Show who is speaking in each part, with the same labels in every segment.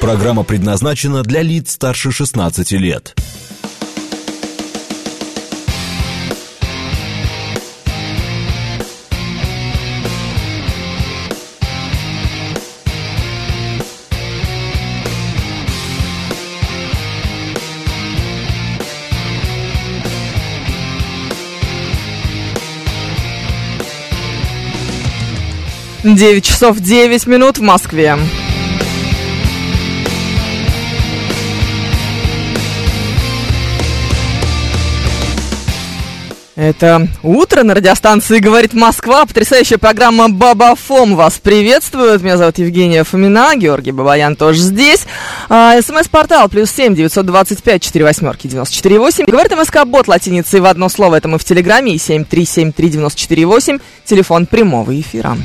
Speaker 1: Программа предназначена для лиц старше 16 лет.
Speaker 2: Девять часов девять минут в Москве. Это утро на радиостанции «Говорит Москва». Потрясающая программа «Бабафом» вас приветствует. Меня зовут Евгения Фомина, Георгий Бабаян тоже здесь. А, СМС-портал плюс семь девятьсот двадцать пять четыре восьмерки девяносто четыре восемь. Говорит МСК-бот латиницей в одно слово. Это мы в Телеграме и семь три семь три девяносто четыре восемь. Телефон прямого эфира.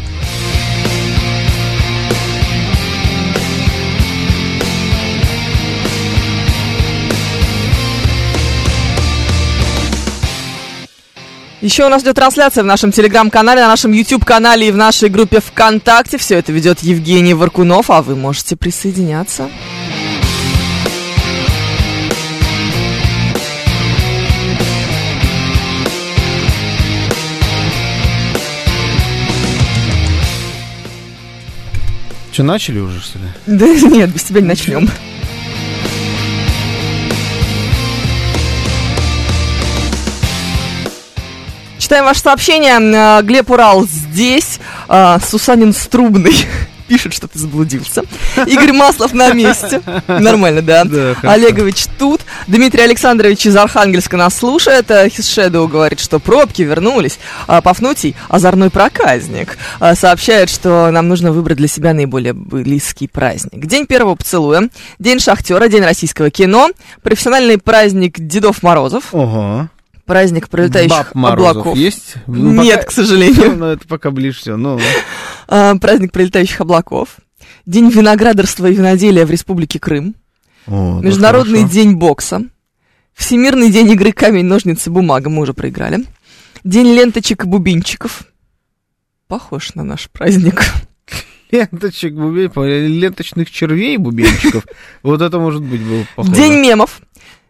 Speaker 2: Еще у нас идет трансляция в нашем телеграм-канале, на нашем YouTube-канале и в нашей группе ВКонтакте. Все это ведет Евгений Варкунов, а вы можете присоединяться.
Speaker 3: Что, начали уже, что ли?
Speaker 2: Да нет, без тебя не начнем. Читаем ваше сообщение. Э, Глеб Урал здесь. Э, Сусанин Струбный пишет, что ты заблудился. Игорь Маслов на месте. Нормально, да?
Speaker 3: Да, хорошо.
Speaker 2: Олегович тут. Дмитрий Александрович из Архангельска нас слушает. Э, His Shadow говорит, что пробки вернулись. А Пафнутий – озорной проказник. А, Сообщает, что нам нужно выбрать для себя наиболее близкий праздник. День первого поцелуя, день шахтера, день российского кино, профессиональный праздник Дедов Морозов,
Speaker 3: Ого.
Speaker 2: праздник пролетающих
Speaker 3: Баб Морозов
Speaker 2: облаков.
Speaker 3: есть? Ну,
Speaker 2: Нет, к сожалению.
Speaker 3: Но это пока ближе всего. Ну,
Speaker 2: А, Праздник пролетающих облаков. День виноградарства и виноделия в Республике Крым.
Speaker 3: о, да,
Speaker 2: Международный
Speaker 3: Ну, хорошо.
Speaker 2: день бокса. Всемирный день игры камень, ножницы, бумага. Мы уже проиграли. День ленточек и бубинчиков. Похож на наш праздник.
Speaker 3: Ленточек, бубей, по- ленточных червей, бубенчиков. Вот это, может быть, было похоже.
Speaker 2: День мемов.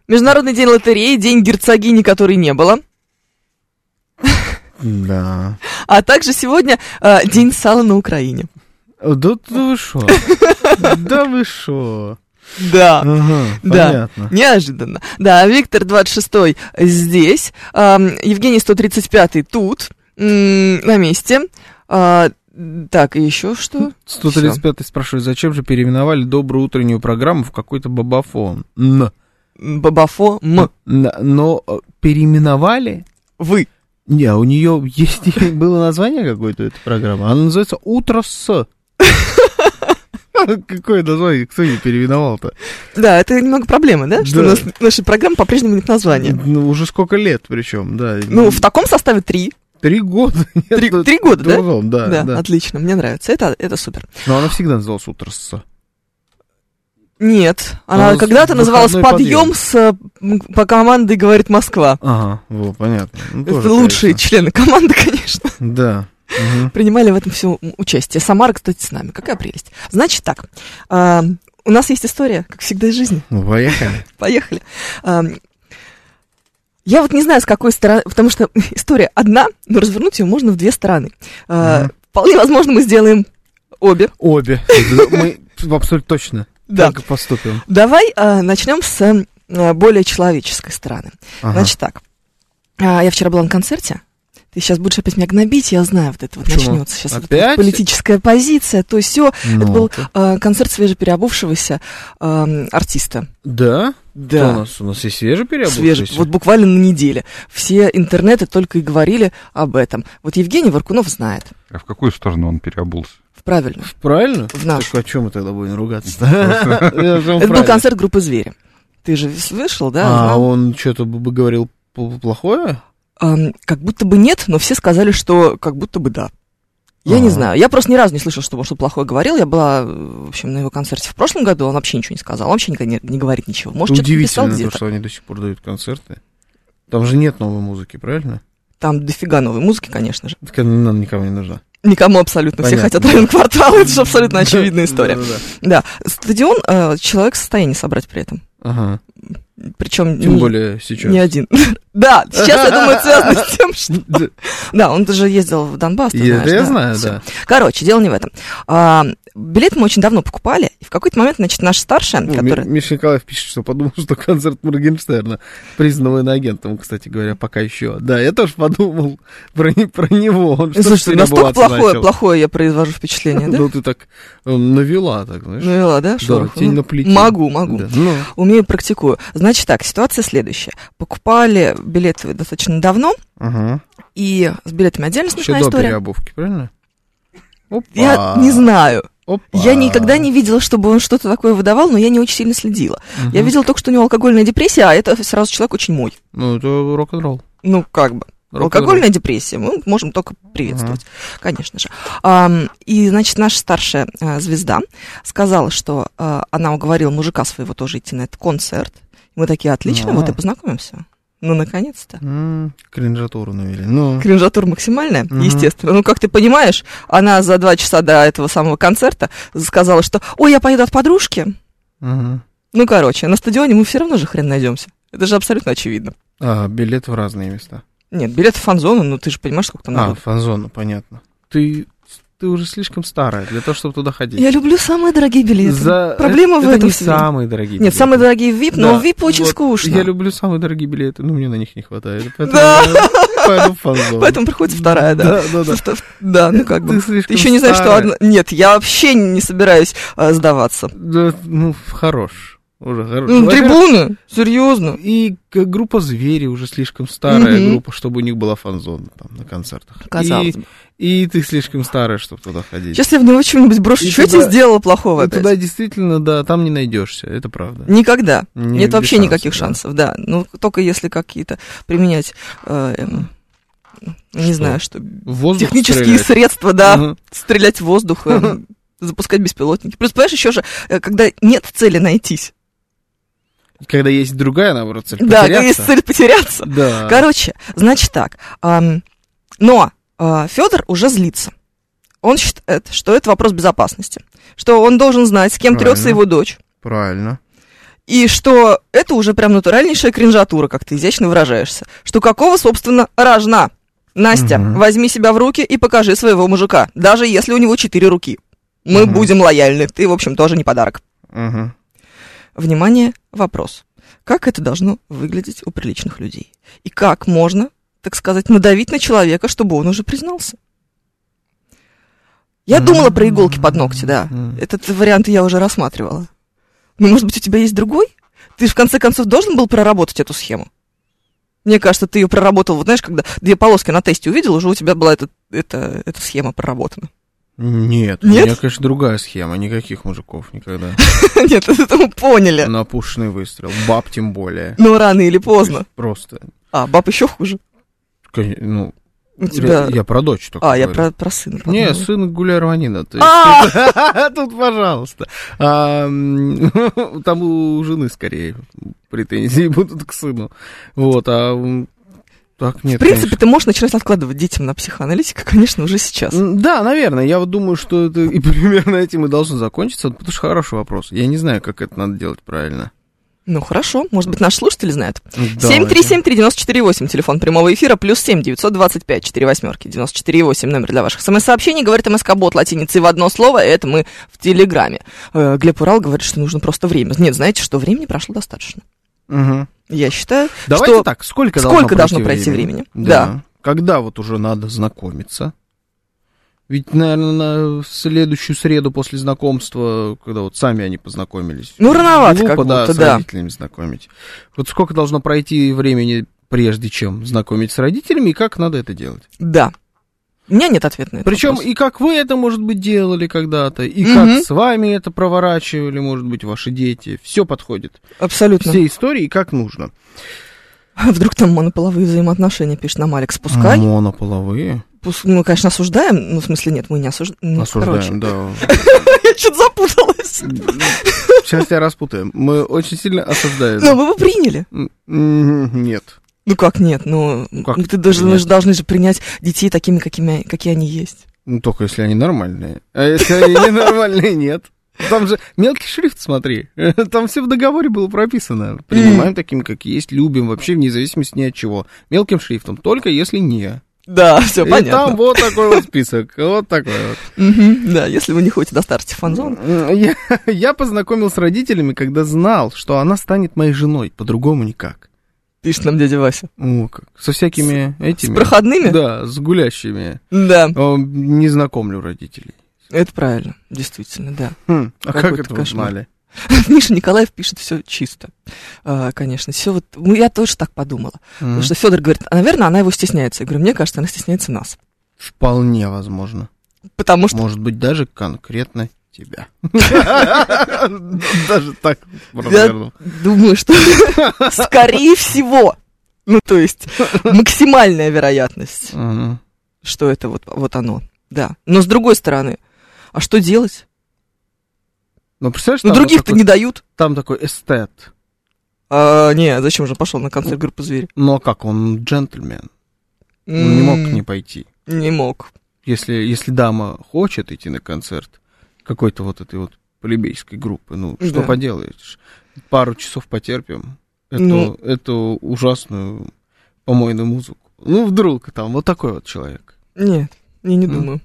Speaker 2: Международный день лотереи, день герцогини, которой не было.
Speaker 3: Да.
Speaker 2: А также сегодня э, день сала на Украине.
Speaker 3: Да ты вы шо? Да вы шо?
Speaker 2: Да.
Speaker 3: Ага,
Speaker 2: Да.
Speaker 3: понятно.
Speaker 2: Неожиданно. Да, Виктор 26 здесь, эм, Евгений 135 тут, м, на месте. А, Так, и еще что?
Speaker 3: 135 спрашивает, зачем же переименовали добрую утреннюю программу в какой-то бабафон? Н.
Speaker 2: Бабафо М.
Speaker 3: Н- Но э, переименовали?
Speaker 2: Вы.
Speaker 3: Не, у нее есть было название какое-то этой программы. Она называется Утро с. Какое название? Кто не переименовал-то?
Speaker 2: Да, это немного проблемы, да? Что
Speaker 3: Да.
Speaker 2: у нас нашей программы по-прежнему нет названия.
Speaker 3: Ну, уже сколько лет причем, да.
Speaker 2: Ну, в таком составе три.
Speaker 3: три года. нет,
Speaker 2: Три-
Speaker 3: ну,
Speaker 2: три года, да?
Speaker 3: трудом, Да,
Speaker 2: Да,
Speaker 3: да.
Speaker 2: отлично, мне нравится. Это, это супер.
Speaker 3: Но она всегда называлась Утро с.
Speaker 2: Нет, она
Speaker 3: Ну, с-
Speaker 2: когда-то называлась
Speaker 3: выходной
Speaker 2: «Подъем» с э, м, по командой «Говорит Москва».
Speaker 3: Ага, вот, понятно. Ну, тоже,
Speaker 2: Это лучшие
Speaker 3: конечно.
Speaker 2: члены команды, конечно.
Speaker 3: Да. Мгм.
Speaker 2: принимали в этом все участие. Самара, кстати, с нами. Какая прелесть. Значит так, а, у нас есть история, как всегда, из жизни.
Speaker 3: Ну, поехали.
Speaker 2: Поехали. А, Я вот не знаю, с какой стороны, потому что история одна, но развернуть ее можно в две стороны. А,
Speaker 3: Мгм.
Speaker 2: Вполне возможно, мы сделаем обе.
Speaker 3: Обе. Мы абсолютно точно
Speaker 2: Да.
Speaker 3: так и поступим.
Speaker 2: Давай а, начнем с э, более человеческой стороны.
Speaker 3: Ага.
Speaker 2: Значит так, а, я вчера была на концерте. Ты сейчас будешь опять меня гнобить, я знаю, вот это вот
Speaker 3: Почему?
Speaker 2: начнется сейчас.
Speaker 3: Опять?
Speaker 2: политическая позиция, то все.
Speaker 3: Ну,
Speaker 2: Это был э, концерт свежепереобувшегося эм, артиста.
Speaker 3: Да? Кто у
Speaker 2: Да,
Speaker 3: нас? У нас есть свежий
Speaker 2: свежий.
Speaker 3: переобувшийся?
Speaker 2: Вот буквально на неделе. Все интернеты только и говорили об этом. Вот Евгений Варкунов знает.
Speaker 4: А в какую сторону он переобулся?
Speaker 2: в правильную.
Speaker 3: Правильно?
Speaker 2: В нашу.
Speaker 3: Так о чем мы тогда будем ругаться? Это
Speaker 2: Это был концерт группы «Звери». Ты же слышал, да?
Speaker 3: Ну, А
Speaker 2: знал?
Speaker 3: он что-то бы говорил п- плохое?
Speaker 2: Эм, Как будто бы нет, но все сказали, что как будто бы да. Я не
Speaker 3: Ага.
Speaker 2: знаю. Я просто ни разу не слышал, что он что-то плохое говорил. Я была, э, в общем, на его концерте в прошлом году. Он вообще ничего не сказал. Он вообще никогда не, не говорит ничего. Может,
Speaker 3: Это
Speaker 2: что-то писал
Speaker 3: удивительно, то,
Speaker 2: где-то.
Speaker 3: что они до сих пор дают концерты. Там же нет новой музыки, правильно?
Speaker 2: Там дофига новой музыки, конечно же.
Speaker 3: Так она нам никому не нужна.
Speaker 2: никому абсолютно. Все
Speaker 3: Понятно.
Speaker 2: хотят район квартала, это же абсолютно очевидная история.
Speaker 3: Да-да-да.
Speaker 2: Да, стадион э, человек в состоянии собрать при этом.
Speaker 3: Ага.
Speaker 2: Причем
Speaker 3: Тем
Speaker 2: не-
Speaker 3: более сейчас.
Speaker 2: не один. Да, сейчас, я думаю, это связано с тем, что...
Speaker 3: Да,
Speaker 2: Да, он даже ездил в Донбасс, ты
Speaker 3: Я
Speaker 2: знаешь.
Speaker 3: я знаю,
Speaker 2: Всё.
Speaker 3: да.
Speaker 2: Короче, дело не в этом. А, билет мы очень давно покупали, и в какой-то момент, значит, наша старшая,
Speaker 3: Ну,
Speaker 2: которая...
Speaker 3: Ми- Миша Николаев пишет, что подумал, что концерт Моргенштерна признан иноагентом, кстати говоря, пока еще. Да, я тоже подумал про, не- про него. Он что ж
Speaker 2: Слушайте, настолько
Speaker 3: переобуваться
Speaker 2: плохое,
Speaker 3: начал?
Speaker 2: плохое я произвожу впечатление, да?
Speaker 3: Ну, ты так э, навела, так, знаешь.
Speaker 2: Ну, вела, да,
Speaker 3: да,
Speaker 2: шороху?
Speaker 3: тень
Speaker 2: Ну,
Speaker 3: на плите.
Speaker 2: Могу, могу.
Speaker 3: Да, ну,
Speaker 2: Умею, практикую. Значит так, ситуация следующая. Покупали билеты достаточно давно,
Speaker 3: ага.
Speaker 2: и с билетами отдельно
Speaker 3: Еще
Speaker 2: смешная
Speaker 3: до
Speaker 2: история.
Speaker 3: переобувки, правильно? Опа.
Speaker 2: Я не знаю.
Speaker 3: Опа.
Speaker 2: Я никогда не видела, чтобы он что-то такое выдавал, но я не очень сильно следила.
Speaker 3: Мгм.
Speaker 2: Я видела только, что у него алкогольная депрессия, а это сразу человек очень мой.
Speaker 3: Ну, это рок-н-ролл.
Speaker 2: Ну, как бы.
Speaker 3: Рок-н-ролл.
Speaker 2: Алкогольная депрессия, мы можем только приветствовать, конечно же. Ам, И, значит, наша старшая э, звезда сказала, что э, она уговорила мужика своего тоже идти на этот концерт. Мы такие, отлично,
Speaker 3: А.
Speaker 2: вот и познакомимся. Ну, наконец-то.
Speaker 3: М, Кринжатуру навели. Ну,
Speaker 2: Кринжатура максимальная,
Speaker 3: Мгм.
Speaker 2: естественно. Ну, как ты понимаешь, она за два часа до этого самого концерта сказала, что «Ой, я поеду от подружки».
Speaker 3: ага.
Speaker 2: Ну, короче, на стадионе мы все равно же хрен найдемся. Это же абсолютно очевидно.
Speaker 3: А, билет в разные места.
Speaker 2: Нет, билет в фан-зону, ну, ты же понимаешь, сколько там
Speaker 3: А,
Speaker 2: народу.
Speaker 3: фанзона, понятно. Ты, ты уже слишком старая для того, чтобы туда ходить.
Speaker 2: Я люблю самые дорогие билеты.
Speaker 3: За-
Speaker 2: Проблема
Speaker 3: это,
Speaker 2: в
Speaker 3: это
Speaker 2: этом
Speaker 3: не
Speaker 2: всегда.
Speaker 3: самые дорогие
Speaker 2: Нет,
Speaker 3: билеты.
Speaker 2: самые дорогие в VIP, но
Speaker 3: Да,
Speaker 2: в VIP очень
Speaker 3: вот.
Speaker 2: скучно.
Speaker 3: Я люблю самые дорогие билеты, но мне на них не хватает. Поэтому,
Speaker 2: Да.
Speaker 3: я пойду в фан-зону.
Speaker 2: Поэтому приходится вторая, да.
Speaker 3: Да, да, да.
Speaker 2: Ф- ф- Да, ну как бы.
Speaker 3: Ты слишком
Speaker 2: еще не знаешь, что
Speaker 3: старая.
Speaker 2: одна... Нет, я вообще не собираюсь а, сдаваться.
Speaker 3: Да, ну, хорош. Уже хорош.
Speaker 2: Ну,
Speaker 3: Во-первых,
Speaker 2: трибуны? Серьезно?
Speaker 3: И г- группа «Звери» уже слишком старая
Speaker 2: Мгм.
Speaker 3: группа, чтобы у них была фан-зона там на концертах.
Speaker 2: Казалось
Speaker 3: и,
Speaker 2: бы.
Speaker 3: и ты слишком старая, чтобы туда ходить.
Speaker 2: Сейчас я в него чем-нибудь брошу.
Speaker 3: И
Speaker 2: Что я
Speaker 3: туда-
Speaker 2: тебе сделала плохого
Speaker 3: И
Speaker 2: опять?
Speaker 3: туда действительно, да, там не найдешься, это правда.
Speaker 2: Никогда.
Speaker 3: Не-
Speaker 2: Нет
Speaker 3: без
Speaker 2: вообще
Speaker 3: шансов,
Speaker 2: никаких
Speaker 3: да.
Speaker 2: шансов, да. Ну, только если какие-то применять, э, эм, не
Speaker 3: Что?
Speaker 2: знаю, что,
Speaker 3: В Воздух
Speaker 2: технические
Speaker 3: стрелять. Ну.
Speaker 2: средства, да,
Speaker 3: Мгм.
Speaker 2: стрелять в воздух, эм, запускать беспилотники. Плюс, понимаешь, еще же, э, когда нет цели найтись.
Speaker 3: Когда есть другая, наоборот, цель
Speaker 2: Да, когда
Speaker 3: потеряться.
Speaker 2: есть цель потеряться.
Speaker 3: Да.
Speaker 2: Короче, значит так. ам, Но Федор уже злится. Он считает, что это вопрос безопасности. Что он должен знать, с кем
Speaker 3: Правильно.
Speaker 2: трется его дочь.
Speaker 3: Правильно.
Speaker 2: И что это уже прям натуральнейшая кринжатура, как ты изящно выражаешься. Что какого, собственно, рожна? Настя,
Speaker 3: Мгм.
Speaker 2: возьми себя в руки и покажи своего мужика, даже если у него четыре руки. Мы
Speaker 3: Мгм.
Speaker 2: будем лояльны. Ты, в общем, тоже не подарок.
Speaker 3: Мгм.
Speaker 2: Внимание, вопрос. Как это должно выглядеть у приличных людей? И как можно, так сказать, надавить на человека, чтобы он уже признался? Я думала про иголки под ногти, да.
Speaker 3: Мгм.
Speaker 2: Этот вариант я уже рассматривала. Ну, может быть, у тебя есть другой? Ты же, в конце концов, должен был проработать эту схему. Мне кажется, ты ее проработал, вот знаешь, когда две полоски на тесте увидел, уже у тебя была эта, эта, эта схема проработана.
Speaker 3: Нет,
Speaker 2: Нет?
Speaker 3: у меня, конечно, другая схема. Никаких мужиков никогда.
Speaker 2: Нет, это мы поняли.
Speaker 3: На пушный выстрел. Баб тем более.
Speaker 2: Но рано или
Speaker 3: То
Speaker 2: поздно.
Speaker 3: есть Просто.
Speaker 2: А, баб еще хуже.
Speaker 3: кон- Ну,
Speaker 2: У тебя...
Speaker 3: я, я про дочь только.
Speaker 2: А, я
Speaker 3: говорю.
Speaker 2: про, про сына.
Speaker 3: Не,
Speaker 2: подумала.
Speaker 3: сын Гуля Рванина. то есть
Speaker 2: А!
Speaker 3: тут- Тут, пожалуйста. А, м, Там у жены скорее претензии будут к сыну. Вот, а м, так
Speaker 2: В
Speaker 3: нет.
Speaker 2: принципе, ты можешь начинать откладывать детям на психоаналитика, конечно, уже сейчас.
Speaker 3: М, Да, наверное. Я вот думаю, что это и примерно этим и должно закончиться, потому что хороший вопрос. Я не знаю, как это надо делать правильно.
Speaker 2: Ну хорошо, может быть, наши слушатели знают.
Speaker 3: Давайте.
Speaker 2: 7373948, телефон прямого эфира, плюс 7 925 4 восьмерки, 948, номер для ваших смс-сообщений, говорит МСК-бот латиницей в одно слово, это мы в Телеграме. Э, Глеб Урал говорит, что нужно просто время. Нет, знаете что, времени прошло достаточно.
Speaker 3: Мгм.
Speaker 2: Я считаю,
Speaker 3: Давайте
Speaker 2: что...
Speaker 3: так, сколько,
Speaker 2: сколько
Speaker 3: должно
Speaker 2: должно
Speaker 3: пройти
Speaker 2: пройти
Speaker 3: времени?
Speaker 2: времени?
Speaker 3: Когда вот уже надо знакомиться? Ведь, наверное, на следующую среду после знакомства, когда вот сами они познакомились.
Speaker 2: Ну, рановато
Speaker 3: глупо,
Speaker 2: как
Speaker 3: да,
Speaker 2: будто,
Speaker 3: с
Speaker 2: да.
Speaker 3: родителями знакомить. Вот сколько должно пройти времени, прежде чем знакомить с родителями, и как надо это делать?
Speaker 2: Да. У меня нет ответа на это.
Speaker 3: Причем и как вы это, может быть, делали когда-то, и
Speaker 2: Мгм.
Speaker 3: как с вами это проворачивали, может быть, ваши дети. Все подходит.
Speaker 2: Абсолютно.
Speaker 3: Все истории, как нужно.
Speaker 2: Вдруг там монополовые взаимоотношения, пишет нам Алекс, пускай.
Speaker 3: Монополовые.
Speaker 2: Пус- Мы, конечно, осуждаем, ну, в смысле, нет, мы не осуждаем.
Speaker 3: Осуждаем, да.
Speaker 2: Я что-то запуталась.
Speaker 3: Сейчас тебя распутаем. Мы очень сильно осуждаем.
Speaker 2: Но мы бы приняли.
Speaker 3: М, м, Нет.
Speaker 2: Ну как нет? Ну,
Speaker 3: Ну как
Speaker 2: ты должен- мы
Speaker 3: нет?
Speaker 2: же должны же принять детей такими, какими, какие они есть.
Speaker 3: Ну, только если они нормальные. А если они ненормальные, нет. Там же мелкий шрифт, смотри. Там все в договоре было прописано. Принимаем таким, как есть, любим вообще вне зависимости ни от чего. Мелким шрифтом, только если не.
Speaker 2: Да, все
Speaker 3: И там
Speaker 2: понятно.
Speaker 3: вот такой вот список. Вот такой вот.
Speaker 2: Мгм, Да, если вы не ходите до старости в фан-зону.
Speaker 3: Я, я познакомил с родителями, когда знал, что она станет моей женой. По-другому никак.
Speaker 2: Пишет нам дядя Вася.
Speaker 3: О, как. Со всякими
Speaker 2: С
Speaker 3: этими.
Speaker 2: проходными?
Speaker 3: Да, с гулящими.
Speaker 2: Да.
Speaker 3: О, Не знакомлю родителей.
Speaker 2: Это правильно, действительно, да.
Speaker 3: Хм, а как
Speaker 2: Какой-то
Speaker 3: это вы
Speaker 2: кошмар.
Speaker 3: знали?
Speaker 2: Миша Николаев пишет все чисто, А, конечно. Все вот, ну, я тоже так подумала. Потому что Федор говорит, «А, наверное, она его стесняется. Я говорю, мне кажется, она стесняется нас.
Speaker 3: Вполне возможно.
Speaker 2: Потому что
Speaker 3: Может быть, даже конкретно тебя. Даже так развернул.
Speaker 2: думаю, что скорее всего, ну, то есть максимальная вероятность,
Speaker 3: Мгм.
Speaker 2: что это вот, вот оно. Да. Но с другой стороны, а что делать?
Speaker 3: Ну, представляешь,
Speaker 2: Ну,
Speaker 3: там вот
Speaker 2: других-то
Speaker 3: такой-
Speaker 2: не дают.
Speaker 3: там такой эстет.
Speaker 2: А, не, зачем же он пошел на концерт группы «Звери»?
Speaker 3: Но как, он джентльмен. Он Ну, не мог не пойти.
Speaker 2: Не мог.
Speaker 3: Если, если дама хочет идти на концерт какой-то вот этой вот полибейской группы, ну, что
Speaker 2: Да.
Speaker 3: поделаешь? Пару часов потерпим эту,
Speaker 2: Ну.
Speaker 3: эту ужасную помойную музыку. Ну, вдруг там вот такой вот человек.
Speaker 2: Нет, я не
Speaker 3: Ну.
Speaker 2: думаю.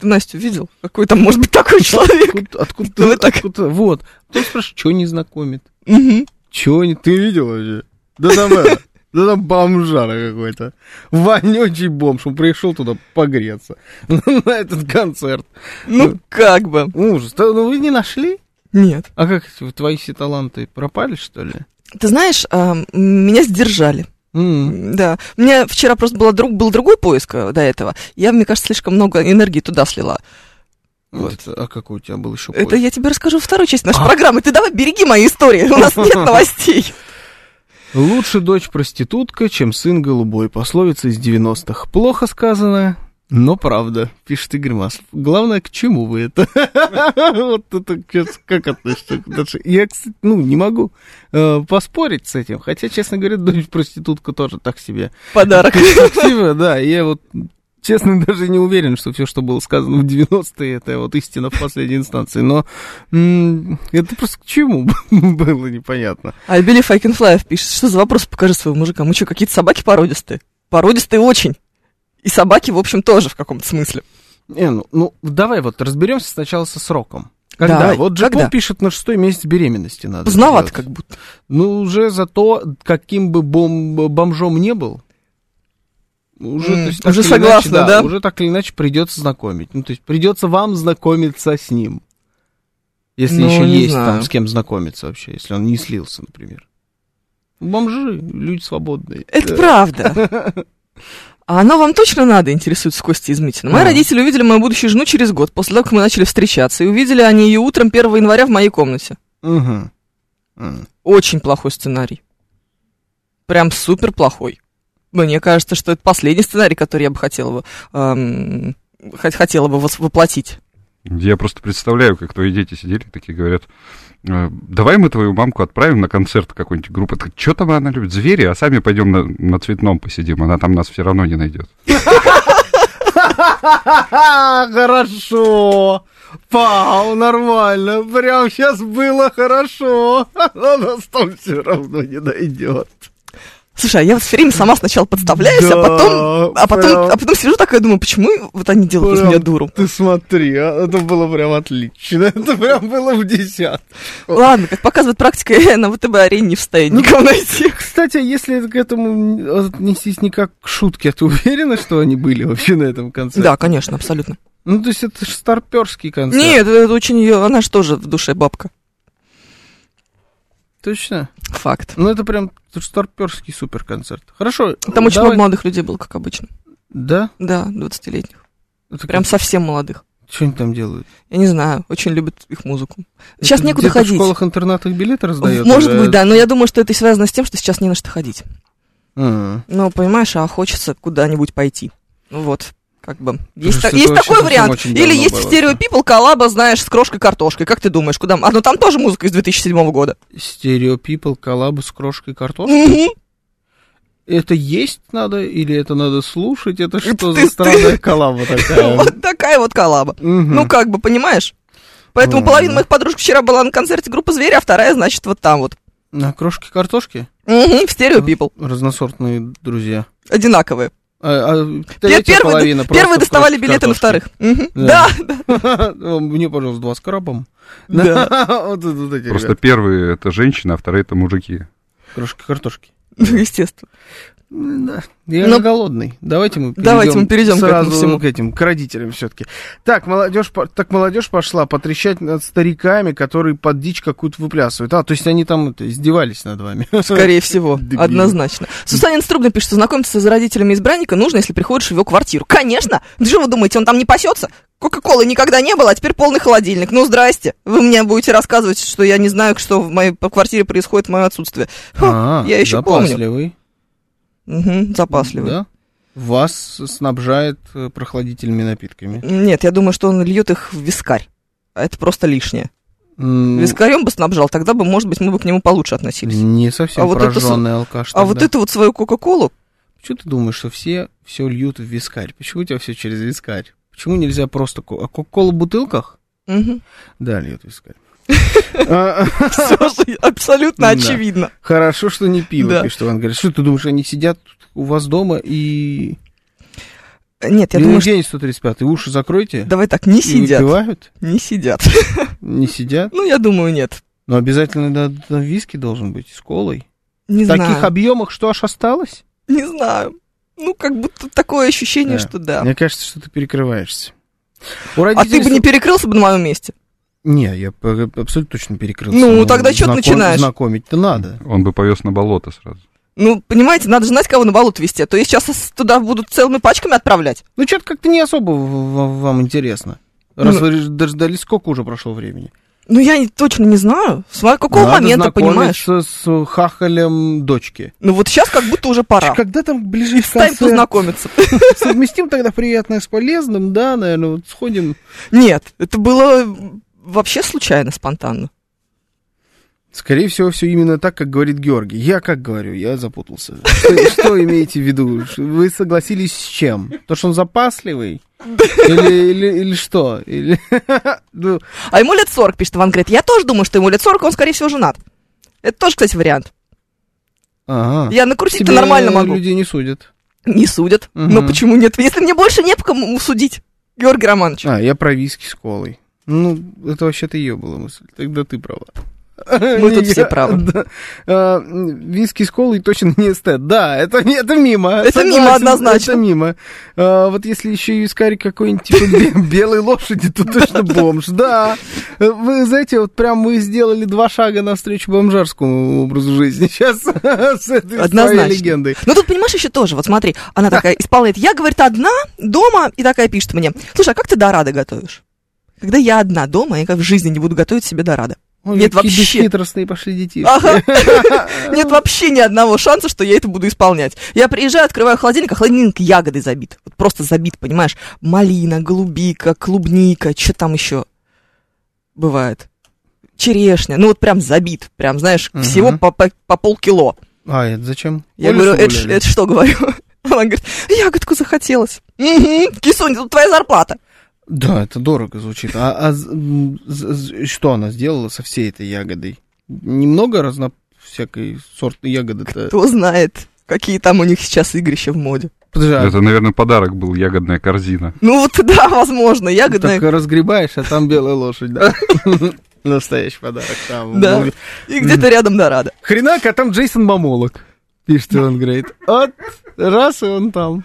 Speaker 2: Ты Настю видел? Какой там может быть такой человек?
Speaker 3: Откуда, откуда,
Speaker 2: Да вы так.
Speaker 3: откуда- вот. Кто спрашивает, что не знакомит?
Speaker 2: Мгм.
Speaker 3: Чего не... Ты видел вообще? Да там это, Да там бомжара какой-то. Вонючий бомж. Он пришел туда погреться. На этот концерт.
Speaker 2: Ну, как бы.
Speaker 3: Ужас. Да, Ну вы не нашли?
Speaker 2: Нет.
Speaker 3: А как эти твои все таланты пропали, что ли?
Speaker 2: Ты знаешь, а, м, меня сдержали.
Speaker 3: М.
Speaker 2: Да. У меня вчера просто была друг, был другой поиск э, до этого. Я, мне кажется, слишком много энергии туда слила.
Speaker 3: Вот это- А какой у тебя был еще
Speaker 2: Это
Speaker 3: поиск?
Speaker 2: я тебе расскажу во второй части нашей программы. Ты давай береги мои истории. У нас нет новостей.
Speaker 3: Лучше дочь проститутка, чем сын голубой. Пословица из 90-х. Плохо сказано, но правда, пишет Игорь Маслов. Главное, к чему вы это? Вот это сейчас как относится? к дочери? Я, кстати, ну, не могу э, поспорить с этим. Хотя, честно говоря, дочь проститутка тоже так себе.
Speaker 2: Подарок.
Speaker 3: Так себе, да. Я вот Честно, даже не уверен, что все, что было сказано в 90-е, это вот истина в последней инстанции. Но м, это просто к чему было непонятно.
Speaker 2: I believe I can fly пишет. Что за вопрос? Покажи своему мужикам. Мы что, какие-то собаки породистые? Породистые очень. И собаки, в общем, тоже в каком-то смысле.
Speaker 3: Не, ну, ну, давай вот разберемся сначала со сроком. Когда?
Speaker 2: Давай,
Speaker 3: Вот Джапо
Speaker 2: когда?
Speaker 3: пишет на шестой месяц беременности надо.
Speaker 2: Поздновато
Speaker 3: делать.
Speaker 2: как будто.
Speaker 3: Ну, уже зато, каким бы бом- бомжом не был, уже,
Speaker 2: М,
Speaker 3: то есть, так
Speaker 2: уже
Speaker 3: или
Speaker 2: согласна,
Speaker 3: иначе,
Speaker 2: да?
Speaker 3: Уже так или иначе придется знакомить. Ну, то есть придется вам знакомиться с ним. Если
Speaker 2: Ну,
Speaker 3: еще
Speaker 2: не
Speaker 3: есть
Speaker 2: знаю.
Speaker 3: там с кем знакомиться вообще, если он не слился, например. Бомжи, люди свободные.
Speaker 2: Это
Speaker 3: Э,
Speaker 2: правда. А оно вам точно надо, интересуется Костя Измитина. Мои
Speaker 3: А.
Speaker 2: родители увидели мою будущую жену через год, после того, как мы начали встречаться. И увидели они ее утром 1 января в моей комнате.
Speaker 3: мгм. М.
Speaker 2: Очень плохой сценарий. Прям супер плохой. Мне кажется, что это последний сценарий, который я бы хотела бы, эм, хот- хотела бы вос- воплотить.
Speaker 4: Я просто представляю, как твои дети сидели, такие говорят, «Э, давай мы твою мамку отправим на концерт какой-нибудь группы. Так что там она любит? Звери, а сами пойдем на, на цветном посидим. Она там нас все равно не найдет.
Speaker 3: Ха-ха, А, Хорошо. Пау, нормально. Прям сейчас было хорошо. Она нас там все равно не найдет.
Speaker 2: Слушай, а я вот все время сама сначала подставляюсь, а
Speaker 3: Да,
Speaker 2: потом, а потом,
Speaker 3: прям.
Speaker 2: а потом сижу такая, думаю, почему вот они делают из
Speaker 3: Прям.
Speaker 2: меня дуру?
Speaker 3: Ты смотри, а, это было прям отлично. Это прям было в десят.
Speaker 2: Ладно, как показывает практика, я на ВТБ-арене не в состоянии никого найти.
Speaker 3: Кстати, а если к этому отнестись не как к шутке, а ты уверена, что они были вообще на этом концерте?
Speaker 2: Да, конечно, абсолютно.
Speaker 3: Ну, то есть это же старперский концерт.
Speaker 2: Нет, это очень ее, она же тоже в душе бабка.
Speaker 3: Точно?
Speaker 2: Факт.
Speaker 3: Ну, это прям старперский суперконцерт. Хорошо.
Speaker 2: Там очень много
Speaker 3: Ну, давай-
Speaker 2: молодых людей было, как обычно.
Speaker 3: Да?
Speaker 2: Да, 20-летних.
Speaker 3: Это
Speaker 2: Прям
Speaker 3: как-
Speaker 2: совсем молодых.
Speaker 3: Что они там делают?
Speaker 2: Я не знаю, очень любят их музыку. Сейчас
Speaker 3: Это
Speaker 2: некуда
Speaker 3: где-то
Speaker 2: ходить.
Speaker 3: В школах-интернатах билеты раздают?
Speaker 2: Может быть, да, но я думаю, что это связано с тем, что сейчас не на что ходить.
Speaker 3: да.
Speaker 2: Ну, понимаешь, а хочется куда-нибудь пойти. Ну Вот, как бы. Есть, та- есть
Speaker 3: это вообще
Speaker 2: такой
Speaker 3: совсем
Speaker 2: вариант.
Speaker 3: очень
Speaker 2: Или
Speaker 3: давно
Speaker 2: есть
Speaker 3: было.
Speaker 2: в Stereo People коллаба, знаешь, с крошкой-картошкой. Как ты думаешь, куда... А, ну там тоже музыка из 2007 года.
Speaker 3: Э. Стерео People, коллабы с крошкой картошкой?
Speaker 2: Мгм.
Speaker 3: это есть надо или это надо слушать? Это что
Speaker 2: ты-
Speaker 3: за
Speaker 2: ты-
Speaker 3: странная коллаба такая?
Speaker 2: Вот такая вот коллаба.
Speaker 3: Мгм.
Speaker 2: Ну, как бы, понимаешь? Поэтому
Speaker 3: Ладно.
Speaker 2: половина моих подружек вчера была на концерте группы «Зверь», а вторая, значит, вот там вот.
Speaker 3: На крошке картошки?
Speaker 2: Мгм, в
Speaker 3: Э.
Speaker 2: «Стерео People.
Speaker 3: Разносортные друзья.
Speaker 2: одинаковые.
Speaker 3: А- а
Speaker 2: Пер-
Speaker 3: третья
Speaker 2: первые,
Speaker 3: половина просто
Speaker 2: первые
Speaker 3: в
Speaker 2: доставали
Speaker 3: крошке
Speaker 2: билеты на
Speaker 3: картошки.
Speaker 2: вторых. Мгм. Да,
Speaker 3: Да. Мне, пожалуйста, два с крабом.
Speaker 2: Да.
Speaker 3: Вот это вот эти
Speaker 4: Просто
Speaker 3: ребята.
Speaker 4: первые это женщины, а вторые это мужики.
Speaker 3: Крошки картошки.
Speaker 2: естественно.
Speaker 3: Да. Я
Speaker 2: Ну,
Speaker 3: же голодный. Давайте мы перейдем
Speaker 2: давайте мы перейдем к этому
Speaker 3: сразу
Speaker 2: всему.
Speaker 3: к этим, к родителям все-таки. Так, молодежь, по- так молодежь пошла потрещать над стариками, которые под дичь какую-то выплясывают. А, то есть они там это, издевались над вами.
Speaker 2: Скорее всего,
Speaker 3: Дебилы.
Speaker 2: однозначно. Сусанин Струбный пишет, что знакомиться с родителями избранника нужно, если приходишь в его квартиру. Конечно! Да что вы думаете, он там не пасется? Кока-колы никогда не было, а теперь полный холодильник. Ну, здрасте. Вы мне будете рассказывать, что я не знаю, что в моей квартире происходит в мое отсутствие. Ха,
Speaker 3: А,
Speaker 2: я еще помню.
Speaker 3: запасливый.
Speaker 2: Мгм, запасливый.
Speaker 3: Да. Вас снабжает э, прохладительными напитками.
Speaker 2: Нет, я думаю, что он льет их в вискарь. А Это просто лишнее.
Speaker 3: М,
Speaker 2: Вискарем бы снабжал, тогда бы, может быть, мы бы к нему получше относились.
Speaker 3: Не совсем
Speaker 2: А вот это с-
Speaker 3: прожженный алкаш.
Speaker 2: А вот
Speaker 3: тогда.
Speaker 2: эту вот свою Кока-Колу,
Speaker 3: Почему ты думаешь, что все все льют в вискарь? Почему у тебя все через вискарь? Почему нельзя просто... ко- А кока-кола в бутылках?
Speaker 2: мгм,
Speaker 3: Да, льют в вискарь. А,
Speaker 2: всё же абсолютно
Speaker 3: Да.
Speaker 2: очевидно.
Speaker 3: Хорошо, что не пиво,
Speaker 2: Да.
Speaker 3: пишет Иван. Говорит, что ты думаешь, они сидят у вас дома и...
Speaker 2: Нет, я
Speaker 3: Ленин
Speaker 2: думаю, что...
Speaker 3: день 135, и уши закройте?
Speaker 2: Давай так, не
Speaker 3: и
Speaker 2: сидят.
Speaker 3: выпивают?
Speaker 2: Не сидят.
Speaker 3: Не сидят?
Speaker 2: Ну, я думаю, нет.
Speaker 3: Но обязательно да, да, виски должен быть с колой.
Speaker 2: Не
Speaker 3: В таких
Speaker 2: знаю.
Speaker 3: объемах что аж осталось?
Speaker 2: Не знаю. Ну, как будто такое ощущение,
Speaker 3: Да.
Speaker 2: что да.
Speaker 3: Мне кажется, что ты перекрываешься. У
Speaker 2: А ты
Speaker 3: родителей
Speaker 2: бы не перекрылся бы на моем месте?
Speaker 3: Не, я п- абсолютно точно перекрылся.
Speaker 2: Ну, тогда чё ты
Speaker 3: знаком-
Speaker 2: начинаешь?
Speaker 3: Знакомить-то надо.
Speaker 4: Он бы повез на болото сразу.
Speaker 2: Ну, понимаете, надо же знать, кого на болото вести, а то их сейчас с- туда будут целыми пачками отправлять.
Speaker 3: Ну, что-то как-то не особо в- в- вам интересно. Раз вы дождались, сколько уже прошло времени?
Speaker 2: Ну, я не- точно не знаю. С ва- какого
Speaker 3: Надо
Speaker 2: момента, понимаешь?
Speaker 3: знакомиться с хахалем дочки.
Speaker 2: Ну, вот сейчас как будто уже пора.
Speaker 3: Когда там ближе
Speaker 2: И
Speaker 3: к
Speaker 2: встань
Speaker 3: концу
Speaker 2: познакомиться.
Speaker 3: совместим тогда приятное с полезным, да, наверное, вот сходим.
Speaker 2: Нет, это было вообще случайно, спонтанно.
Speaker 3: Скорее всего, все именно так, как говорит Георгий. Я как говорю, я запутался. Что, что имеете в виду? Ш- Вы согласились с чем? То, что он запасливый? Или, или, или что? Или... Ну,
Speaker 2: А ему лет 40, пишет Иван Грет. Я тоже думаю, что ему лет 40, он, скорее всего, женат. Это тоже, кстати, вариант.
Speaker 3: ага.
Speaker 2: Я накрутить-то
Speaker 3: Тебе
Speaker 2: нормально могу.
Speaker 3: людей не судят.
Speaker 2: Не судят. Но
Speaker 3: Мгм.
Speaker 2: почему нет? Если мне больше не по кому судить, Георгий Романович.
Speaker 3: А, я про виски с колой. Ну, это вообще-то ее была мысль. Тогда ты права. Мы
Speaker 2: тут все правы.
Speaker 3: Э, Виски с колой точно не эстет. Да, это, это мимо.
Speaker 2: Это
Speaker 3: Согласен,
Speaker 2: мимо однозначно.
Speaker 3: Это мимо. А, вот если еще и вискарь какой-нибудь типа бе- белой лошади, то точно бомж. Да. Э, Вы знаете, вот прям мы сделали два шага навстречу бомжарскому образу жизни. Сейчас с этой
Speaker 2: Однозначно.
Speaker 3: своей легендой.
Speaker 2: Ну тут, понимаешь, еще тоже, вот смотри, она такая исполняет. Я, говорит, одна дома, и такая пишет мне. Слушай, а как ты дорады готовишь? Когда я одна дома, я как в жизни не буду готовить себе дорады.
Speaker 3: Ой,
Speaker 2: Нет, вообще.
Speaker 3: какие
Speaker 2: А!
Speaker 3: бесхитростные пошли детишки.
Speaker 2: Ага. Нет вообще ни одного шанса, что я это буду исполнять. Я приезжаю, открываю холодильник, а холодильник ягоды забит. Вот просто забит, понимаешь? Малина, голубика, клубника, что там еще бывает? Черешня. Ну вот прям забит. Прям, знаешь,
Speaker 3: Мгм.
Speaker 2: всего по, по- по полкило.
Speaker 3: А, это зачем?
Speaker 2: Я
Speaker 3: Полюс
Speaker 2: говорю, это, ш-
Speaker 3: гуляли?
Speaker 2: это что говорю? Она говорит, ягодку захотелось. Угу, кисунь, тут твоя зарплата.
Speaker 3: Да, это дорого звучит. А, а з- м, з- з- что она сделала со всей этой ягодой? Немного разно всякой сортной ягоды-то.
Speaker 2: Кто знает, какие там у них сейчас игрища в моде.
Speaker 3: Подожди, а
Speaker 4: Это, наверное, подарок был, ягодная корзина.
Speaker 2: Ну вот да, возможно,
Speaker 3: ты
Speaker 2: ягодная.
Speaker 3: так разгребаешь, а там белая лошадь, да? Настоящий подарок там.
Speaker 2: Да.
Speaker 3: Ну,
Speaker 2: И где-то рядом дорада.
Speaker 3: Хренак, а там Джейсон Мамолок. Пишет он говорит. Вот, раз, и он там.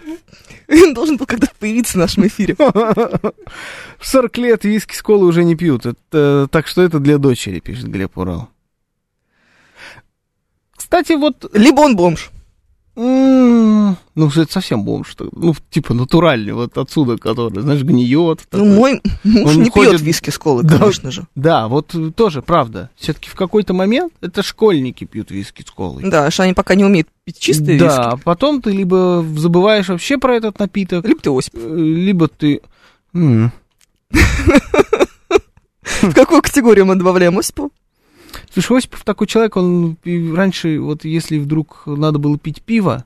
Speaker 2: Он должен был когда-то появиться в нашем эфире.
Speaker 3: В 40 лет виски с колой уже не пьют. Это- э, так что это для дочери, пишет Глеб Урал. Кстати, вот
Speaker 2: Либо он бомж.
Speaker 3: М, Ну, это совсем бомж. что- Ну, типа натуральный, вот отсюда, который, знаешь, гниет.
Speaker 2: Ну, мой муж
Speaker 3: Он
Speaker 2: не пьет
Speaker 3: ходит-
Speaker 2: виски с колой,
Speaker 3: Да.
Speaker 2: конечно же.
Speaker 3: Да, вот э, тоже, правда. Все-таки в какой-то момент это школьники пьют виски с колой.
Speaker 2: Да, что они пока не умеют пить Ну, чистые
Speaker 3: Да, а потом ты либо забываешь вообще про этот напиток,
Speaker 2: виски. Либо ты Осип.
Speaker 3: э, либо ты... М.
Speaker 2: В какую категорию мы добавляем Осипа?
Speaker 3: Слушай, Осипов такой человек, он и раньше, вот если вдруг надо было пить пиво,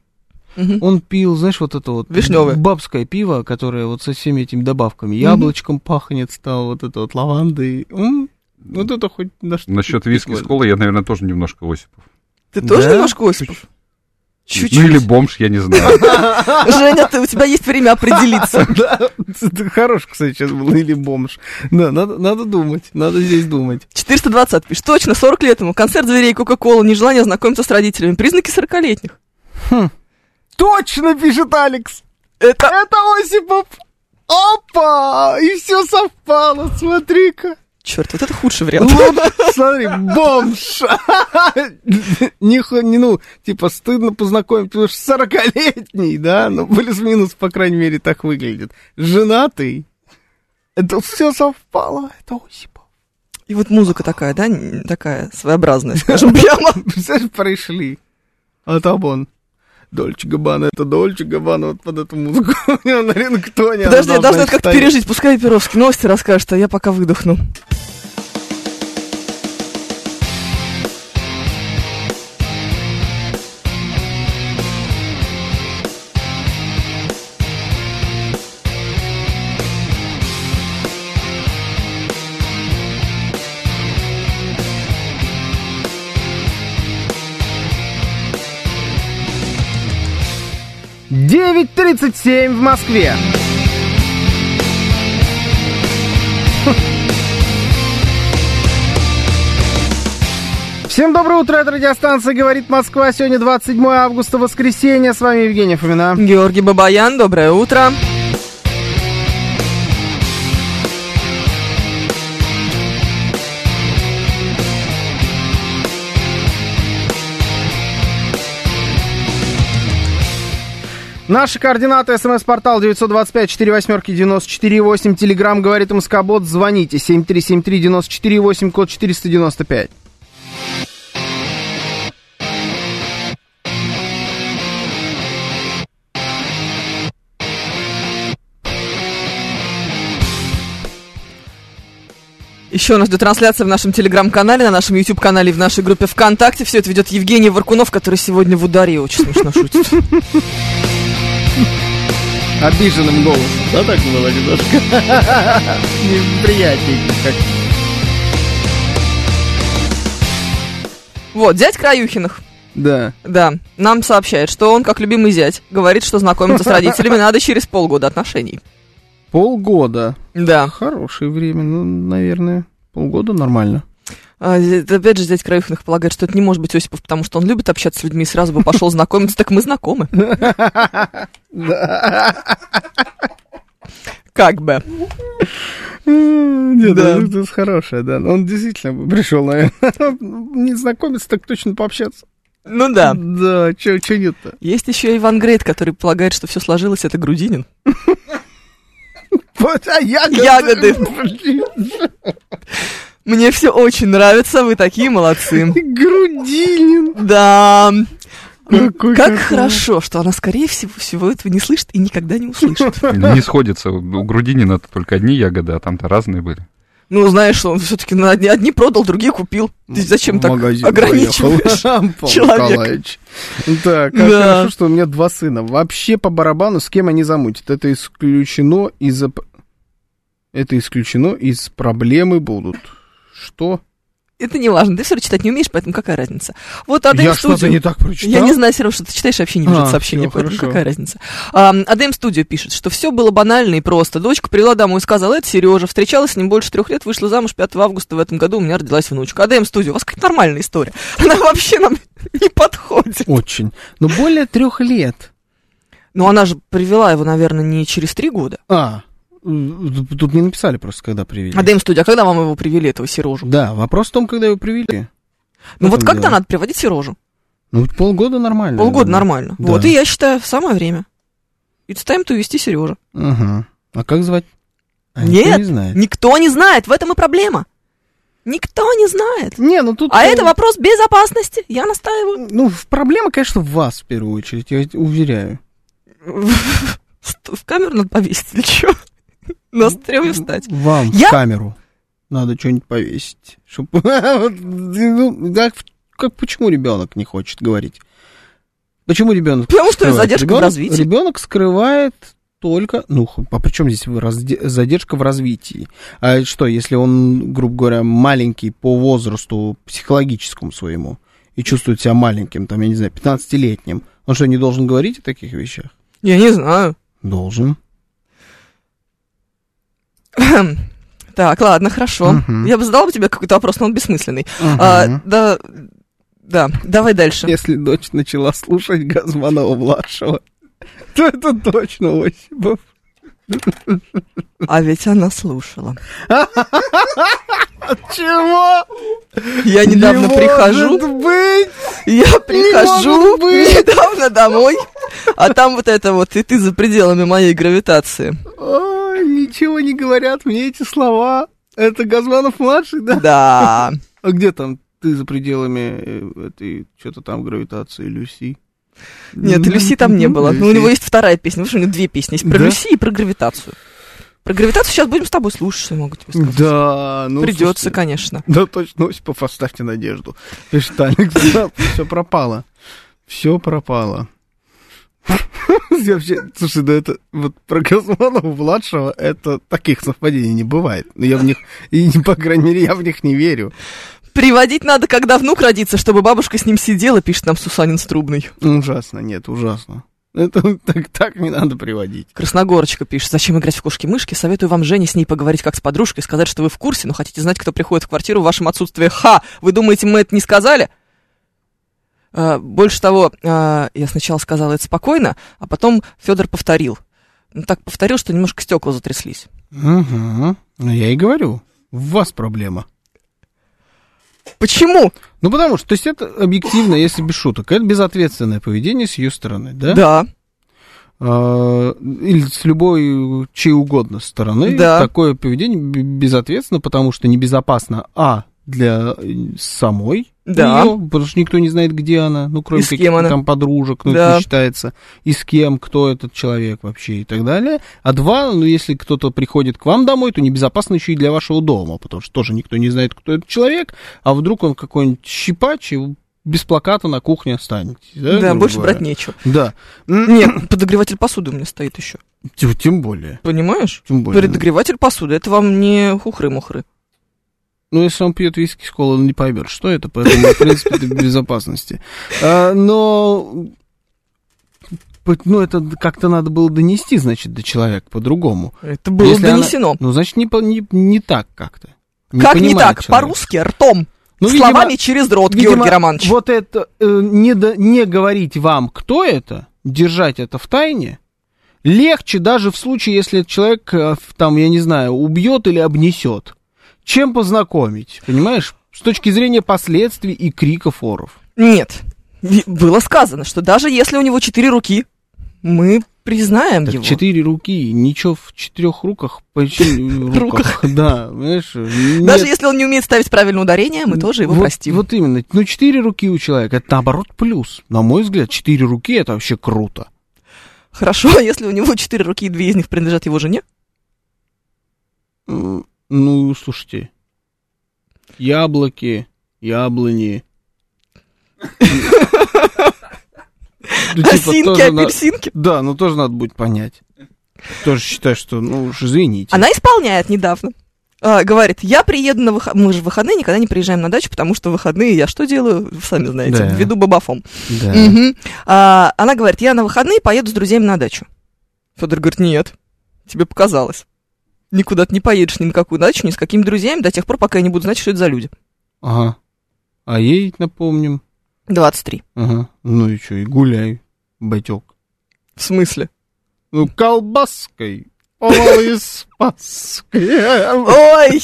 Speaker 2: Мгм.
Speaker 3: Он пил, знаешь, вот это вот
Speaker 2: Вишнёвое.
Speaker 3: бабское пиво, которое вот со всеми этими добавками, яблочком пахнет, стало вот это вот лавандой. М, Вот это хоть на что.
Speaker 4: Насчет виски с
Speaker 3: прикольно.
Speaker 4: колой я, наверное, тоже немножко Осипов.
Speaker 2: Ты тоже
Speaker 3: Да?
Speaker 2: немножко Осипов? Чуть-чуть.
Speaker 4: Ну или бомж, я не знаю.
Speaker 2: Женя, ты- у тебя есть время определиться.
Speaker 3: Да, это хорош, кстати, сейчас был, или бомж. Да, надо, надо думать, надо здесь думать.
Speaker 2: 420 пишет. Точно, 40 лет ему. Концерт зверей, Кока-Кола, нежелание знакомиться с родителями. Признаки 40-летних.
Speaker 3: Точно, пишет Алекс. Это... Это Осипов. Опа! И все совпало, смотри-ка.
Speaker 2: Черт, вот это худший вариант.
Speaker 3: Вот, смотри, бомж. Ниху- не, ну, типа, стыдно познакомить, потому что 40-летний, да? Ну, плюс-минус, по крайней мере, так выглядит. Женатый. Это все совпало, это Осипов.
Speaker 2: И вот музыка такая, да, н- такая своеобразная, скажем прямо.
Speaker 3: Представляешь, пришли. А там он. Дольче Габана, это Дольче Габана, вот под эту музыку. У него на рингтоне. она
Speaker 2: Подожди, я должна это как-то
Speaker 3: стоять.
Speaker 2: пережить. Пускай Перовский новости расскажет, а я пока выдохну.
Speaker 3: девять тридцать семь в Москве. Всем доброе утро, это радиостанция «Говорит Москва». Сегодня 27 августа, воскресенье. С вами Евгения Фомина.
Speaker 2: Георгий Бабаян, доброе утро.
Speaker 3: Наши координаты. СМС-портал 925-48-94-8. Телеграмм «Говорит Москобот». Звоните. 7373-94-8, код 495.
Speaker 2: Еще у нас идет трансляция в нашем телеграм-канале, на нашем YouTube-канале и в нашей группе ВКонтакте. Все это ведет Евгений Варкунов, который сегодня в ударе очень смешно шутит.
Speaker 3: Обиженным голосом. Да, так было немножко. Неприятненько как
Speaker 2: Вот, дядь Краюхиных.
Speaker 3: Да.
Speaker 2: Да, нам сообщает, что он, как любимый зять, говорит, что знакомиться с родителями надо через полгода отношений.
Speaker 3: Полгода.
Speaker 2: Да.
Speaker 3: Хорошее время, ну, наверное. Полгода нормально.
Speaker 2: А, зе- Опять же, дядь Краюхиных полагает, что это не может быть Осипов, потому что он любит общаться с людьми и сразу бы пошел знакомиться. Так мы знакомы. Как бы.
Speaker 3: Нет,
Speaker 2: Да.
Speaker 3: это это хорошее, да. Он действительно пришел, наверное. Не знакомиться, так точно пообщаться.
Speaker 2: Ну да.
Speaker 3: Да, че че нет-то?
Speaker 2: Есть еще Иван Грейт, который полагает, что все сложилось, это грудинин.
Speaker 3: Вот, а ягоды.
Speaker 2: Ягоды.
Speaker 3: Блин,
Speaker 2: Мне все очень нравится, вы такие молодцы.
Speaker 3: Грудинин.
Speaker 2: Да.
Speaker 3: Какой
Speaker 2: как
Speaker 3: кошмар.
Speaker 2: хорошо, что она, скорее всего, всего этого не слышит и никогда не услышит.
Speaker 4: Не сходится. У Грудинина только одни ягоды, а там-то разные были.
Speaker 2: Ну, знаешь, он все-таки на одни, одни продал, другие купил. Ты зачем
Speaker 3: В
Speaker 2: так
Speaker 3: магазин
Speaker 2: ограничиваешь?
Speaker 3: поехал. Павел
Speaker 2: человека?
Speaker 3: Николаевич. Да, как
Speaker 2: Да.
Speaker 3: хорошо, что у меня два сына. Вообще по барабану, с кем они замутят. Это исключено из-за... п- Это исключено из проблемы будут. Что?
Speaker 2: Это не важно, ты все равно читать не умеешь, поэтому какая разница? Вот отдаем
Speaker 3: Я что-то
Speaker 2: студию.
Speaker 3: не так прочитал?
Speaker 2: Я не знаю, все равно, что ты читаешь, вообще не вижу
Speaker 3: А,
Speaker 2: сообщения,
Speaker 3: всё,
Speaker 2: поэтому
Speaker 3: хорошо.
Speaker 2: какая разница. Адем Студио пишет, что все было банально и просто. Дочка привела домой и сказала, это Сережа, встречалась с ним больше трех лет, вышла замуж 5 августа, в этом году у меня родилась внучка. Адем Студио, у вас какая-то нормальная история. Она вообще нам не подходит.
Speaker 3: Очень. Но более трех лет.
Speaker 2: Но Ну, она же привела его, наверное, не через три года.
Speaker 3: А, м, тут не написали просто, когда привели.
Speaker 2: Адем Студио, а когда вам его привели, этого Сережу?
Speaker 3: Да, вопрос в том, когда его привели.
Speaker 2: Ну
Speaker 3: В
Speaker 2: вот
Speaker 3: этом
Speaker 2: как-то
Speaker 3: дело.
Speaker 2: надо приводить Сережу.
Speaker 3: Ну, полгода нормально.
Speaker 2: Полгода нормально.
Speaker 3: наверное. Да.
Speaker 2: Вот, и я считаю, самое время. It's time to вести Сережа.
Speaker 3: Ага. А как звать? А
Speaker 2: Нет.
Speaker 3: никто не знает.
Speaker 2: Никто не знает, в этом и проблема. Никто не знает.
Speaker 3: Не, ну тут...
Speaker 2: А
Speaker 3: э,
Speaker 2: это вопрос безопасности. Я настаиваю.
Speaker 3: Ну, в- проблема, конечно, в вас в первую очередь, я тебя уверяю.
Speaker 2: Что, В камеру надо повесить или что? На стреме встать.
Speaker 3: Вам
Speaker 2: Я-
Speaker 3: в камеру надо что-нибудь повесить. Чтоб... Вот, ну, как, как- почему ребенок не хочет говорить?
Speaker 5: Почему ребенок?
Speaker 2: Потому что
Speaker 5: скрывает?
Speaker 2: задержка в
Speaker 5: Ребенок-
Speaker 2: развитии.
Speaker 5: Ребенок скрывает только, ну, х- а при чем здесь вы разде- задержка в развитии? А что, если он, грубо говоря, маленький по возрасту психологическому своему и чувствует себя маленьким, там, я не знаю, 15-летним, он что, не должен говорить о таких вещах?
Speaker 2: Я не знаю.
Speaker 5: Должен.
Speaker 2: Так, ладно, хорошо.
Speaker 5: Мгм.
Speaker 2: Я бы задала бы тебе какой-то вопрос, но он бессмысленный. А, да, да, давай дальше.
Speaker 5: Если дочь начала слушать Газманова-младшего, то это точно Осипов.
Speaker 2: А ведь она слушала.
Speaker 5: Чего?
Speaker 2: Я недавно
Speaker 5: Не
Speaker 2: прихожу,
Speaker 5: может быть!
Speaker 2: я прихожу
Speaker 5: может быть!
Speaker 2: недавно домой, а там вот это вот, и ты за пределами моей гравитации.
Speaker 5: Ой, ничего не говорят мне эти слова. Это Газманов-младший, да?
Speaker 2: Да.
Speaker 5: А где там ты за пределами э, этой, что-то там, гравитации Люси?
Speaker 2: Нет, Люси там не было. Ну, у
Speaker 5: Люси.
Speaker 2: него есть вторая песня. Потому что у него две песни. Есть про
Speaker 5: Да?
Speaker 2: Люси и про гравитацию. Про гравитацию сейчас будем с тобой слушать, я могу тебе сказать.
Speaker 5: Да, ну...
Speaker 2: Придется,
Speaker 5: слушайте,
Speaker 2: конечно.
Speaker 5: Да, точно, Осипов, оставьте надежду. Пишет Алекс, все пропало. Все пропало. Я вообще, слушай, да это вот про Газманова младшего это таких совпадений не бывает. Но я в них, и, по крайней мере, я в них не верю.
Speaker 2: Приводить надо, когда внук родится, чтобы бабушка с ним сидела, пишет нам Сусанин Струбный.
Speaker 5: Ну, Ужасно, нет, ужасно. Это так, так не надо приводить.
Speaker 2: Красногорочка пишет, зачем играть в кошки-мышки? Советую вам, Жене, с ней поговорить как с подружкой, сказать, что вы в курсе, но хотите знать, кто приходит в квартиру в вашем отсутствии. Ха! Вы думаете, мы это не сказали? А, Больше того, а, я сначала сказала это спокойно, а потом Федор повторил. Ну, так повторил, что немножко стекла затряслись.
Speaker 5: Угу. Ну, я и говорю, в вас проблема.
Speaker 2: Почему?
Speaker 5: Ну, потому что, то есть это объективно, если без шуток, это безответственное поведение с ее стороны, да?
Speaker 2: Да.
Speaker 5: А, или с любой, чьей угодно стороны,
Speaker 2: Да.
Speaker 5: такое поведение б- безответственно, потому что небезопасно, а, для э, самой
Speaker 2: Да.
Speaker 5: Ну, её, потому что никто не знает, где она, ну, кроме
Speaker 2: И с кем
Speaker 5: каких-то
Speaker 2: она.
Speaker 5: там подружек, ну,
Speaker 2: Да.
Speaker 5: это не считается, и с кем, кто этот человек вообще и так далее. А два, ну, если кто-то приходит к вам домой, то небезопасно еще и для вашего дома, потому что тоже никто не знает, кто этот человек, а вдруг он какой-нибудь щипач, и вы без плаката на кухне останетесь. Да,
Speaker 2: Да,
Speaker 5: грубо
Speaker 2: больше
Speaker 5: говоря.
Speaker 2: брать нечего.
Speaker 5: Да.
Speaker 2: Нет, подогреватель посуды у меня стоит еще.
Speaker 5: Тем тем более.
Speaker 2: Понимаешь?
Speaker 5: Тем более.
Speaker 2: Подогреватель посуды, это вам не хухры-мухры.
Speaker 5: Ну, если он пьет виски с колой, он не поймет, что это, поэтому, в принципе, это в безопасности. А, Но... пот- Ну, это как-то надо было донести, значит, до человека по-другому.
Speaker 2: Это было
Speaker 5: Если она-
Speaker 2: донесено.
Speaker 5: Ну, значит, не, по- не, не так как-то.
Speaker 2: как не
Speaker 5: понимает
Speaker 2: так?
Speaker 5: человек.
Speaker 2: По-русски ртом.
Speaker 5: Ну, видимо,
Speaker 2: Словами через рот,
Speaker 5: видимо,
Speaker 2: Георгий Романович.
Speaker 5: Вот это, э, не, до- не говорить вам, кто это, держать это в тайне, легче даже в случае, если этот человек, э, в- там, я не знаю, убьет или обнесет, чем познакомить, понимаешь? С точки зрения последствий и криков оров.
Speaker 2: Нет. И Было сказано, что даже если у него четыре руки, мы признаем
Speaker 5: Так,
Speaker 2: его.
Speaker 5: четыре руки, ничего в четырех руках, почти руках. Да, понимаешь?
Speaker 2: Даже
Speaker 5: нет.
Speaker 2: если он не умеет ставить правильное ударение, мы тоже его
Speaker 5: вот,
Speaker 2: простим.
Speaker 5: Вот именно. Ну, четыре руки у человека, это наоборот плюс. На мой взгляд, четыре руки это вообще круто.
Speaker 2: Хорошо, если у него четыре руки, и две из них принадлежат его жене.
Speaker 5: М, Ну, слушайте. Яблоки, яблони. Ну, типа,
Speaker 2: Осинки,
Speaker 5: тоже на-
Speaker 2: апельсинки.
Speaker 5: Да, ну тоже надо будет понять. Тоже считаю, что, ну уж извините.
Speaker 2: Она исполняет недавно. А, говорит, я приеду на выходные. Мы же в выходные никогда не приезжаем на дачу, потому что в выходные я что делаю? Вы сами знаете,
Speaker 5: Да.
Speaker 2: веду бабафом.
Speaker 5: Да.
Speaker 2: Мгм. А, она говорит, я на выходные поеду с друзьями на дачу. Федор говорит, нет, тебе показалось. Никуда ты не поедешь ни на какую дачу, ни с какими друзьями до тех пор, пока я не буду знать, что это за люди.
Speaker 5: Ага. А ей напомним.
Speaker 2: 23.
Speaker 5: Ага. Ну и что, и гуляй, батек.
Speaker 2: В смысле?
Speaker 5: Ну, колбаской. Ой, спаской.
Speaker 2: Ой!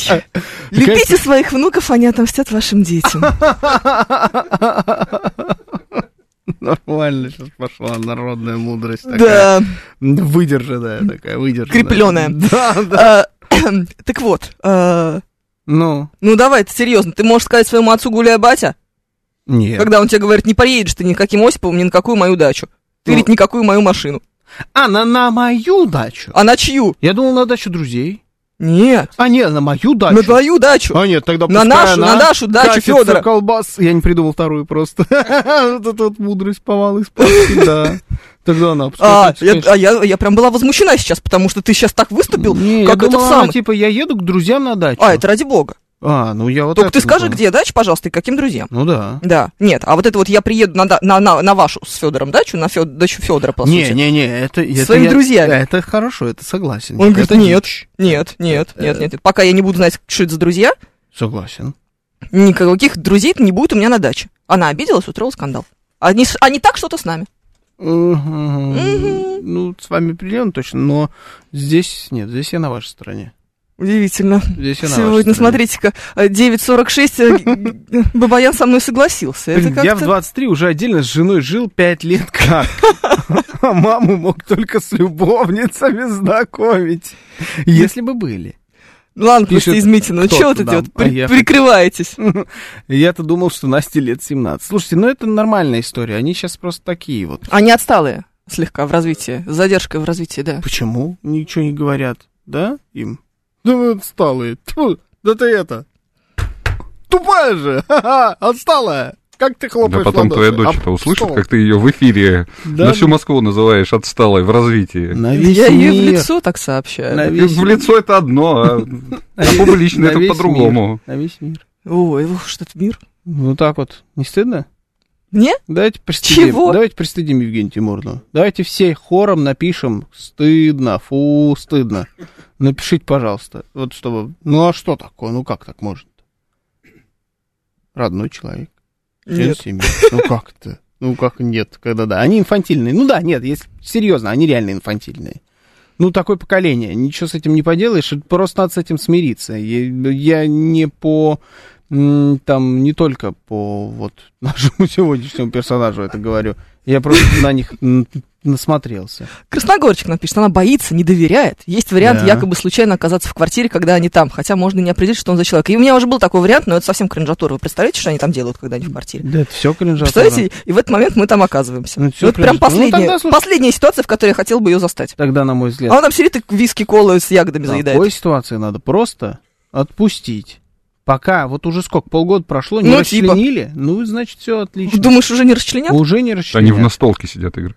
Speaker 2: Любите
Speaker 5: Конечно.
Speaker 2: своих внуков, они отомстят вашим детям.
Speaker 5: Нормально сейчас пошла народная мудрость такая.
Speaker 2: Да.
Speaker 5: Выдержанная такая, выдержанная.
Speaker 2: Крепленная.
Speaker 5: Да, да.
Speaker 2: А, Так вот, а,
Speaker 5: Ну,
Speaker 2: ну давай, ты серьезно, ты можешь сказать своему отцу гуляй, батя,
Speaker 5: нет.
Speaker 2: когда он тебе говорит, не поедешь ты никаким Осиповым, ни на какую мою дачу. Ты
Speaker 5: Ну.
Speaker 2: ведь никакую мою машину.
Speaker 5: Она а, на мою дачу.
Speaker 2: А на чью?
Speaker 5: Я думал, на дачу друзей.
Speaker 2: Нет,
Speaker 5: А, нет, на мою дачу.
Speaker 2: на твою дачу.
Speaker 5: А нет, тогда
Speaker 2: На
Speaker 5: пускай
Speaker 2: нашу,
Speaker 5: она
Speaker 2: на нашу дачу
Speaker 5: катится
Speaker 2: Федора.
Speaker 5: колбас. Я не придумал вторую просто. Вот эта вот мудрость повал из папки, да. Тогда она пускай
Speaker 2: А,
Speaker 5: катится,
Speaker 2: я,
Speaker 5: конечно.
Speaker 2: а я, я прям была возмущена сейчас, потому что ты сейчас так выступил,
Speaker 5: Не, я
Speaker 2: как это
Speaker 5: думал, она,
Speaker 2: самое.
Speaker 5: типа, я еду к друзьям на дачу.
Speaker 2: А, это ради бога.
Speaker 5: А, ну я вот
Speaker 2: Только
Speaker 5: это
Speaker 2: ты
Speaker 5: не
Speaker 2: скажи,
Speaker 5: понял.
Speaker 2: где дача, пожалуйста, и каким друзьям.
Speaker 5: Ну да.
Speaker 2: Да, нет, а вот это вот я приеду на, да- на, на, на вашу с Федором дачу, на Фё- дачу Федора, по
Speaker 5: Не,
Speaker 2: сути.
Speaker 5: не, не, это... это
Speaker 2: своими
Speaker 5: я-
Speaker 2: друзьями.
Speaker 5: Это хорошо, это согласен.
Speaker 2: Он говорит,
Speaker 5: Это
Speaker 2: нет,
Speaker 5: дичь.
Speaker 2: нет, нет, нет,
Speaker 5: э,
Speaker 2: нет, нет. Пока я не буду знать, что это за друзья,
Speaker 5: Согласен.
Speaker 2: никаких друзей не будет у меня на даче. Она обиделась, устроила скандал. Они, с- они так что-то с нами.
Speaker 5: Мгм.
Speaker 2: Мгм.
Speaker 5: Ну, с вами определенно точно, но здесь нет, здесь я на вашей стороне.
Speaker 2: Удивительно.
Speaker 5: Здесь я на вашей
Speaker 2: Сегодня,
Speaker 5: стороне.
Speaker 2: смотрите-ка, э, 9.46, э, Бабаян со мной согласился. Это
Speaker 5: Блин, Я в
Speaker 2: как-то-
Speaker 5: 23 уже отдельно с женой жил 5 лет как. А маму мог только с любовницами знакомить. Если бы были.
Speaker 2: Ну Ладно,
Speaker 5: пишет
Speaker 2: Костя Измитина, ну
Speaker 5: кто-то
Speaker 2: чего вы тут
Speaker 5: нам,
Speaker 2: вот при-
Speaker 5: а я-
Speaker 2: прикрываетесь?
Speaker 5: Я-то думал, что Насте лет 17. Слушайте, ну это нормальная история. Они сейчас просто такие вот.
Speaker 2: Они отсталые слегка в развитии, с задержкой в развитии, да.
Speaker 5: Почему ничего не говорят? Да, им? Да Ну, вы отсталые. Тьфу, да ты это. Тупая же. Ха-ха, отсталая. Как ты
Speaker 4: Да
Speaker 5: хлопаешь
Speaker 4: потом твоя
Speaker 5: ладоши
Speaker 4: дочь
Speaker 5: об
Speaker 4: это услышит,
Speaker 5: стол?
Speaker 4: как ты ее в эфире
Speaker 5: Да,
Speaker 4: на всю Москву называешь отсталой в развитии.
Speaker 5: На весь
Speaker 2: Я ей в
Speaker 5: мир.
Speaker 2: лицо так сообщаю.
Speaker 5: На
Speaker 4: И
Speaker 5: весь
Speaker 4: В лицо это одно, а
Speaker 5: на
Speaker 4: а
Speaker 5: весь-
Speaker 4: публично
Speaker 5: на
Speaker 4: это
Speaker 5: весь
Speaker 4: по-другому.
Speaker 5: мир, На весь мир.
Speaker 2: Ой, ух, что это мир.
Speaker 5: Ну так вот, не стыдно?
Speaker 2: Мне?
Speaker 5: Давайте пристыдим.
Speaker 2: Чего?
Speaker 5: Давайте пристыдим Евгению Тимуровну. Давайте все хором напишем «стыдно, фу, стыдно». Напишите, пожалуйста. Вот чтобы... Ну а что такое? Ну как так может? Родной человек. член
Speaker 2: Нет.
Speaker 5: семьи. Ну как то Ну как нет, когда да. Они инфантильные. Ну да, нет, если серьезно, они реально инфантильные. Ну, такое поколение, ничего с этим не поделаешь, это просто надо с этим смириться. Я, я не по, м, там, не только по вот нашему сегодняшнему персонажу это говорю, я просто на них м, насмотрелся.
Speaker 2: Красногорчик напишет, она боится, не доверяет. Есть вариант
Speaker 5: Да.
Speaker 2: якобы случайно оказаться в квартире, когда они там, хотя можно и не определить, что он за человек. И у меня уже был такой вариант, но это совсем кринжатура. Вы представляете, что они там делают, когда они в квартире?
Speaker 5: Да, это все кринжатура.
Speaker 2: Представляете, и в этот момент мы там оказываемся.
Speaker 5: Ну,
Speaker 2: Вот
Speaker 5: всё
Speaker 2: прям
Speaker 5: кринжатура. Ну,
Speaker 2: последняя,
Speaker 5: тогда, слушай.
Speaker 2: последняя ситуация, в которой я хотел бы ее застать.
Speaker 5: Тогда, на мой
Speaker 2: А
Speaker 5: взгляд,
Speaker 2: он там сидит и виски колы с ягодами
Speaker 5: в
Speaker 2: заедает.
Speaker 5: такой ситуации надо просто отпустить. Пока, вот уже сколько, полгода прошло, не
Speaker 2: Ну, типа.
Speaker 5: расчленили, ну, значит, все отлично.
Speaker 2: Думаешь, уже не расчленят?
Speaker 5: Уже не
Speaker 4: Они
Speaker 5: расчленят.
Speaker 4: в настолке сидят играют.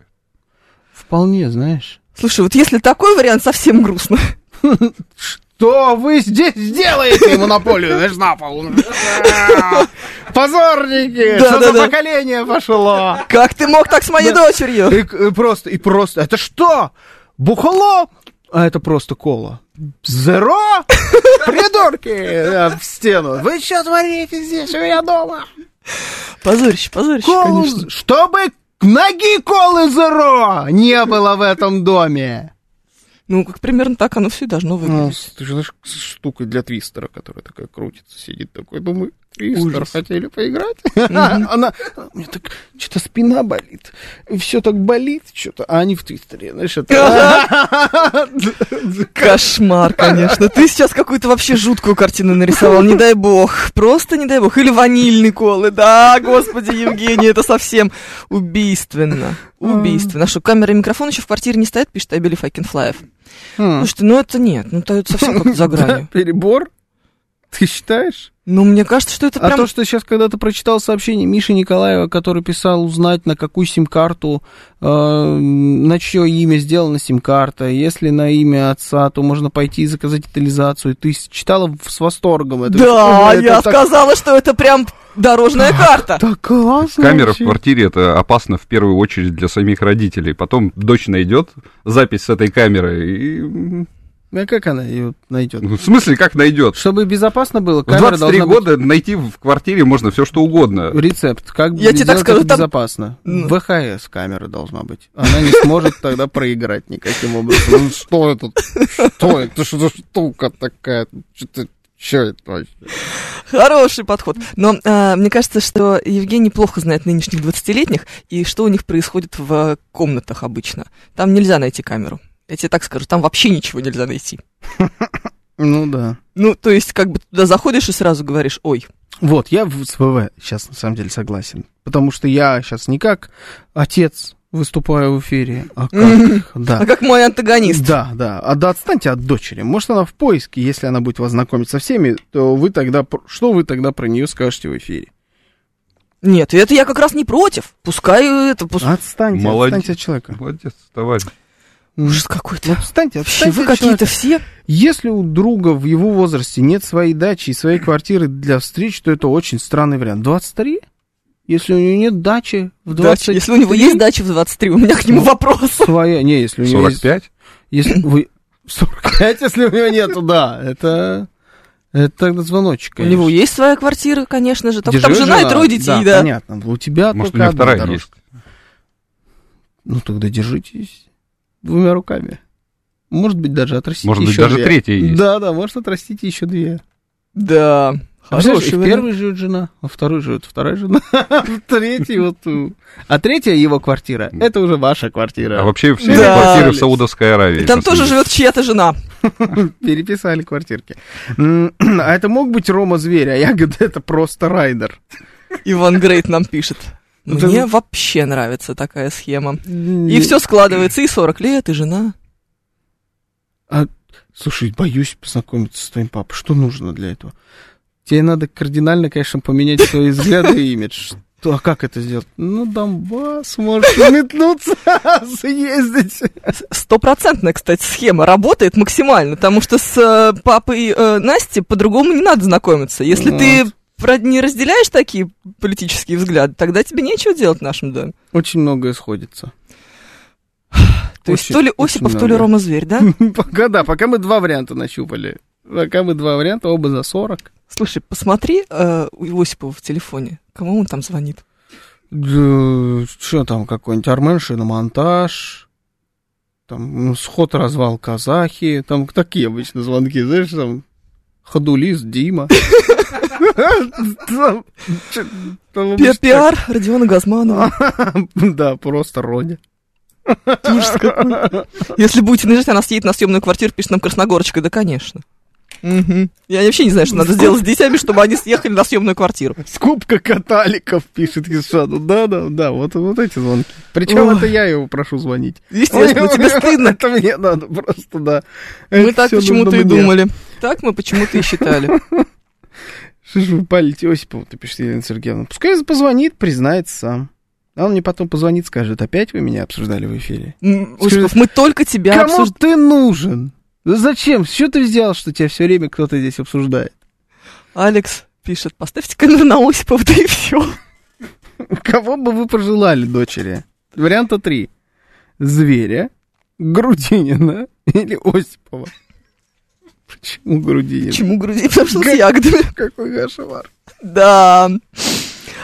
Speaker 5: Вполне, знаешь.
Speaker 2: Слушай, вот если такой вариант, совсем грустно.
Speaker 5: Что вы здесь делаете, монополию? Знаешь, на пол. Позорники!
Speaker 2: Да,
Speaker 5: Что
Speaker 2: да,
Speaker 5: за
Speaker 2: да.
Speaker 5: поколение пошло?
Speaker 2: Как ты мог так с моей
Speaker 5: Да.
Speaker 2: дочерью?
Speaker 5: И, и э, просто, и просто. Это что? Бухло? А это просто кола. Зеро? Придурки! Да, В стену. Вы что творите здесь у меня дома?
Speaker 2: Позорище, позорище,
Speaker 5: Колу...
Speaker 2: конечно.
Speaker 5: Чтобы ноги колы зеро не было в этом доме.
Speaker 2: Ну, как примерно так оно все и должно
Speaker 5: Ну,
Speaker 2: выглядеть.
Speaker 5: с- ты же знаешь, с штукой для твистера, которая такая крутится, сидит такой, думаю, твистер,
Speaker 2: Ужас.
Speaker 5: хотели поиграть? Она, у меня так, что-то спина болит, все так болит, что-то, а они в твистере, знаешь, это...
Speaker 2: Кошмар, конечно. Ты сейчас какую-то вообще жуткую картину нарисовал, не дай бог. Просто не дай бог. Или ванильный колы. Да, господи, Евгений, это совсем убийственно. Убийственно. А что, камера и микрофон еще в квартире не стоят, пишет Абель Факинфлаев. Слушайте, ну это нет, ну это совсем как за
Speaker 5: Хм. Да,
Speaker 2: гранью.
Speaker 5: Перебор? Ты считаешь?
Speaker 2: Ну, мне кажется, что это
Speaker 5: А
Speaker 2: прям...
Speaker 5: то, что сейчас когда-то прочитал сообщение Миши Николаева, который писал узнать, на какую сим-карту, э, на чье имя сделана сим-карта, если на имя отца, то можно пойти и заказать детализацию. Ты с- читала в- с восторгом это.
Speaker 2: Да,
Speaker 5: Это
Speaker 2: я
Speaker 5: так-
Speaker 2: сказала, что это прям дорожная карта.
Speaker 5: Так классно.
Speaker 4: Камера в
Speaker 5: вообще.
Speaker 4: квартире это опасно в первую очередь для самих родителей. Потом дочь найдет запись с этой камеры. И... м,
Speaker 5: А как она ее найдет?
Speaker 4: ну, В смысле, как найдет?
Speaker 5: Чтобы безопасно было,
Speaker 4: В
Speaker 5: камера
Speaker 4: 23
Speaker 5: должна
Speaker 4: года найти в квартире можно все что угодно.
Speaker 5: быть рецепт. Как
Speaker 2: Я тебе так
Speaker 5: сделать
Speaker 2: скажу,
Speaker 5: это
Speaker 2: там-
Speaker 5: безопасно?
Speaker 2: Ну.
Speaker 5: ВХС камера должна быть. Она не сможет тогда проиграть никаким образом. Ну, Что это? Что это? Что за штука такая? Что это вообще?
Speaker 2: Хороший подход. Но э, мне кажется, что Евгений плохо знает нынешних 20-летних и что у них происходит в э, комнатах обычно. Там нельзя найти камеру. Я тебе так скажу, там вообще ничего нельзя найти.
Speaker 5: Ну да.
Speaker 2: Ну, то есть, как бы туда заходишь и сразу говоришь, ой,
Speaker 5: Вот, я в- с ВВ сейчас на самом деле согласен. Потому что я сейчас не как отец выступаю в эфире. А как?
Speaker 2: А
Speaker 5: Да.
Speaker 2: как мой антагонист.
Speaker 5: Да, да. А да отстаньте от дочери. Может, она в поиске, если она будет вас знакомить со всеми, то вы тогда... пр- Что вы тогда про нее скажете в эфире?
Speaker 2: Нет, это я как раз не против. Пускай это...
Speaker 5: А.
Speaker 2: пус-
Speaker 5: Отстаньте,
Speaker 4: Молодец.
Speaker 5: отстаньте от человека.
Speaker 4: Молодец, товарищ.
Speaker 2: Ужас какой-то.
Speaker 5: Отстаньте,
Speaker 2: Вообще,
Speaker 5: отстаньте
Speaker 2: вы
Speaker 5: от
Speaker 2: какие-то
Speaker 5: человека.
Speaker 2: все...
Speaker 5: Если у друга в его возрасте нет своей дачи и своей квартиры для встреч, то это очень странный вариант. 23? Если у него нет дачи в 20...
Speaker 2: Дача. Если у него есть дача в 23, у меня к
Speaker 5: Ну.
Speaker 2: нему вопрос.
Speaker 5: Своя... Не, если у него есть...
Speaker 4: 45?
Speaker 5: Если вы... 45, если у него нету, да. Это... Это тогда звоночек,
Speaker 2: У
Speaker 5: конечно.
Speaker 2: него есть своя квартира, конечно же. Только
Speaker 5: Где
Speaker 2: там
Speaker 5: живет
Speaker 2: жена и трое детей, да.
Speaker 5: понятно. У тебя
Speaker 4: Может, у
Speaker 5: А только
Speaker 4: меня
Speaker 5: одна
Speaker 4: вторая
Speaker 5: дорожка.
Speaker 4: есть.
Speaker 5: Ну, тогда держитесь двумя руками. Может быть, даже отрастите
Speaker 4: Может быть,
Speaker 5: еще
Speaker 4: даже
Speaker 5: две.
Speaker 4: третья есть.
Speaker 5: Да, да, может, отрастите еще две.
Speaker 2: Да.
Speaker 5: А представляешь,
Speaker 2: Хороший
Speaker 5: и в
Speaker 2: вариант.
Speaker 5: первой живет жена, а во второй живет вторая жена, а в третьей вот... у- А третья его квартира, это уже ваша
Speaker 4: А
Speaker 5: квартира.
Speaker 4: вообще все
Speaker 2: Да.
Speaker 4: квартиры в Саудовской Аравии.
Speaker 2: И Там тоже живет чья-то жена.
Speaker 5: Переписали квартирки. М, А это мог быть Рома Зверь, а Ягода это просто Райдер.
Speaker 2: Иван Грейт нам пишет.
Speaker 5: Ну, да
Speaker 2: Мне
Speaker 5: ну-
Speaker 2: вообще нравится такая схема. И все складывается, и 40 лет, и жена.
Speaker 5: Слушай, боюсь познакомиться с твоим папой. Что нужно для этого? Тебе надо кардинально, конечно, поменять свои взгляды и имидж. Что- А как это сделать? Ну, Донбасс, может, метнуться, съездить.
Speaker 2: Стопроцентная, кстати, схема работает максимально, потому что с э, папой э, Насти по-другому не надо знакомиться. Если
Speaker 5: Ну
Speaker 2: ты про- не разделяешь такие политические взгляды, тогда тебе нечего делать в нашем доме.
Speaker 5: Очень многое сходится.
Speaker 2: То есть
Speaker 5: Очень-
Speaker 2: то ли
Speaker 5: очень
Speaker 2: Осипов, то ли
Speaker 5: много.
Speaker 2: Рома Зверь, да?
Speaker 5: Пока да, пока мы два варианта нащупали. Пока мы два варианта, оба за 40.
Speaker 2: Слушай, посмотри э, у Осипова в телефоне. Кому он там звонит?
Speaker 5: Что там, какой-нибудь Армен Шиномонтаж, там ну, сход-развал казахи, там такие обычно звонки, знаешь, там ходулист Дима. Там чё- там
Speaker 2: Пи-
Speaker 5: обычно
Speaker 2: Пиар Родиона Газманова.
Speaker 5: так. Да, просто Роди.
Speaker 2: Ужас какой. Если будете наезжать, она съедет на съемную квартиру, пишет нам Красногорочка. Да, конечно. Мгм. Я вообще не знаю, что надо сделать с детьми, чтобы они съехали на съемную квартиру.
Speaker 5: Скупка каталиков, пишет Кишану. Да, да, да, вот, вот эти звонки. Причем
Speaker 2: Ой.
Speaker 5: это я его прошу звонить.
Speaker 2: Естественно, тебе стыдно.
Speaker 5: Это мне надо просто, да.
Speaker 2: Мы
Speaker 5: Это
Speaker 2: так
Speaker 5: всё
Speaker 2: почему-то
Speaker 5: нужно
Speaker 2: и
Speaker 5: мне.
Speaker 2: думали. Так мы почему-то и считали.
Speaker 5: Что ж вы палите Осипова, ты пишешь, Елена Сергеевна. Пускай позвонит, признается сам. А он мне потом позвонит, скажет, опять вы меня обсуждали в эфире.
Speaker 2: М, Осипов, мы только тебя
Speaker 5: Кому
Speaker 2: обсуждали.
Speaker 5: ты нужен? Да зачем? Что ты сделал, что тебя все время кто-то здесь обсуждает?
Speaker 2: Алекс пишет, поставьте камеру на Осипова, да и все.
Speaker 5: Кого бы вы пожелали дочери? Варианта три. Зверя, Грудинина или Осипова. Почему Грудинина?
Speaker 2: Почему груди? Потому что он с ягодами.
Speaker 5: Какой кошмар.
Speaker 2: Да.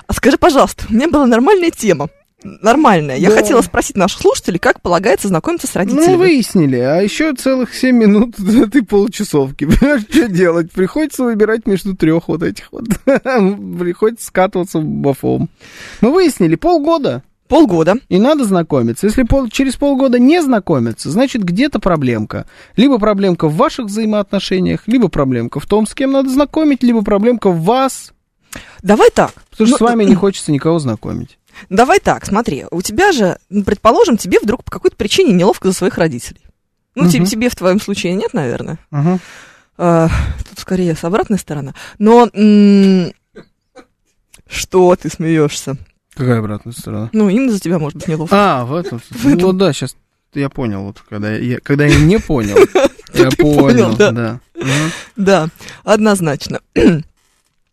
Speaker 2: А скажи, пожалуйста, у меня была нормальная тема. Нормальная. Я
Speaker 5: Да.
Speaker 2: хотела спросить наших слушателей, как полагается знакомиться с родителями.
Speaker 5: Ну, выяснили. А еще целых 7 минут до этой получасовки. Понимаешь, что делать? Приходится выбирать между трех вот этих вот. Приходится скатываться в бафом. Мы выяснили, полгода.
Speaker 2: Полгода.
Speaker 5: И надо знакомиться. Если пол- через полгода не знакомиться, значит, где-то проблемка. Либо проблемка в ваших взаимоотношениях, либо проблемка в том, с кем надо знакомить, либо проблемка в вас.
Speaker 2: Давай так.
Speaker 5: Потому что
Speaker 2: Ну,
Speaker 5: с вами не хочется никого знакомить.
Speaker 2: Давай так, смотри, у тебя же, ну, предположим, тебе вдруг по какой-то причине неловко за своих родителей. Ну, те- тебе,
Speaker 5: Мгм.
Speaker 2: в твоем случае нет, наверное. А, тут скорее с обратной стороны. Но м, что ты смеешься?
Speaker 5: Какая обратная сторона?
Speaker 2: Ну, им за тебя может быть неловко.
Speaker 5: А, в этом.
Speaker 2: В этом.
Speaker 5: Ну да, сейчас я понял, вот когда я, когда я не понял. Я
Speaker 2: Ты понял,
Speaker 5: понял,
Speaker 2: да.
Speaker 5: да. Мгм.
Speaker 2: Да, однозначно.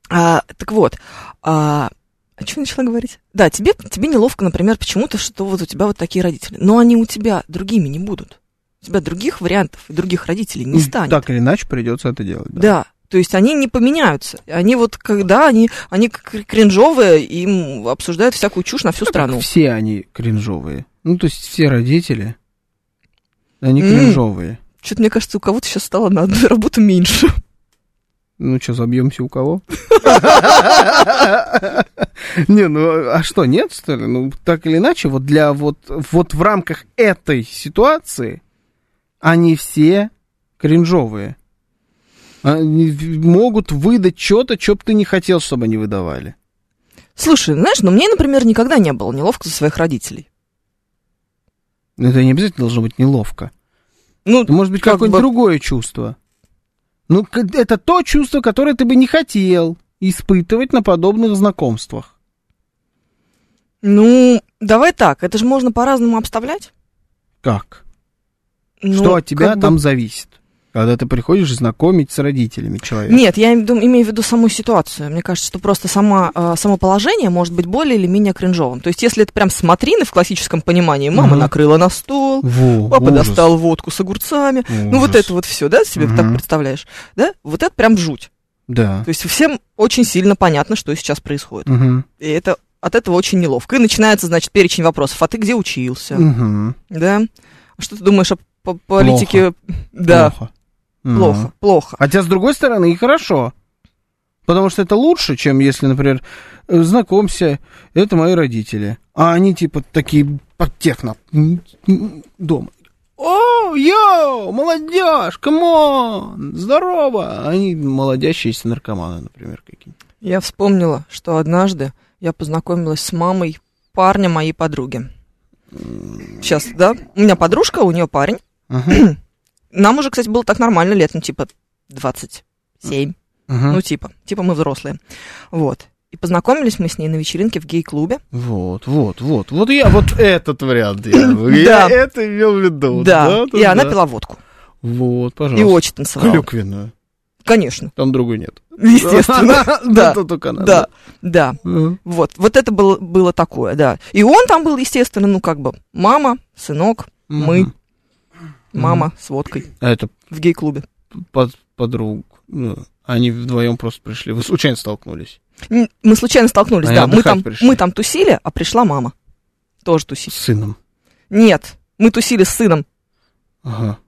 Speaker 2: А, так вот, а, о чем я начала говорить? Да, тебе, тебе неловко, например, почему-то, что вот у тебя вот такие родители. Но они у тебя другими не будут. У тебя других вариантов и других родителей не станет.
Speaker 5: Так или иначе придется это делать.
Speaker 2: Да. То есть они не поменяются. Они вот когда они, они кр- кринжовые, им обсуждают всякую чушь на всю
Speaker 5: Ну,
Speaker 2: страну.
Speaker 5: Все они кринжовые. Ну, то есть все родители, они
Speaker 2: М.
Speaker 5: кринжовые.
Speaker 2: Что-то мне кажется, у кого-то сейчас стало на одну работу меньше.
Speaker 5: Ну что, забьемся у кого? Не, ну а что, нет, что ли? Ну, так или иначе, вот для вот, вот в рамках этой ситуации они все кринжовые. Они в- могут выдать что-то, что бы ты не хотел, чтобы они выдавали.
Speaker 2: Слушай, знаешь, ну мне, например, никогда не было неловко за своих родителей.
Speaker 5: Но это не обязательно должно быть неловко.
Speaker 2: Ну,
Speaker 5: Это может быть
Speaker 2: Как
Speaker 5: какое-нибудь
Speaker 2: бы-
Speaker 5: другое чувство. Ну, к- это то чувство, которое ты бы не хотел испытывать на подобных знакомствах.
Speaker 2: ну, давай так, это же можно по-разному обставлять.
Speaker 5: Как?
Speaker 2: Ну,
Speaker 5: Что от тебя
Speaker 2: как бы-
Speaker 5: там зависит? Когда ты приходишь знакомить с родителями человека.
Speaker 2: Нет, я им- дум- имею в виду саму ситуацию. Мне кажется, что просто сама, э, само положение может быть более или менее кринжовым. То есть, если это прям смотрины в классическом понимании, мама
Speaker 5: Мгм.
Speaker 2: накрыла на стол,
Speaker 5: Во,
Speaker 2: папа
Speaker 5: ужас.
Speaker 2: достал водку с огурцами. Ну, вот
Speaker 5: Ужас.
Speaker 2: это вот все, да, себе
Speaker 4: Мгм.
Speaker 2: так представляешь? Да? Вот это прям жуть.
Speaker 5: Да.
Speaker 2: То есть всем очень сильно понятно, что сейчас происходит.
Speaker 5: Мгм.
Speaker 2: И это от этого очень неловко. И начинается, значит, перечень вопросов. А ты где учился?
Speaker 5: Мгм.
Speaker 2: Да? А Что ты думаешь о по- политике? Да,
Speaker 5: Плохо. Мгм.
Speaker 2: плохо, плохо.
Speaker 5: Хотя, с другой стороны, и хорошо. Потому что это лучше, чем если, например, э, знакомься, это мои родители. А они типа такие под техно м, м, дома. О, йоу, молодежь, камон, здорово. Они молодящиеся наркоманы, например, какие-нибудь.
Speaker 2: Я вспомнила, что однажды я познакомилась с мамой парня моей подруги. Сейчас, да? У меня подружка, у нее парень.
Speaker 5: Мгм,
Speaker 2: Нам уже, кстати, было так нормально лет, ну, типа, 27. Ну,
Speaker 5: мгм.
Speaker 2: типа. Типа мы взрослые. Вот. И познакомились мы с ней на вечеринке в гей-клубе.
Speaker 5: Вот, вот, вот. Вот я, вот этот вариант. Я,
Speaker 2: Да.
Speaker 5: я это имел в виду.
Speaker 2: да. И она
Speaker 5: да.
Speaker 2: пила водку.
Speaker 5: Вот,
Speaker 2: И
Speaker 5: пожалуйста.
Speaker 2: очень танцевала.
Speaker 5: Клюквенную.
Speaker 2: Конечно.
Speaker 5: Там другой нет.
Speaker 2: Естественно. Да.
Speaker 5: Да, тут только она.
Speaker 2: Да, да.
Speaker 5: Мгм.
Speaker 2: Вот. Вот это было, было такое, да. И он там был, естественно, ну, как бы мама, сынок, мы,
Speaker 5: Мгм.
Speaker 2: мама с водкой
Speaker 5: А это
Speaker 2: в гей-клубе.
Speaker 5: под, подруг. ну, Они вдвоем просто пришли. Вы случайно столкнулись.
Speaker 2: М, Мы случайно столкнулись,
Speaker 5: Они
Speaker 2: да. Мы
Speaker 5: А отдыхать
Speaker 2: там,
Speaker 5: пришли.
Speaker 2: мы там тусили, а пришла мама. Тоже
Speaker 5: С
Speaker 2: тусить.
Speaker 5: сыном.
Speaker 2: Нет, мы тусили с сыном.
Speaker 5: Ага.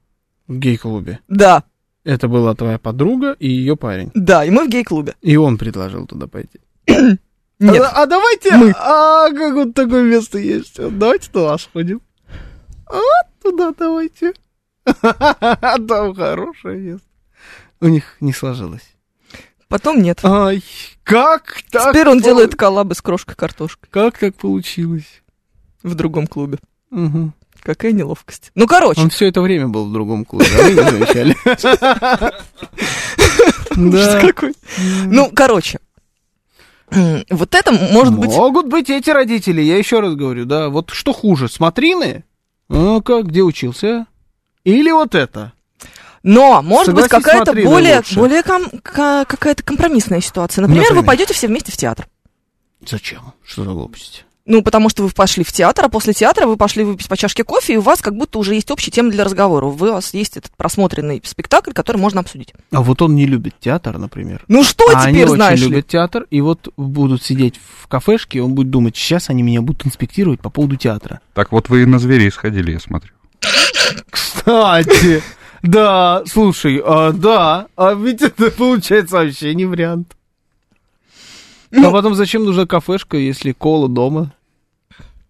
Speaker 5: В гей-клубе.
Speaker 2: Да,
Speaker 5: Это была твоя подруга и ее парень.
Speaker 2: да, и мы в гей-клубе.
Speaker 5: И он предложил туда пойти.
Speaker 2: Нет.
Speaker 5: А, а давайте...
Speaker 2: Мы.
Speaker 5: А, как вот такое место есть. Вот Давайте туда сходим. А, туда давайте. А Там хорошее место. У них не сложилось.
Speaker 2: Потом нет.
Speaker 5: Ай, как так?
Speaker 2: Теперь он
Speaker 5: пол-
Speaker 2: делает коллабы с крошкой картошкой
Speaker 5: Как так получилось?
Speaker 2: в другом клубе.
Speaker 5: Мгм.
Speaker 2: Какая неловкость. Ну, короче,
Speaker 5: Он все это время был в другом клубе, а вы не замечали.
Speaker 2: ужас
Speaker 5: Да.
Speaker 2: какой. Ну, короче. М, Вот это может быть...
Speaker 5: Могут быть эти родители, я еще раз говорю, да. Вот что хуже, смотрины? Ну как, где учился? Или вот это?
Speaker 2: Но, может быть,
Speaker 5: Согласись,
Speaker 2: какая-то
Speaker 5: смотри,
Speaker 2: более,
Speaker 5: лучше.
Speaker 2: более ком- ка- какая-то компромиссная ситуация. Например,
Speaker 5: Например?
Speaker 2: вы пойдете все вместе в театр.
Speaker 5: Зачем? Что за глупость?
Speaker 2: Ну, потому что вы пошли в театр, а после театра вы пошли выпить по чашке кофе, и у вас как будто уже есть общая тема для разговора. У вас есть этот просмотренный спектакль, который можно обсудить.
Speaker 5: А вот он не любит театр, например.
Speaker 2: Ну что
Speaker 5: а
Speaker 2: теперь,
Speaker 5: они
Speaker 2: знаешь
Speaker 5: очень
Speaker 2: ли?
Speaker 5: любят театр, и вот будут сидеть в кафешке, и он будет думать, сейчас они меня будут инспектировать по поводу театра.
Speaker 4: Так вот вы и на зверей сходили, я смотрю.
Speaker 5: Кстати, да, слушай, а, да, а ведь это получается вообще не вариант. А
Speaker 2: Ну.
Speaker 5: потом зачем нужна кафешка, если кола дома?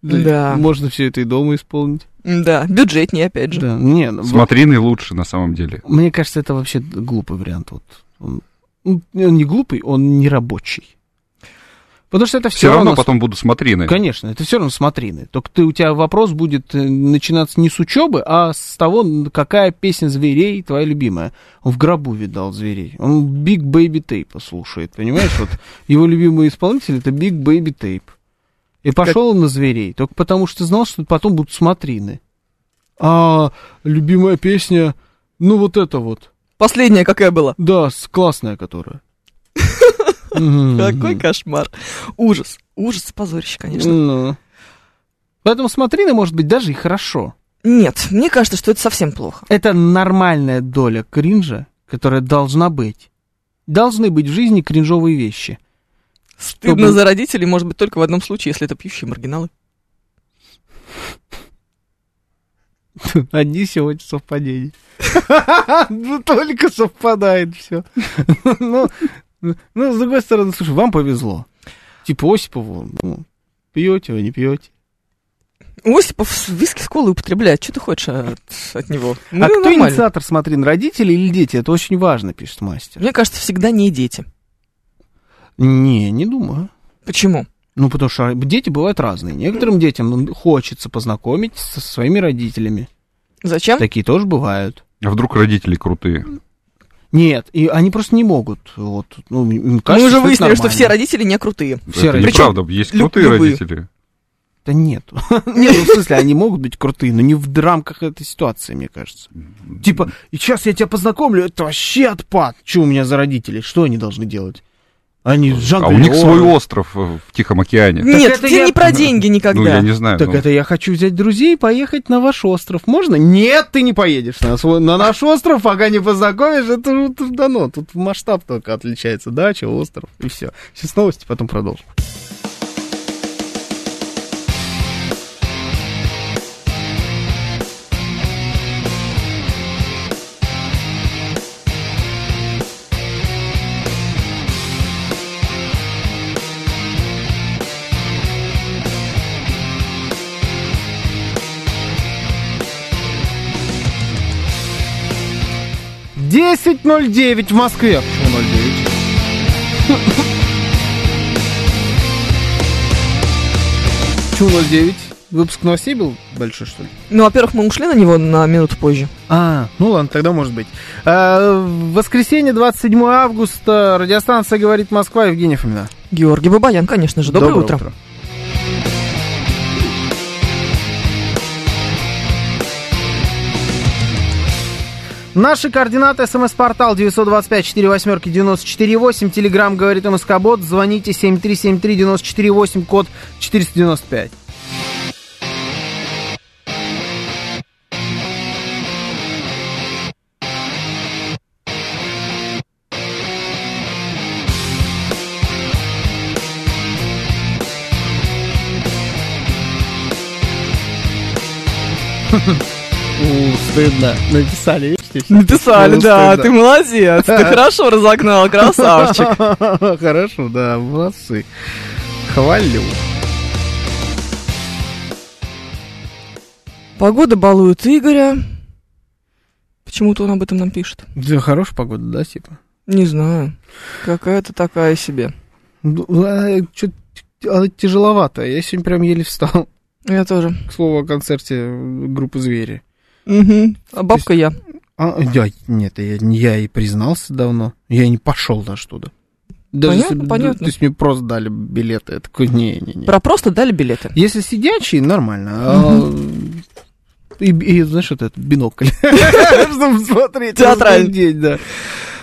Speaker 2: Да.
Speaker 5: Можно все это и дома исполнить.
Speaker 2: Да, бюджетнее, опять же.
Speaker 5: Да. Не, ну,
Speaker 4: Смотрины лучше на самом деле.
Speaker 5: вот мне кажется, это вообще глупый вариант. Вот. Он, ну, он не глупый, он не рабочий. Потому что это все,
Speaker 4: Все, равно потом будут смотрины.
Speaker 5: Конечно, это все равно смотрины. Только ты, у тебя вопрос будет э, начинаться не с учебы, а с того, н- какая песня зверей твоя любимая. Он в гробу видал зверей. Он Big Baby Tape слушает, понимаешь? Вот его любимый исполнитель это Big Baby Tape. И пошел он на зверей, только потому что знал, что потом будут смотрины. А любимая песня, ну вот это вот.
Speaker 2: Последняя какая была?
Speaker 5: Да, с- классная которая.
Speaker 2: Какой
Speaker 5: Какой
Speaker 2: кошмар. Ужас. Ужас, позорище, конечно.
Speaker 5: Ну. Поэтому смотрины, может быть, даже и хорошо.
Speaker 2: Нет, мне кажется, что это совсем плохо.
Speaker 5: Это нормальная доля кринжа, которая должна быть. Должны быть в жизни кринжовые вещи.
Speaker 2: Стыдно за родителей, может быть, только в одном случае, если это пьющие маргиналы.
Speaker 5: Одни сегодня совпадения. Ну, только совпадает все. Ну, ну, с другой стороны, слушай, вам повезло. Типа Осипову, ну, пьете вы, не пьете.
Speaker 2: Осипов с- виски с колой употребляет. Что ты хочешь от, от него? Мы
Speaker 5: а кто
Speaker 2: нормально.
Speaker 5: инициатор, смотри, родители или дети? Это очень важно, пишет мастер.
Speaker 2: Мне кажется, всегда не дети.
Speaker 5: Не, не думаю.
Speaker 2: Почему?
Speaker 5: Ну, потому что дети бывают разные. Некоторым детям ну, хочется познакомить со своими родителями.
Speaker 2: Зачем?
Speaker 5: Такие тоже бывают.
Speaker 4: А вдруг родители крутые?
Speaker 5: Нет, и они просто не могут. Вот, ну, им
Speaker 2: Мы
Speaker 5: кажется,
Speaker 2: уже
Speaker 5: это
Speaker 2: выяснили, что
Speaker 5: нормально.
Speaker 2: все родители не крутые.
Speaker 5: Все
Speaker 4: это
Speaker 5: родители.
Speaker 4: неправда, есть
Speaker 2: лю-
Speaker 4: крутые
Speaker 2: любые.
Speaker 4: родители.
Speaker 5: Да нет. Нет, ну, в смысле, они могут быть крутые, но не в рамках этой ситуации, мне кажется. Типа, и сейчас я тебя познакомлю, это вообще отпад. Что у меня за родители? Что они должны делать? Они жан
Speaker 4: А у них свой остров э, в Тихом океане.
Speaker 2: Нет,
Speaker 5: это
Speaker 2: ты
Speaker 5: я-
Speaker 2: не про деньги никогда.
Speaker 4: Ну, я не знаю.
Speaker 5: Так
Speaker 4: ну,
Speaker 5: это я хочу взять друзей и поехать на ваш остров. Можно? Нет, ты не поедешь на, свой- на наш остров, пока не познакомишь. Это же тут дано. Тут масштаб только отличается. Дача, остров и все. Сейчас новости, потом продолжим. Десять ноль девять в Москве. Почему 09? Почему 09? Выпуск новостей был большой, что ли?
Speaker 2: Ну, во-первых, мы ушли на него на минуту позже.
Speaker 5: А, ну ладно, тогда может быть. А, в воскресенье, 27 августа, радиостанция «Говорит Москва», Евгения Фомина.
Speaker 2: Георгий Бабаян, конечно же. Доброе, утро.
Speaker 5: Наши координаты. СМС-портал 925-48-94-8. Телеграмм говорит МСК-бот. Звоните 7373-94-8, код 495. У, стыдно. Написали, видите? всё.
Speaker 2: Написали,
Speaker 5: Ну,
Speaker 2: да,
Speaker 5: стыдно.
Speaker 2: ты молодец. Ты хорошо разогнал, красавчик.
Speaker 5: Хорошо, да, молодцы. Хвалю.
Speaker 2: Погода балует Игоря. Почему-то он об этом нам пишет.
Speaker 5: Да, хорошая погода, да, типа?
Speaker 2: Не знаю. Какая-то такая себе.
Speaker 5: Ну, Что-то а, тяжеловато. Я сегодня прям еле встал.
Speaker 2: Я тоже.
Speaker 5: К слову о концерте группы «Звери».
Speaker 2: Мгм. А бабка я.
Speaker 5: А, я, нет, я, я и признался давно. Я не пошел даже туда. Даже
Speaker 2: Понятно,
Speaker 5: если бы-
Speaker 2: понятно.
Speaker 5: То есть мне просто дали билеты. Я такой, не-не-не.
Speaker 2: Про просто дали билеты.
Speaker 5: Если сидячий, нормально. а, И, и, знаешь, вот этот бинокль. Чтобы смотреть.
Speaker 2: Театрально.
Speaker 5: День, да.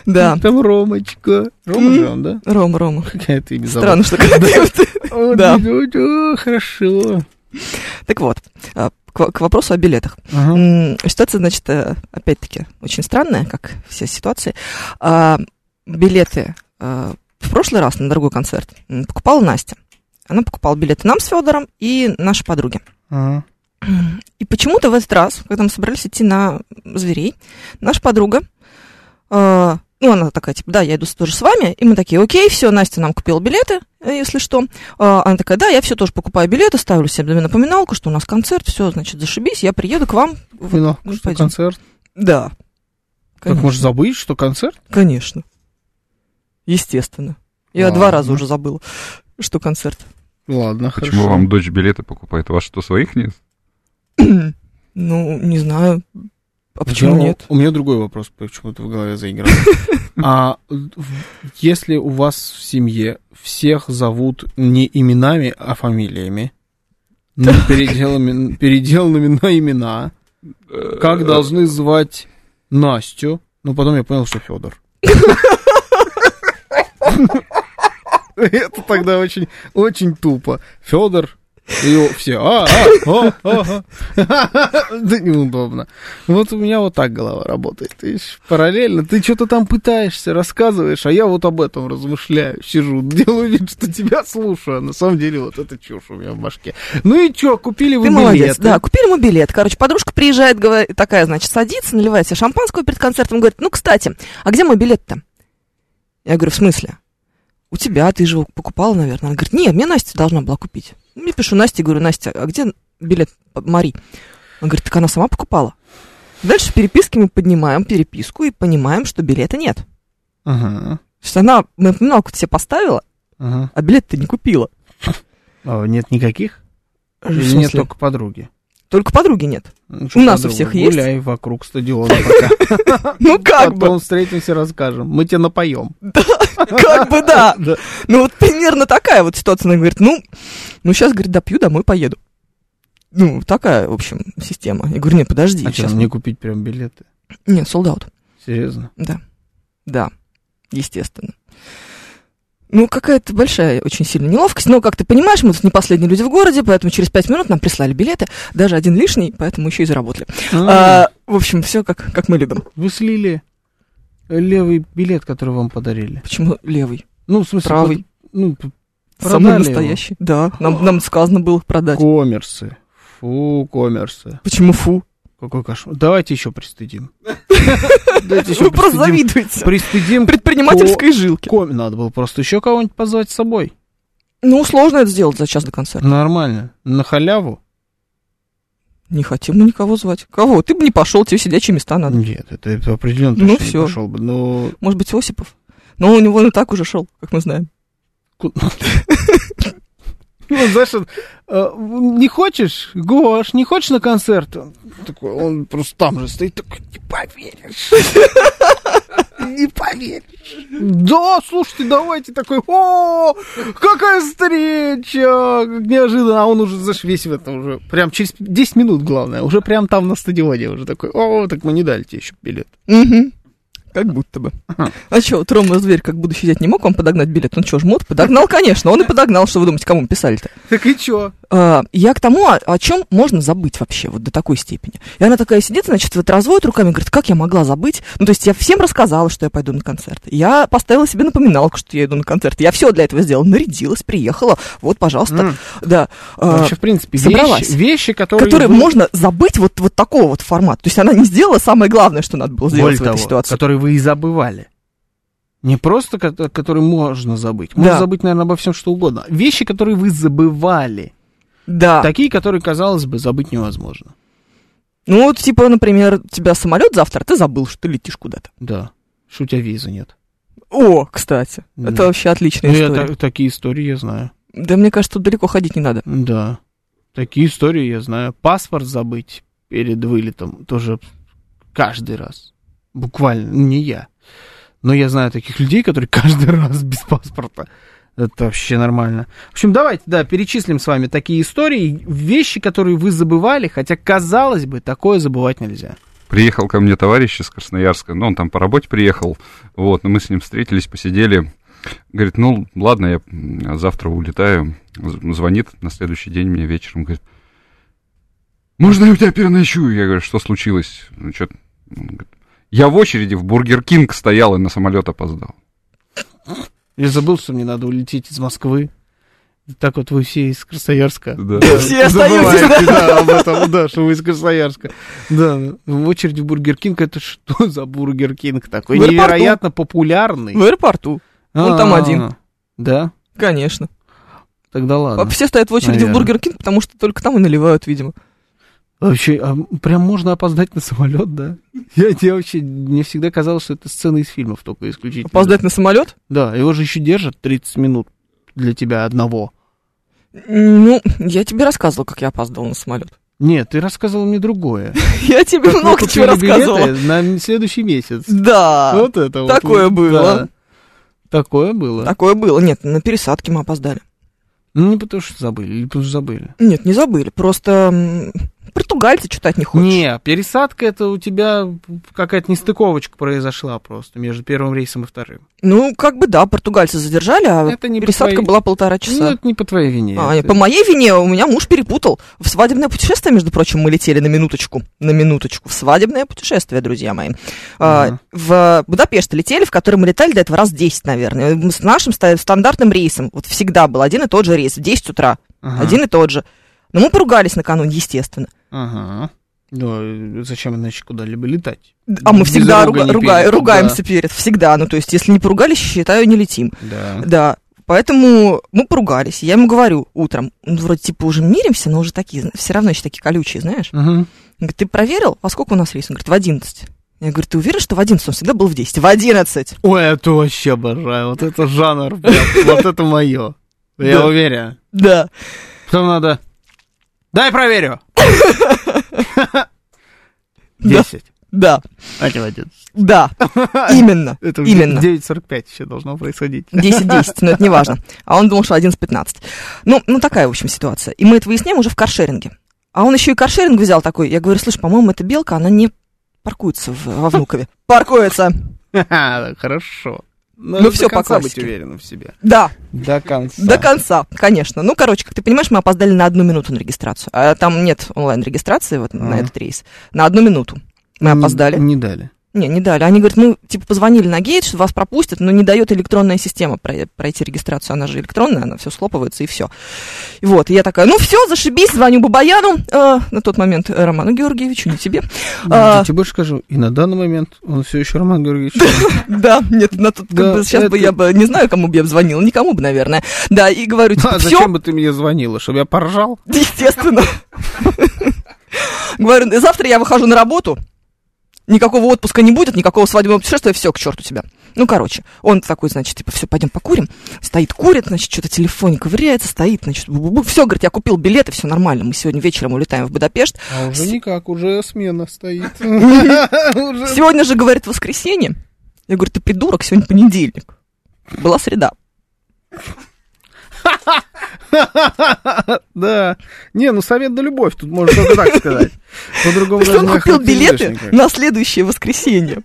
Speaker 2: Да.
Speaker 5: Там Ромочка. Рома же он, да?
Speaker 2: Рома, Рома.
Speaker 5: Какая ты имя
Speaker 2: Странно, что когда ты-
Speaker 5: забыла. О,
Speaker 2: да.
Speaker 5: о, о, Хорошо.
Speaker 2: Так вот, а, к во- к вопросу о билетах.
Speaker 5: Ага.
Speaker 2: М, Ситуация, значит, э, опять-таки, очень странная, как все ситуации. А, Билеты э, в прошлый раз на другой концерт м, покупала Настя. Она покупала билеты нам с Федором и нашей подруге.
Speaker 5: Ага.
Speaker 2: И почему-то в этот раз, когда мы собрались идти на зверей, наша подруга, э, ну, она такая, типа, да, я иду с- тоже с вами. И мы такие, окей, все, Настя нам купила билеты, э, если что. Э, она такая, да, я все тоже покупаю билеты, ставлю себе напоминалку, что у нас концерт, все, значит, зашибись, я приеду к вам. Вот,
Speaker 5: Ну,
Speaker 2: ну,
Speaker 5: что,
Speaker 2: пойдем.
Speaker 5: концерт.
Speaker 2: Да.
Speaker 5: Как
Speaker 2: Конечно.
Speaker 5: можно забыть, что концерт?
Speaker 2: Конечно. Естественно. Я
Speaker 5: Ладно.
Speaker 2: два раза уже забыла, что концерт.
Speaker 5: Ладно,
Speaker 4: Почему
Speaker 5: хорошо.
Speaker 4: вам дочь билеты покупает? У вас что, своих нет?
Speaker 2: Ну, не знаю. А почему
Speaker 5: Я-
Speaker 2: нет?
Speaker 5: У меня другой вопрос почему-то в голове заиграл. А в- если у вас в семье всех зовут не именами, а фамилиями, ну, переделами- переделанными на имена, как должны звать Настю, но потом я понял, что Федор. Это тогда очень, очень тупо. Федор и о- все. А, а, а, а, а. Да неудобно. Вот у меня вот так голова работает. видишь, параллельно ты что-то там пытаешься, рассказываешь, а я вот об этом размышляю, сижу, делаю вид, что тебя слушаю, а на самом деле вот это чушь у меня в башке. Ну и что, купили вы
Speaker 2: Ты молодец,
Speaker 5: билеты?
Speaker 2: да, купили мы билет. Короче, подружка приезжает, говорит, такая, значит, садится, наливает себе шампанского перед концертом, говорит, ну, кстати, а где мой билет-то? Я говорю, в смысле? У тебя, ты же его покупала, наверное. Она говорит, нет, мне Настя должна была купить. Я пишу Насте, говорю, Настя, а где билет Мари? Она говорит, так она сама покупала. Дальше в переписке мы поднимаем переписку и понимаем, что билета нет.
Speaker 5: Ага,
Speaker 2: ну, Что она напоминалку тебе поставила,
Speaker 5: ага.
Speaker 2: а билет ты не купила.
Speaker 5: А, Нет никаких?
Speaker 2: В
Speaker 5: Или
Speaker 2: смысле?
Speaker 5: нет только подруги?
Speaker 2: Только подруги нет.
Speaker 5: Ну, чё
Speaker 2: нас у
Speaker 5: подруга,
Speaker 2: всех
Speaker 5: гуляй
Speaker 2: есть.
Speaker 5: Гуляй вокруг стадиона пока.
Speaker 2: Ну как бы,
Speaker 5: Потом встретимся, расскажем. Мы тебя напоем.
Speaker 2: как бы да.
Speaker 5: Да.
Speaker 2: Ну вот примерно такая вот ситуация. Она говорит, ну, ну сейчас, говорит, допью, домой поеду. Ну, такая, в общем, система. Я говорю, нет, подожди.
Speaker 5: А
Speaker 2: сейчас...
Speaker 5: сейчас мне купить прям билеты?
Speaker 2: Нет, солдат.
Speaker 5: Серьезно?
Speaker 2: Да. Да. Естественно. Ну, какая-то большая, очень сильная неловкость. Но, как ты понимаешь, мы тут не последние люди в городе, поэтому через пять минут нам прислали билеты. Даже один лишний, поэтому еще и заработали. А, в общем, все как, как мы любим.
Speaker 5: Вы слили левый билет, который вам подарили.
Speaker 2: Почему левый?
Speaker 5: Ну, в смысле...
Speaker 2: Правый.
Speaker 5: под- Ну, п-
Speaker 2: Самый
Speaker 5: продали его.
Speaker 2: настоящий. Да. Нам, нам сказано было продать.
Speaker 5: коммерсы. Фу, коммерсы.
Speaker 2: Почему фу?
Speaker 5: Какой кошмар. Давайте еще пристыдим. Давайте еще
Speaker 2: Вы просто
Speaker 5: пристыдим.
Speaker 2: завидуете.
Speaker 5: Пристыдим
Speaker 2: Предпринимательской жилки.
Speaker 5: ком- Надо было просто еще кого-нибудь позвать с собой.
Speaker 2: Ну, сложно это сделать за час до концерта.
Speaker 5: Нормально. На халяву?
Speaker 2: Не хотим мы никого звать. Кого? Ты бы не пошел, тебе сидячие места надо.
Speaker 5: Нет, это, это определенно
Speaker 2: Ну,
Speaker 5: точно не
Speaker 2: всё.
Speaker 5: пошел бы. Но
Speaker 2: Может быть, Осипов? Но у него он и так уже шел, как мы знаем.
Speaker 5: Ку- Ну, знаешь, он, э, не хочешь, Гош, не хочешь на концерт? Он такой, он просто там же стоит, такой, не поверишь. Не поверишь. Да, слушайте, давайте такой, о, какая встреча, как неожиданно. А он уже, знаешь, весь в этом уже, прям через 10 минут, главное, уже прям там на стадионе уже такой, о, так мы не дали тебе еще билет.
Speaker 2: Угу. Как будто бы. А что, вот Рома Зверь, как будущий зять, не мог вам подогнать билет? Ну Он что, жмот? Подогнал, конечно. Он и подогнал, что вы думаете, кому мы писали-то.
Speaker 5: Так и чё?
Speaker 2: А, я к тому, о, чем можно забыть вообще, вот до такой степени. И она такая сидит, значит, вот разводит руками, говорит, как я могла забыть? Ну, то есть я всем рассказала, что я пойду на концерт. Я поставила себе напоминалку, что я иду на концерт. Я все для этого сделала. Нарядилась, приехала. Вот, пожалуйста.
Speaker 5: М.
Speaker 2: Да. А,
Speaker 5: Вообще, в принципе,
Speaker 2: собралась.
Speaker 5: вещи, вещи, которые...
Speaker 2: которые
Speaker 5: вы-
Speaker 2: можно забыть вот, вот такого вот формата. То есть она не сделала самое главное, что надо было сделать
Speaker 5: Более
Speaker 2: в
Speaker 5: того,
Speaker 2: этой ситуации.
Speaker 5: которые вы и забывали. Не просто, ко- которые можно забыть. Можно
Speaker 2: Да.
Speaker 5: забыть, наверное, обо всем что угодно. Вещи, которые вы забывали.
Speaker 2: Да.
Speaker 5: Такие, которые, казалось бы, забыть невозможно.
Speaker 2: Ну, вот, типа, например, у тебя самолет завтра, а ты забыл, что ты летишь куда-то.
Speaker 5: Да. Что у тебя визы нет.
Speaker 2: О, кстати,
Speaker 5: Да.
Speaker 2: это вообще отличная
Speaker 5: Ну, я
Speaker 2: история.
Speaker 5: та- такие истории я знаю.
Speaker 2: Да мне кажется, тут далеко ходить не надо.
Speaker 5: Да. Такие истории я знаю. Паспорт забыть перед вылетом тоже каждый раз. Буквально. Ну, Не я. Но я знаю таких людей, которые каждый раз без паспорта. Это вообще нормально. В общем, давайте, да, перечислим с вами такие истории, вещи, которые вы забывали, хотя, казалось бы, такое забывать нельзя.
Speaker 4: Приехал ко мне товарищ из Красноярска, ну, он там по работе приехал, вот, но мы с ним встретились, посидели. Говорит, ну, ладно, я м, завтра улетаю. З- Звонит на следующий день мне вечером, говорит, можно я у тебя переночую? Я говорю, что случилось? Ну, чё ты?» Он говорит, я в очереди в Бургер Кинг стоял и на самолет опоздал.
Speaker 5: Я забыл, что мне надо улететь из Москвы. Так вот вы все из Красноярска.
Speaker 4: Да.
Speaker 2: Все остаются,
Speaker 5: Забываете, да, об этом, да, что вы из Красноярска. Да, в очередь в Бургер Кинг, это что за Бургер Кинг такой?
Speaker 2: В аэропорту.
Speaker 5: Невероятно популярный.
Speaker 2: В аэропорту, он там
Speaker 5: А-а-а.
Speaker 2: один.
Speaker 5: Да?
Speaker 2: конечно.
Speaker 5: Тогда ладно.
Speaker 2: Все стоят в очереди в
Speaker 5: Наверно.
Speaker 2: Бургер Кинг, потому что только там и наливают, видимо.
Speaker 5: Вообще, а прям можно опоздать на самолет, да? Я, я вообще, мне всегда казалось, что это сцены из фильмов только исключительно.
Speaker 2: Опоздать на самолет?
Speaker 5: Да, его же еще держат 30 минут для тебя одного.
Speaker 2: Ну, я тебе рассказывала, как я опаздывала на самолет.
Speaker 5: Нет, ты рассказывал мне другое.
Speaker 2: Я тебе
Speaker 5: Как мы
Speaker 2: много чего
Speaker 5: Ну, купили
Speaker 2: рассказывала.
Speaker 5: билеты на следующий месяц.
Speaker 2: Да,
Speaker 5: Вот это вот.
Speaker 2: такое
Speaker 5: Да.
Speaker 2: было.
Speaker 5: Такое было.
Speaker 2: такое было. Нет, на пересадке мы опоздали.
Speaker 5: Ну, не потому что забыли, или потому что забыли.
Speaker 2: Нет, не забыли, просто м, португальцы читать не хочешь.
Speaker 5: Не, пересадка это у тебя какая-то нестыковочка произошла просто между первым рейсом и вторым.
Speaker 2: Ну, как бы да, португальцы задержали, а
Speaker 5: это не по
Speaker 2: пересадка
Speaker 5: твоей-
Speaker 2: была полтора
Speaker 5: Ну,
Speaker 2: часа.
Speaker 5: это не по твоей вине.
Speaker 2: А, и
Speaker 5: Это-
Speaker 2: по моей вине у меня муж перепутал. В свадебное путешествие, между прочим, мы летели на минуточку. На минуточку. В свадебное путешествие, друзья мои. А,
Speaker 5: Ага.
Speaker 2: в Будапешт летели, в который мы летали до этого раз 10, наверное. Мы С нашим ста- стандартным рейсом. Вот всегда был один и тот же рейс в 10 утра.
Speaker 5: Ага.
Speaker 2: Один и тот же. Но мы поругались накануне, естественно.
Speaker 5: Ага. Ну, э, зачем иначе куда-либо летать?
Speaker 2: А мы
Speaker 5: Без
Speaker 2: всегда
Speaker 5: руга
Speaker 2: руга-
Speaker 5: не
Speaker 2: руга-
Speaker 5: перед,
Speaker 2: ругаемся
Speaker 5: да.
Speaker 2: перед. Всегда. Ну, то есть, если не поругались, считаю, не летим.
Speaker 5: Да.
Speaker 2: Да. Поэтому мы поругались. Я ему говорю утром, ну, вроде типа уже миримся, но уже такие, все равно еще такие колючие, знаешь.
Speaker 5: Мгм.
Speaker 2: Он говорит, ты проверил, во сколько у нас рейс? Он говорит, в 11. Я говорю, ты уверен, что в 11? Он всегда был в 10. В 11.
Speaker 5: Ой, это вообще обожаю. Вот это жанр, прям. вот это мое. Я
Speaker 2: Да.
Speaker 5: уверен.
Speaker 2: Да.
Speaker 5: Потом надо... Дай проверю!
Speaker 2: Да.
Speaker 5: Десять.
Speaker 2: Да.
Speaker 5: А не в одиннадцать.
Speaker 2: Да. Именно.
Speaker 5: Это уже
Speaker 2: Именно.
Speaker 5: 9.45 еще должно происходить.
Speaker 2: 10-10, но это не важно. А он думал, что 11-15. Ну, ну, такая, в общем, ситуация. И мы это выясняем уже в каршеринге. А он еще и каршеринг взял такой. Я говорю, слушай, по-моему, эта белка, она не паркуется в- во Внукове. Паркуется.
Speaker 5: Хорошо.
Speaker 2: Ну,
Speaker 5: Надо
Speaker 2: всё
Speaker 5: до конца
Speaker 2: по
Speaker 5: быть
Speaker 2: классике.
Speaker 5: уверенным в себе.
Speaker 2: Да,
Speaker 5: До конца.
Speaker 2: до конца, конечно. Ну, короче, как ты понимаешь, мы опоздали на одну минуту на регистрацию. А там нет онлайн-регистрации вот на
Speaker 5: Ага.
Speaker 2: этот рейс. На одну минуту. Мы
Speaker 5: Н-
Speaker 2: опоздали.
Speaker 5: Не дали.
Speaker 2: Не, не дали. Они говорят, ну, типа, позвонили на гейт, что вас пропустят, но не дает электронная система прой- пройти регистрацию. Она же электронная, она все слопывается и все. Вот, и я такая, ну все, зашибись, звоню Бабаяну, э, на тот момент э, Роману Георгиевичу, не тебе. А.
Speaker 5: Я тебе больше скажу, и на данный момент он все еще Роман Георгиевич.
Speaker 2: Да, нет, на тот, как
Speaker 5: Да,
Speaker 2: бы, сейчас бы
Speaker 5: это-
Speaker 2: я бы, не знаю, кому бы я бы звонила, никому бы, наверное. Да, и говорю, типа,
Speaker 5: А
Speaker 2: все,
Speaker 5: зачем бы ты мне звонила, чтобы я поржал?
Speaker 2: Естественно. Говорю, завтра я выхожу на работу, никакого отпуска не будет, никакого свадебного путешествия, все, к черту тебя. Ну, короче, он такой, значит, типа, все, пойдем покурим. Стоит, курит, значит, что-то телефон ковыряется, стоит, значит, все, говорит, я купил билеты, все нормально, мы сегодня вечером улетаем в Будапешт.
Speaker 5: А
Speaker 2: уже
Speaker 5: никак, уже смена стоит. Уже-
Speaker 2: Сегодня же, говорит, воскресенье. Я говорю, ты придурок, сегодня понедельник. Была среда.
Speaker 5: Да. Не, ну совет да любовь, тут можно только так сказать. По-другому
Speaker 2: То есть он
Speaker 5: даже не
Speaker 2: купил
Speaker 5: охарактеризуешь
Speaker 2: билеты Ну,
Speaker 5: никак.
Speaker 2: на следующее воскресенье.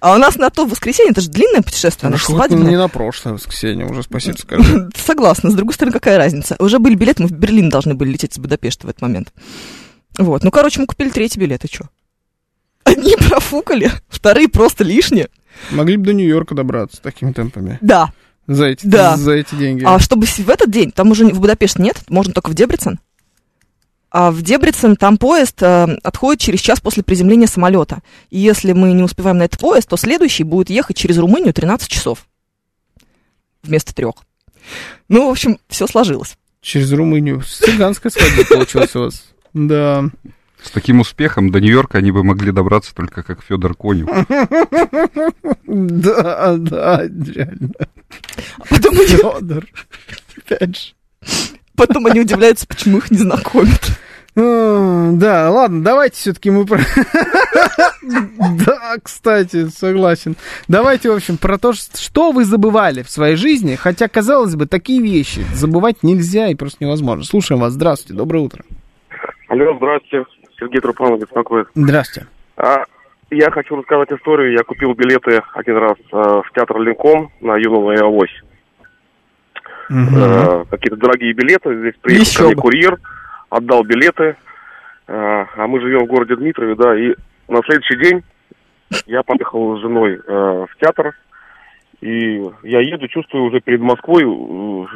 Speaker 2: А у нас на то воскресенье, это же длинное путешествие,
Speaker 5: Ну,
Speaker 2: оно же
Speaker 5: что ты
Speaker 2: свадебное.
Speaker 5: не на прошлое воскресенье, уже спасибо скажи.
Speaker 2: Согласна. С другой стороны, какая разница? Уже были билеты, мы в Берлин должны были лететь с Будапешта в этот момент. Вот. Ну, короче, мы купили третий билет, и что? Одни профукали, вторые просто лишние.
Speaker 5: Могли бы до Нью-Йорка добраться такими темпами.
Speaker 2: Да.
Speaker 5: За эти,
Speaker 2: Да.
Speaker 5: за эти деньги.
Speaker 2: А чтобы с- в этот день, там уже в Будапешт нет, можно только в Дебрицен. А в Дебрицен там поезд э, отходит через час после приземления самолета. И если мы не успеваем на этот поезд, то следующий будет ехать через Румынию 13 часов вместо трех. Ну, в общем, все сложилось.
Speaker 5: Через Румынию. Цыганская свадьба получилась у вас. Да.
Speaker 4: С таким успехом до Нью-Йорка они бы могли добраться только как Федор Конев.
Speaker 5: Да, да, реально.
Speaker 2: А потом они
Speaker 5: Федор. Опять же.
Speaker 2: Потом они удивляются, почему их не знакомят.
Speaker 5: А, Да, ладно, давайте все-таки мы про... Да, кстати, согласен. Давайте, в общем, про то, что вы забывали в своей жизни, хотя, казалось бы, такие вещи забывать нельзя и просто невозможно. Слушаем вас. Здравствуйте, доброе утро.
Speaker 6: Алло, здравствуйте. Сергей Трупанов беспокоит.
Speaker 5: Здравствуйте.
Speaker 6: А, я хочу рассказать историю. Я купил билеты один раз а, в театр Ленком на Юного и Авось. А, какие-то дорогие билеты. Здесь приехал
Speaker 2: Еще
Speaker 6: ко мне
Speaker 2: бы.
Speaker 6: курьер, отдал билеты. А, а мы живем в городе Дмитрове, да, и на следующий день я поехал с женой э, в театр. И я еду, чувствую уже перед Москвой, э,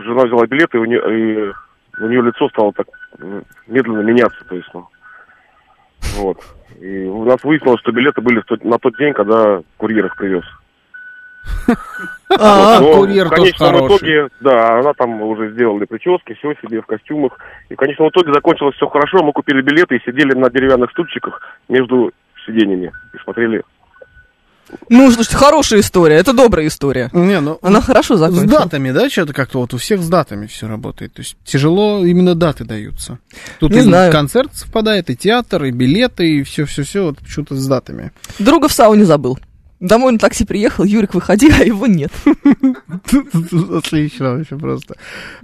Speaker 6: жена взяла билеты, и у нее, у нее лицо стало так э, медленно меняться, то есть, ну, вот. И у нас выяснилось, что билеты были в тот- на тот день, когда курьер их привез.
Speaker 2: А,
Speaker 6: Но
Speaker 5: курьер
Speaker 6: в
Speaker 5: тоже
Speaker 6: конечном
Speaker 5: хороший.
Speaker 6: итоге, да, она там уже сделали прически, все себе в костюмах. И в конечном итоге закончилось все хорошо, мы купили билеты и сидели на деревянных стульчиках между сиденьями и смотрели.
Speaker 2: Ну, слушайте, хорошая история, это добрая история.
Speaker 5: Не, ну...
Speaker 2: Она хорошо
Speaker 5: С
Speaker 2: закончилась.
Speaker 5: датами, да, что-то как-то вот у всех с датами все работает. То есть тяжело именно даты даются. Тут
Speaker 2: Не
Speaker 5: и
Speaker 2: знаю.
Speaker 5: концерт совпадает, и театр, и билеты, и все-все-все вот почему-то с датами.
Speaker 2: Друга в сауне забыл. Домой на такси приехал, Юрик, выходи, а его нет.
Speaker 5: Отлично вообще просто.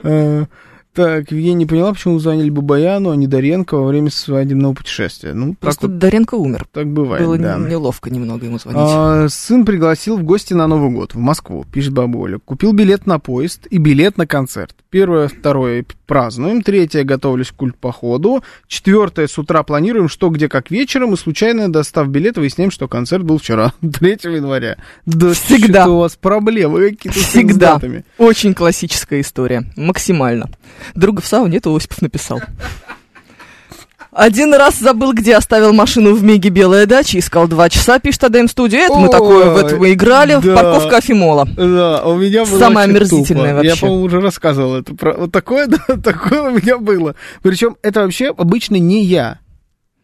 Speaker 5: Э, Так, Евгения не поняла, почему звонили Бабаяну, а не Доренко во время свадебного путешествия. Ну, так
Speaker 2: Просто
Speaker 5: вот,
Speaker 2: Доренко умер.
Speaker 5: так бывает,
Speaker 2: Было
Speaker 5: да.
Speaker 2: н- неловко немного ему звонить.
Speaker 5: А, сын пригласил в гости на Новый год в Москву, пишет бабуля. Купил билет на поезд и билет на концерт. Первое, второе празднуем, третье готовлюсь к культпоходу, четвертое с утра планируем что, где, как вечером, и случайно достав билет выясняем, что концерт был вчера, 3 января. Да
Speaker 2: Всегда.
Speaker 5: что у вас проблемы какие-то с
Speaker 2: Всегда.
Speaker 5: датами.
Speaker 2: Очень классическая история, максимально. Друга в сауне, это Осипов написал. Один раз забыл, где оставил машину в Меге Белая дача, искал два часа, пишет АДМ Студио. Это мы
Speaker 5: Ой,
Speaker 2: такое в это мы играли,
Speaker 5: да.
Speaker 2: парковка Афимола.
Speaker 5: Да, у меня было
Speaker 2: Самое
Speaker 5: очень
Speaker 2: омерзительное
Speaker 5: тупо. Я,
Speaker 2: вообще.
Speaker 5: по-моему, уже рассказывал это. Про... Вот такое, да, такое у меня было. Причем это вообще обычно не я.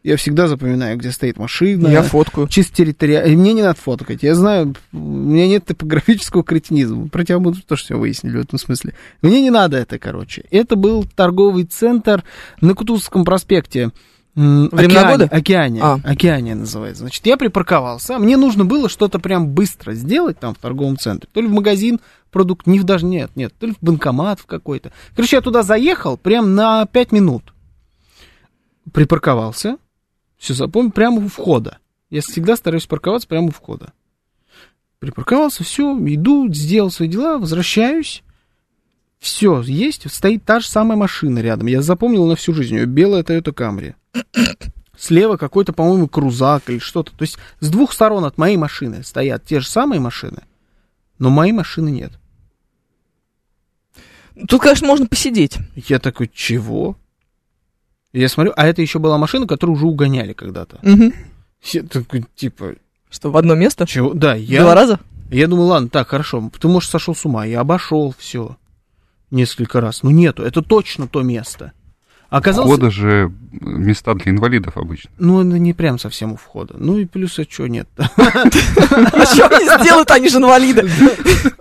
Speaker 5: Я всегда запоминаю, где стоит машина.
Speaker 2: Я фоткаю.
Speaker 5: Чисто территориально. Мне не надо фоткать. Я знаю, у меня нет топографического кретинизма. Про тебя мы тоже все выяснили в этом смысле. Мне не надо это, короче. Это был торговый центр на Кутузовском проспекте. М,
Speaker 2: Времена
Speaker 5: Океане-
Speaker 2: года?
Speaker 5: Океане.
Speaker 2: А.
Speaker 5: Океане называется. Значит, я припарковался. а Мне нужно было что-то прям быстро сделать там в торговом центре. То ли в магазин продукт, не в даже нет, нет, то ли в банкомат в какой-то. Короче, я туда заехал прям на 5 минут. Припарковался. Все запомнил, прямо у входа. Я всегда стараюсь парковаться прямо у входа. Припарковался, все, иду, сделал свои дела, возвращаюсь. Все, есть, стоит та же самая машина рядом. Я запомнил на всю жизнь ее. Белая Toyota Camry. Слева какой-то, по-моему, крузак или что-то. То есть с двух сторон от моей машины стоят те же самые машины, но моей машины нет.
Speaker 2: Тут, конечно, можно посидеть.
Speaker 5: Я такой, чего? Я смотрю, а это еще была машина, которую уже угоняли когда-то.
Speaker 2: Мгм.
Speaker 5: Я такой, типа,
Speaker 2: Что, в одно место?
Speaker 5: чего? Да, я...
Speaker 2: Два раза?
Speaker 5: Я думаю, ладно, так, хорошо, ты, может, сошел с ума. Я обошел все несколько раз. Ну, нету, это точно то место. Оказалось,
Speaker 4: Входа же места для инвалидов обычно.
Speaker 5: ну, это не прям совсем у входа. Ну, и плюс, а что нет
Speaker 2: А что они сделают, они же инвалиды.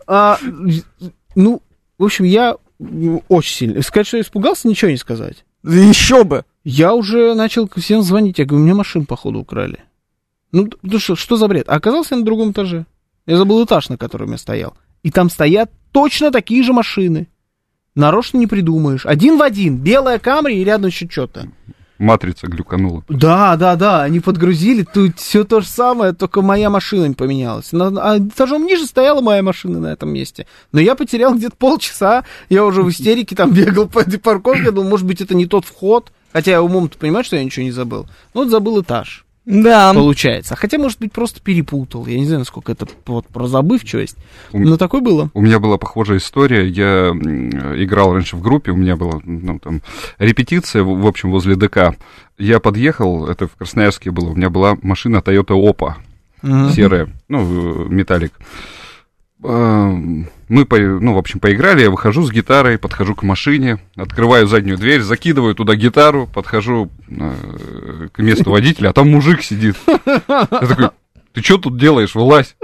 Speaker 5: А, ну, в общем, я м, очень сильно... Сказать, что я испугался, ничего не сказать.
Speaker 2: Еще бы.
Speaker 5: Я уже начал к всем звонить. Я говорю, у меня машину, походу, украли. Ну, д- ну что, что за бред? А оказался я на другом этаже. Я забыл этаж, на котором я стоял. И там стоят точно такие же машины. Нарочно не придумаешь. Один в один. Белая камри и рядом еще что-то.
Speaker 4: Матрица глюканула.
Speaker 5: Да, да, да. Они подгрузили. Тут все то же самое, только моя машина не поменялась. На- а этажом ниже стояла моя машина на этом месте. Но я потерял где-то полчаса. Я уже в истерике там бегал по этой парковке. Думал, может быть, это не тот вход. Хотя я умом-то понимаю, что я ничего не забыл. Ну, вот забыл этаж
Speaker 2: Да.
Speaker 5: получается. Хотя, может быть, просто перепутал. Я не знаю, насколько это вот про забывчивость.
Speaker 4: Ум-
Speaker 5: Но такое было.
Speaker 4: У меня была похожая история. Я м, играл раньше в группе, у меня была ну, там, репетиция, в в общем, возле ДК. Я подъехал, это в Красноярске было, у меня была машина Toyota Oppa. серая, ну, э, металлик. Эм, Мы, по- ну, в общем, поиграли, я выхожу с гитарой, подхожу к машине, открываю заднюю дверь, закидываю туда гитару, подхожу э, к месту водителя, а там мужик сидит. Я такой, ты что тут делаешь, вылазь?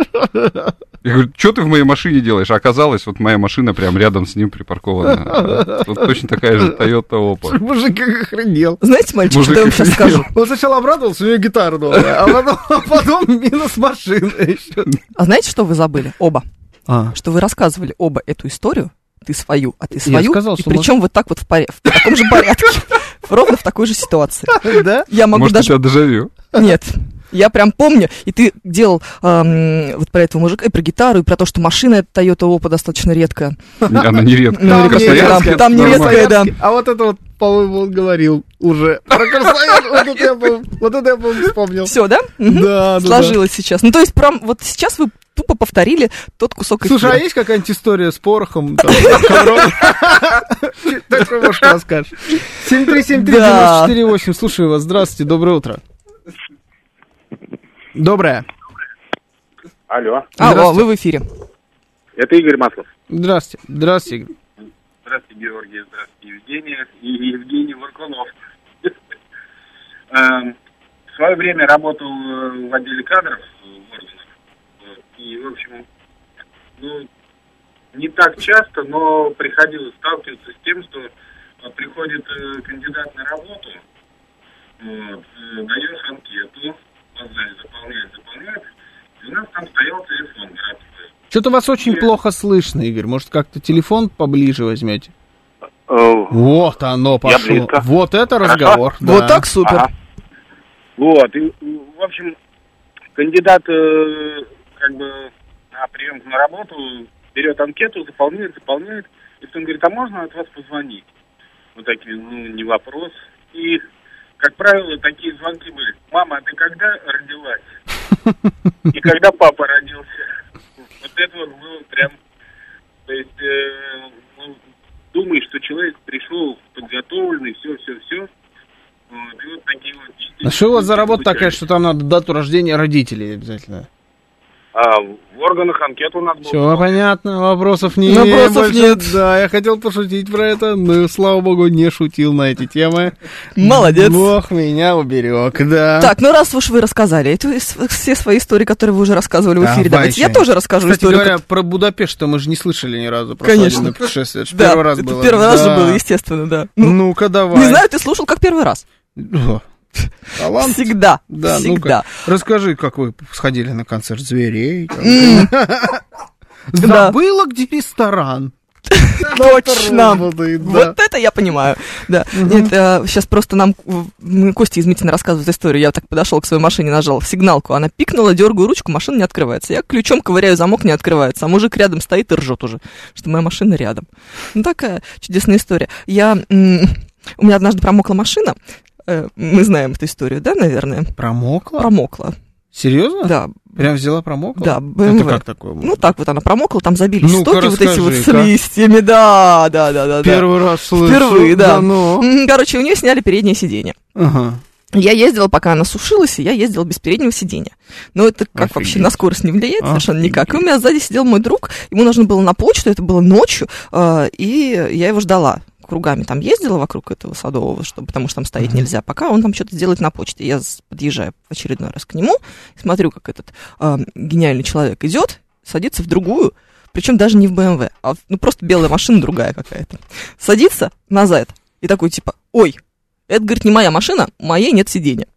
Speaker 4: Я говорю, что ты в моей машине делаешь? А оказалось, вот моя машина прям рядом с ним припаркована. Вот точно такая же Toyota Opel.
Speaker 5: Мужик как охренел.
Speaker 2: Знаете, мальчики, что
Speaker 4: Мужик
Speaker 2: я вам сейчас
Speaker 4: офигел.
Speaker 2: скажу?
Speaker 5: Он сначала обрадовался, у него гитара новая, а потом, а потом минус машина еще.
Speaker 2: А знаете, что вы забыли? Оба.
Speaker 5: А,
Speaker 2: Что вы рассказывали оба эту историю. Ты свою, а ты свою.
Speaker 5: сказал,
Speaker 2: и
Speaker 5: что
Speaker 2: причем вот так вот в, поря- в таком же порядке. Ровно в такой же ситуации.
Speaker 5: да?
Speaker 2: Я могу
Speaker 4: Может, у
Speaker 2: даже
Speaker 4: тебя дежавю?
Speaker 2: Нет. Я прям помню, и ты делал эм, вот про этого мужика, и про гитару, и про то, что машина эта Toyota Opel достаточно редкая.
Speaker 4: Она нередкая.
Speaker 2: Там
Speaker 4: В Красноярске
Speaker 2: нередко,
Speaker 4: это
Speaker 2: там
Speaker 4: нормально.
Speaker 2: нередко. Красноярске, да.
Speaker 5: А вот это вот, по-моему, он говорил уже. Про Красноярск. Вот это я, по-моему, вот это я, по-моему, вспомнил.
Speaker 2: Все, да? Мгм.
Speaker 5: Да, да, да.
Speaker 2: Сложилось сейчас. Ну, то есть, прям вот сейчас вы тупо повторили тот кусок
Speaker 5: Слушай, а
Speaker 2: эфира.
Speaker 5: есть какая-нибудь история с порохом? там, с ковром? Такой, может, расскажешь. 7373948, слушаю вас. Здравствуйте, доброе утро. Доброе.
Speaker 6: Алло,
Speaker 2: Алло,
Speaker 5: Здравствуйте.
Speaker 2: А, вы в эфире.
Speaker 6: это Игорь Маслов.
Speaker 5: Здравствуйте. Здравствуйте, Игорь.
Speaker 6: Здравствуйте, Георгий, здравствуйте, Евгения и Евгений Варкунов. Эм, В свое время работал э, в отделе кадров э, в органах. Вот. И, в общем, ну, не так часто, но приходилось сталкиваться с тем, что э, приходит э, кандидат на работу, вот, э, даешь анкету, вот, знаешь, заполняет, заполняет, и у нас там стоял телефон городской.
Speaker 5: Что-то вас очень плохо слышно, Игорь. Может, как-то телефон поближе возьмете?
Speaker 6: Oh,
Speaker 5: Вот оно пошло.
Speaker 6: близко.
Speaker 5: Вот это
Speaker 6: Хорошо.
Speaker 5: разговор. да. А,
Speaker 2: Вот так супер.
Speaker 6: Ага. Вот, и, в общем, кандидат э, как бы на прием на работу берет анкету, заполняет, заполняет, и потом говорит, а можно от вас позвонить? Вот такие, ну, не вопрос. И, как правило, такие звонки были. Мама, а ты когда родилась? И когда папа родился? Вот это вот было прям... То есть, э, ну, думаешь, что человек пришел подготовленный, все-все-все. Вот, и вот такие вот...
Speaker 5: А что у вас за работа такая, что там надо дату рождения родителей обязательно?
Speaker 7: А, в органах анкету надо было.
Speaker 5: Все, ну, понятно, вопросов не
Speaker 2: Ну, Вопросов нет.
Speaker 5: Да, я хотел пошутить про это, но, слава богу, не шутил на эти темы.
Speaker 2: Молодец.
Speaker 5: Бог меня уберег, да.
Speaker 2: Так, ну раз уж вы рассказали эту ис- все свои истории, которые вы уже рассказывали в
Speaker 5: Да,
Speaker 2: эфире, давайте я
Speaker 5: вообще.
Speaker 2: тоже расскажу
Speaker 5: Кстати
Speaker 2: историю.
Speaker 5: говоря, про Будапешт мы же не слышали ни разу. про
Speaker 2: Конечно.
Speaker 5: свадебное путешествие. Это ж
Speaker 2: как- Да,
Speaker 5: первый раз
Speaker 2: это
Speaker 5: было.
Speaker 2: Первый раз же
Speaker 5: Да.
Speaker 2: было, естественно, да. Ну,
Speaker 5: Ну-ка, давай.
Speaker 2: не знаю, ты слушал как первый раз.
Speaker 5: О, Талант.
Speaker 2: Всегда.
Speaker 5: Да,
Speaker 2: всегда.
Speaker 5: Расскажи, как вы сходили на концерт зверей. там.
Speaker 2: М, Да.
Speaker 5: Забыла, где ресторан.
Speaker 2: Точно.
Speaker 5: Работает, да.
Speaker 2: Вот это я понимаю. Да. Нет, сейчас просто нам м, Костя Измитина рассказывает историю. Я так подошел к своей машине, нажал сигналку, она пикнула, дергаю ручку, машина не открывается. Я ключом ковыряю замок, не открывается. А мужик рядом стоит и ржет уже, что моя машина рядом. Ну, такая чудесная история. Я... м, У меня однажды промокла машина. Э, Мы знаем эту историю, да, наверное?
Speaker 5: Промокла?
Speaker 2: Промокла.
Speaker 5: Серьезно?
Speaker 2: Да,
Speaker 5: Прям взяла промокла?
Speaker 2: да,
Speaker 5: Это
Speaker 2: BMW.
Speaker 5: как такое?
Speaker 2: Ну, так вот она промокла, там забились
Speaker 5: Ну-ка,
Speaker 2: стоки вот эти вот с
Speaker 5: расскажи-ка.
Speaker 2: листьями. Да, да, да, да. да.
Speaker 5: Первый раз слышу.
Speaker 2: Впервые, да.
Speaker 5: ну.
Speaker 2: М, Короче, у нее сняли переднее сиденье.
Speaker 5: Ага.
Speaker 2: Я ездила, пока она сушилась, и я ездила без переднего сиденья. Но это как
Speaker 5: Офигеть.
Speaker 2: вообще на скорость не влияет совершенно
Speaker 5: Офигеть.
Speaker 2: никак. И у меня сзади сидел мой друг, ему нужно было на почту, это было ночью, э, и я его ждала кругами там ездила вокруг этого садового, чтобы, потому что там стоять нельзя, пока он там что-то сделает на почте. Я с- подъезжаю в очередной раз к нему, смотрю, как этот э, гениальный человек идет, садится в другую, причем даже не в БМВ, а в- ну, просто белая машина другая какая-то. Садится назад и такой типа, ой, это, говорит, не моя машина, моей нет сиденья.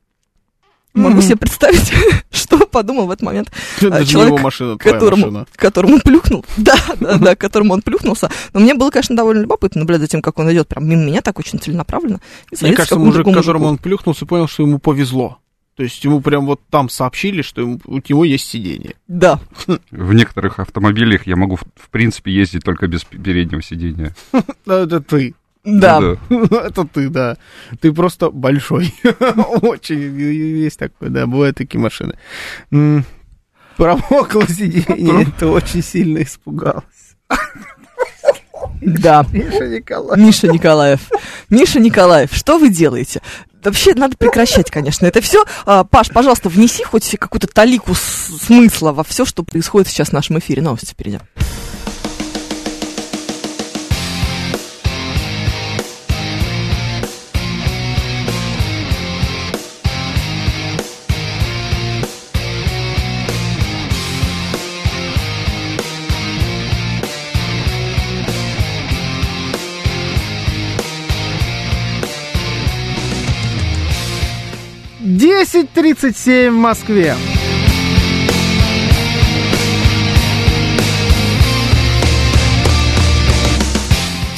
Speaker 2: Могу
Speaker 5: Мгм.
Speaker 2: себе представить, что подумал в этот момент
Speaker 5: Это
Speaker 2: А,
Speaker 5: же не
Speaker 2: человек,
Speaker 5: его машина, твоя
Speaker 2: которому,
Speaker 5: машина.
Speaker 2: которому плюхнул. Да, да, да, которому он плюхнулся. Но мне было, конечно, довольно любопытно наблюдать за тем, как он идет прям мимо меня так очень целенаправленно. И
Speaker 5: Мне
Speaker 2: садится к
Speaker 5: кажется,
Speaker 2: какому-то
Speaker 5: мужик,
Speaker 2: другому
Speaker 5: которому
Speaker 2: мужику.
Speaker 5: он плюхнулся, понял, что ему повезло. То есть ему прям вот там сообщили, что ему- у него есть сиденье.
Speaker 2: Да.
Speaker 4: В некоторых автомобилях я могу, в, в принципе, ездить только без п- переднего сидения.
Speaker 5: Да, Это ты.
Speaker 2: Да.
Speaker 4: Ну
Speaker 5: Это ты, да. Ты просто большой. Очень. Есть такое, да, бывают такие машины. М, Промокло сиденье. Это очень сильно испугалось.
Speaker 2: Да.
Speaker 5: Миша Николай.
Speaker 2: Миша Николаев. Миша Николаев, что вы делаете? Вообще надо прекращать, конечно, это все. Паш, пожалуйста, внеси хоть какую-то талику с- смысла во все, что происходит сейчас в нашем эфире. Новости впереди.
Speaker 5: Десять тридцать семь в Москве.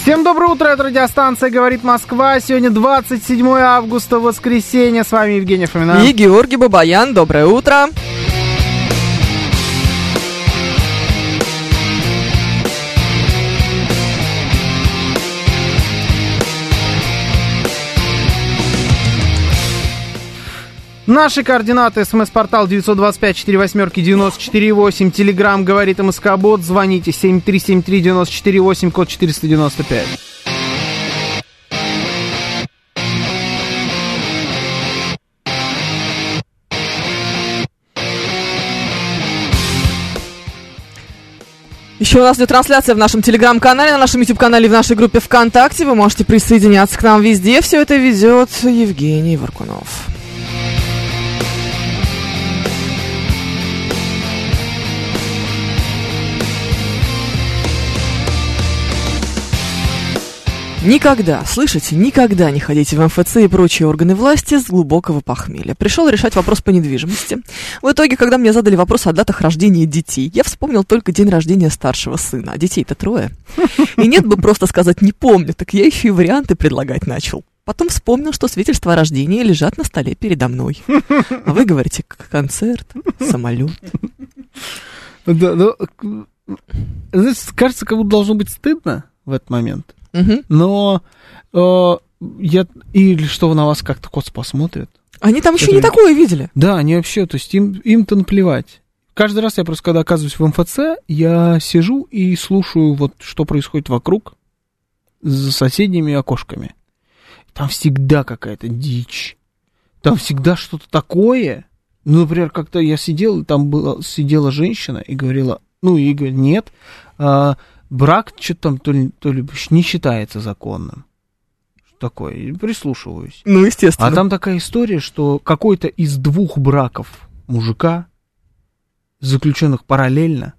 Speaker 5: Всем доброе утро, это радиостанция «Говорит Москва». Сегодня 27 августа, воскресенье. С вами Евгений Фомина.
Speaker 2: И Георгий Бабаян, доброе утро.
Speaker 5: Наши координаты. СМС-портал 925-48-94-8. Телеграмм «Говорит МСК-бот». Звоните 7373-94-8, код 495.
Speaker 2: Еще у нас идет трансляция в нашем телеграм-канале, на нашем YouTube-канале и в нашей группе ВКонтакте. Вы можете присоединяться к нам везде. Все это ведет Евгений Варкунов. Никогда, слышите, никогда не ходите в МФЦ и прочие органы власти с глубокого похмелья. Пришел решать вопрос по недвижимости. В итоге, когда мне задали вопрос о датах рождения детей, я вспомнил только день рождения старшего сына, а детей-то трое. И нет бы просто сказать «не помню», так я еще и варианты предлагать начал. Потом вспомнил, что свидетельства о рождении лежат на столе передо мной. А вы говорите «к- «концерт», «самолет».
Speaker 5: Да, ну, к- знаете, кажется, как будто должно быть стыдно в этот момент.
Speaker 2: Мгм.
Speaker 5: Но э, я... Или что на вас как-то кот посмотрит.
Speaker 2: Они там еще не
Speaker 5: Это-
Speaker 2: такое видели.
Speaker 5: Да, они вообще, то есть им, им-то наплевать. Каждый раз я просто, когда оказываюсь в МФЦ, я сижу и слушаю вот, что происходит вокруг за соседними окошками. Там всегда какая-то дичь. Там всегда что-то такое. Ну, например, как-то я сидел, и там была, сидела женщина и говорила, ну, и говорит, нет, а, брак что-то там то ли, то ли не считается законным. Что такое? И прислушиваюсь.
Speaker 2: Ну, естественно.
Speaker 5: А там такая история, что какой-то из двух браков мужика, заключенных параллельно,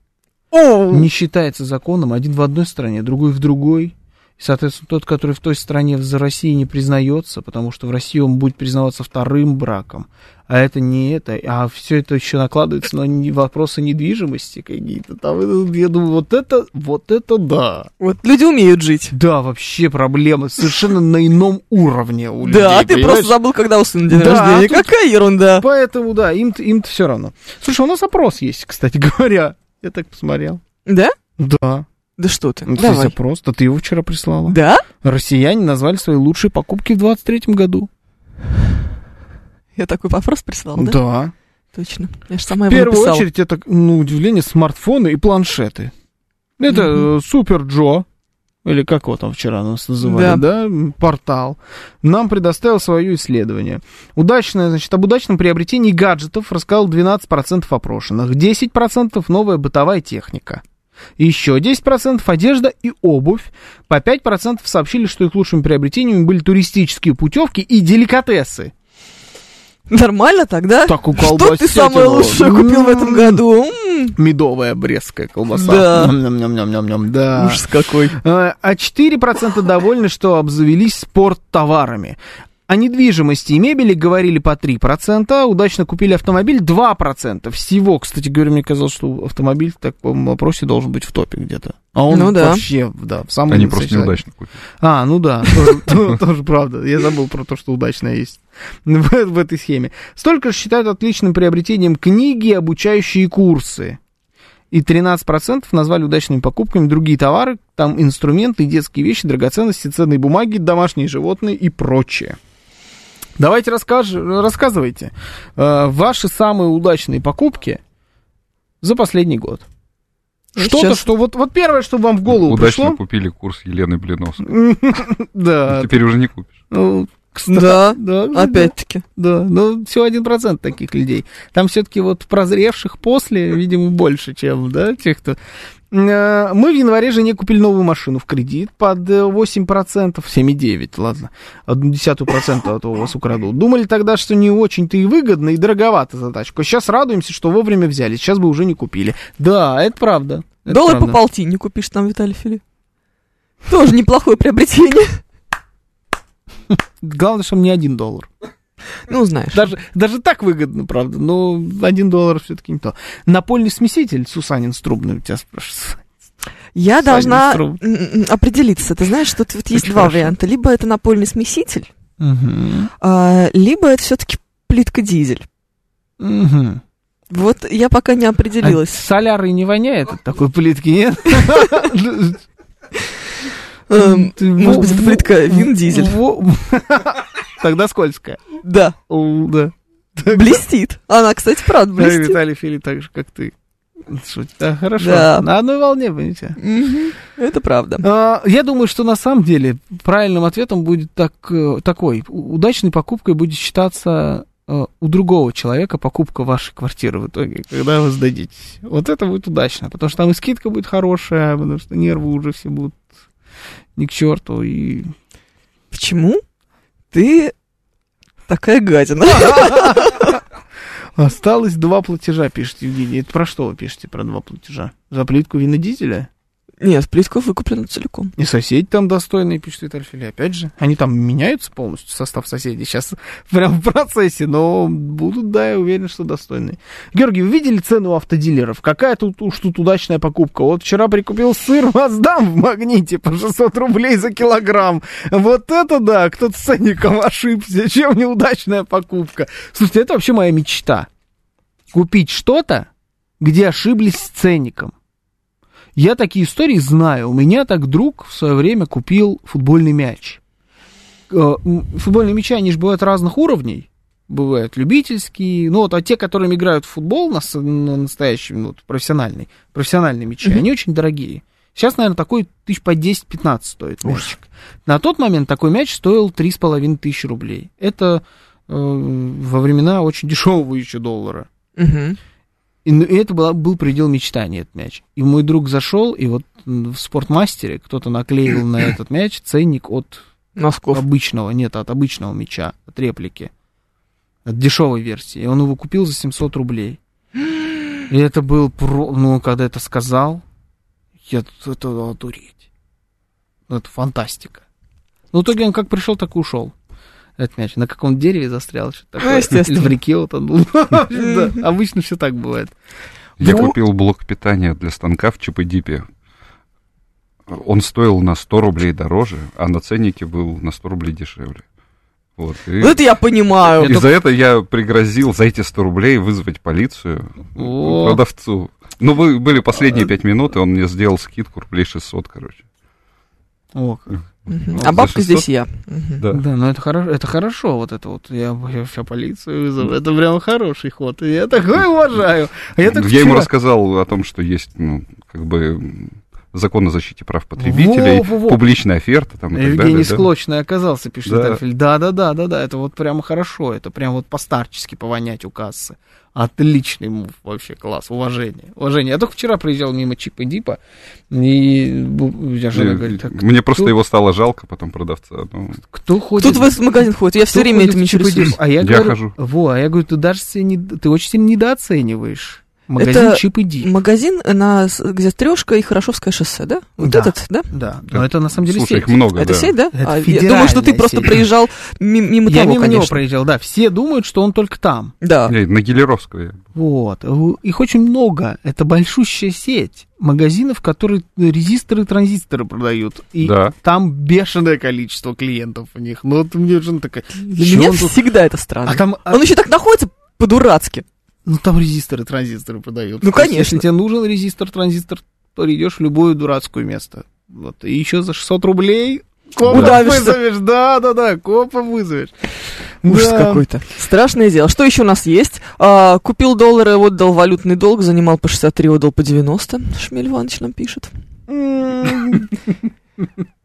Speaker 2: О!
Speaker 5: не считается законом. Один в одной стране, другой в другой. И, соответственно, тот, который в той стране в- за России не признается, потому что в России он будет признаваться вторым браком, а это не это, а все это еще накладывается на не- вопросы недвижимости какие-то. Там, это- я думаю, вот это, вот это да.
Speaker 2: Вот люди умеют жить.
Speaker 5: Да, вообще проблемы совершенно на ином уровне у людей.
Speaker 2: да, ты
Speaker 5: понимаешь?
Speaker 2: просто забыл, когда у сына день
Speaker 5: Да, а
Speaker 2: рождения.
Speaker 5: тут-
Speaker 2: Какая ерунда.
Speaker 5: Поэтому, да, им, им все равно. Слушай, у нас опрос есть, кстати говоря. Я так посмотрел.
Speaker 2: Да?
Speaker 5: Да.
Speaker 2: Да что ты?
Speaker 5: Ну, то есть
Speaker 2: Давай.
Speaker 5: опрос, да ты его вчера прислала.
Speaker 2: Да?
Speaker 5: Россияне назвали свои лучшие покупки в 23 году.
Speaker 2: Я такой вопрос прислал, да? Точно. Я же сама
Speaker 5: В
Speaker 2: его
Speaker 5: первую
Speaker 2: написала.
Speaker 5: очередь, это, ну, удивление, смартфоны и планшеты. Это
Speaker 2: Мгм.
Speaker 5: э, Супер Джо, или как его там вчера нас называли, да. м, портал, нам предоставил свое исследование. Удачное, значит, об удачном приобретении гаджетов рассказал 12% опрошенных, 10% новая бытовая техника. И Еще 10% одежда и обувь. По 5% сообщили, что их лучшими приобретениями были туристические путевки и деликатесы.
Speaker 2: Нормально тогда?
Speaker 5: Так у
Speaker 2: Что ты самое лучшее купил в этом году? М,
Speaker 5: М-м-м. медовая брестская колбаса.
Speaker 2: Да.
Speaker 5: Ням-ням-ням-ням-ням, да.
Speaker 2: Ужас какой.
Speaker 5: Э, А 4% довольны, что обзавелись спорттоварами. О недвижимости и мебели говорили по 3%, удачно купили автомобиль 2%. Всего, кстати говоря, мне казалось, что автомобиль в таком вопросе должен быть в топе где-то. А он
Speaker 2: Ну да.
Speaker 5: вообще, да, в самом
Speaker 4: Они
Speaker 5: конце
Speaker 4: просто
Speaker 5: человека.
Speaker 4: неудачно купили.
Speaker 5: А, ну да, тоже- то- тоже правда. Я забыл про то, что удачная есть в в этой схеме. Столько же считают отличным приобретением книги, обучающие курсы. И 13% назвали удачными покупками другие товары, там инструменты, детские вещи, драгоценности, ценные бумаги, домашние животные и прочее. Давайте расскаж... рассказывайте э, ваши самые удачные покупки за последний год.
Speaker 2: Я
Speaker 5: Что-то,
Speaker 2: сейчас-
Speaker 5: что вот, вот первое, что вам в голову
Speaker 4: Удачно
Speaker 5: пришло. А,
Speaker 4: купили курс Елены Блинос.
Speaker 5: Да,
Speaker 4: Теперь уже не купишь.
Speaker 5: ну, кстати,
Speaker 2: Да,
Speaker 5: да, Ну да,
Speaker 2: опять-таки.
Speaker 5: Да, ну, всего 1% таких людей. Там все-таки вот прозревших после, видимо, больше, чем, да, тех, кто... Э, Мы в январе жене купили новую машину в кредит под э, 8%, 7,9, ладно, одну десятую процента, а то у вас украдут. Думали тогда, что не очень-то и выгодно, и дороговато за тачку. Сейчас радуемся, что вовремя взяли, сейчас бы уже не купили. Да, это правда. это
Speaker 2: Доллар по
Speaker 5: правда.
Speaker 2: полтиннику купишь там, Виталий Фили. Тоже неплохое приобретение.
Speaker 5: Главное, что мне один доллар.
Speaker 2: Ну, знаешь.
Speaker 5: Даже, даже так выгодно, правда, но один доллар все-таки не то. Напольный смеситель, Сусанин с трубной, у тебя спрашивается.
Speaker 2: Я
Speaker 5: Саня
Speaker 2: должна
Speaker 5: Струм.
Speaker 2: м, м, определиться. Ты знаешь, что тут есть
Speaker 5: Очень
Speaker 2: два
Speaker 5: хорошо.
Speaker 2: варианта. Либо это напольный смеситель, а, либо это все-таки плитка дизель.
Speaker 5: Мгм.
Speaker 2: Вот я пока не
Speaker 5: А
Speaker 2: определилась.
Speaker 5: солярой не воняет от такой плитки, нет?
Speaker 2: Эм, ну,
Speaker 5: Ты
Speaker 2: может
Speaker 5: во-
Speaker 2: быть, это
Speaker 5: во-
Speaker 2: плитка Вин Дизель.
Speaker 5: во- Тогда скользкая.
Speaker 2: Да,
Speaker 5: О, Да.
Speaker 2: блестит. Она, кстати, правда
Speaker 5: Да, и
Speaker 2: блестит.
Speaker 5: Виталий Фили так же, как ты. Шутит. Да, хорошо.
Speaker 2: Да.
Speaker 5: На одной волне, понимаете?
Speaker 2: Мгм, Это правда.
Speaker 5: А, Я думаю, что на самом деле правильным ответом будет так, э, такой. У- Удачной покупкой будет считаться э, у другого человека покупка вашей квартиры в итоге, когда вы сдадитесь. Вот это будет удачно, потому что там и скидка будет хорошая, потому что нервы уже все будут ни к черту. И...
Speaker 2: Почему ты такая гадина?
Speaker 5: Осталось два платежа, пишет Евгений. Это про что вы пишете, про два платежа? За плитку винодизеля?
Speaker 2: Нет, плитка выкуплена целиком.
Speaker 5: И соседи там достойные, пишет Виталий Фили. Опять же, они там меняются полностью, состав соседей. Сейчас прям в процессе, но будут, да, я уверен, что достойные. Георгий, вы видели цену у автодилеров? Какая тут уж тут удачная покупка? Вот вчера прикупил сыр Маздам в магните по 600 рублей за килограмм. Вот это да, кто-то с ценником ошибся. Чем неудачная покупка? Слушайте, это вообще моя мечта. Купить что-то, где ошиблись с ценником. Я такие истории знаю. У меня так друг в свое время купил футбольный мяч. Э, м, Футбольные мячи, они же бывают разных уровней. Бывают любительские. Ну вот, а те, которыми играют в футбол, на, с- на настоящем, ну, вот, профессиональный, профессиональные мячи,
Speaker 2: Мгм.
Speaker 5: они очень дорогие. Сейчас, наверное, такой тысяч по 10-15 стоит мячик. На тот момент такой мяч стоил 3,5 тысячи рублей. Это э, во времена очень дешевого еще доллара.
Speaker 2: Мгм.
Speaker 5: И, ну, и это была, был предел мечтаний, этот мяч. И мой друг зашел, и вот м, в спортмастере кто-то наклеил на этот мяч ценник от
Speaker 2: Носков.
Speaker 5: обычного, нет, от обычного мяча, от реплики, от дешевой версии. И он его купил за 700 рублей. И это был про... Ну, он когда это сказал, я тут- это одуреть. Ну, Это фантастика. Ну, в итоге он как пришел, так и ушел. Этот мяч. На каком дереве застрял, что-то такое.
Speaker 2: естественно.
Speaker 5: Или в реке утонул. Да, Обычно все так бывает.
Speaker 4: Я
Speaker 2: Ну-
Speaker 4: купил блок питания для станка в Чипы-Дипе. Он стоил на 100 рублей дороже, а на ценнике был на 100 рублей дешевле. Вот. И...
Speaker 5: Ну,
Speaker 2: Вот это я понимаю.
Speaker 4: и за это я пригрозил за эти 100 рублей вызвать полицию
Speaker 5: О. А,
Speaker 4: продавцу. Ну, вы были последние 5 минут, и он мне сделал скидку рублей 600, короче.
Speaker 5: О, как.
Speaker 2: Мгм.
Speaker 4: за
Speaker 2: А бабка
Speaker 4: 600?
Speaker 2: здесь я. Мгм.
Speaker 4: Да.
Speaker 5: Да, но это хорошо, это хорошо, вот это вот. Я вообще полицию вызову. Это прям хороший ход. Я такой уважаю. А я так
Speaker 4: Я ему
Speaker 5: вчера-
Speaker 4: рассказал о том, что есть, ну, как бы м, закон о защите прав потребителей,
Speaker 5: Во, во, во.
Speaker 4: публичная оферта там и так
Speaker 5: Евгений
Speaker 4: далее, да.
Speaker 5: Склочный оказался, пишет
Speaker 4: Да.
Speaker 5: Этельфель. Да, да, да, да, да. Это вот прямо хорошо. Это прям вот по-старчески повонять у кассы. Отличный мув, вообще класс. Уважение. Уважение. Я только вчера проезжал мимо Чипа Дипа, и бу- я жена
Speaker 4: И-
Speaker 5: говорит, «А
Speaker 4: Мне просто
Speaker 5: кто-
Speaker 4: его стало жалко потом продавца. ну,
Speaker 5: кто ходит?
Speaker 2: Тут в этот магазин ходит. Я все
Speaker 5: кто
Speaker 2: время
Speaker 5: ходит
Speaker 2: этим
Speaker 5: в
Speaker 2: не
Speaker 5: Чип и
Speaker 2: интересуюсь.
Speaker 5: Дип? А я,
Speaker 4: Я
Speaker 5: говорю,
Speaker 4: хожу.
Speaker 5: Во, а я говорю, ты даже себе не- ты очень сильно недооцениваешь. Магазин
Speaker 2: Это-
Speaker 5: Чип и Дип.
Speaker 2: Магазин, на, с- где трешка и Хорошевское шоссе, да? Вот
Speaker 5: Да.
Speaker 2: этот, да?
Speaker 5: Да, но это на самом деле
Speaker 4: Слушай,
Speaker 5: сеть.
Speaker 4: их много,
Speaker 2: Это
Speaker 4: да.
Speaker 2: сеть, да?
Speaker 5: Это
Speaker 2: А, я думаю, что ты
Speaker 5: федеральная
Speaker 2: просто
Speaker 5: сеть.
Speaker 2: проезжал ми- мимо
Speaker 5: Я
Speaker 2: того,
Speaker 5: мимо него
Speaker 2: конечно.
Speaker 5: проезжал, да. Все думают, что он только там.
Speaker 2: Да.
Speaker 4: Не, на Гелеровского я.
Speaker 5: Вот. У- Их очень много. Это большущая сеть магазинов, которые резисторы и транзисторы продают. И
Speaker 4: Да. а
Speaker 5: там бешеное количество клиентов у них. Ну, вот мне жена такая...
Speaker 2: Для
Speaker 5: «Чё
Speaker 2: меня
Speaker 5: он тут?»
Speaker 2: всегда это странно.
Speaker 5: А там, а-
Speaker 2: Он еще так находится по-дурацки.
Speaker 5: ну, там резисторы и транзисторы продают.
Speaker 2: Ну,
Speaker 5: То есть,
Speaker 2: конечно.
Speaker 5: Если тебе нужен резистор, транзистор, то идешь в любое дурацкое место. Вот. И еще за 600 рублей копа
Speaker 2: Удавишься.
Speaker 5: вызовешь. Да-да-да, копа вызовешь.
Speaker 2: Ужас
Speaker 5: Да.
Speaker 2: какой-то. Страшное дело. Что еще у нас есть? А, купил доллары, отдал валютный долг, занимал по 63, отдал по 90. Шмель Иванович нам пишет.
Speaker 5: М,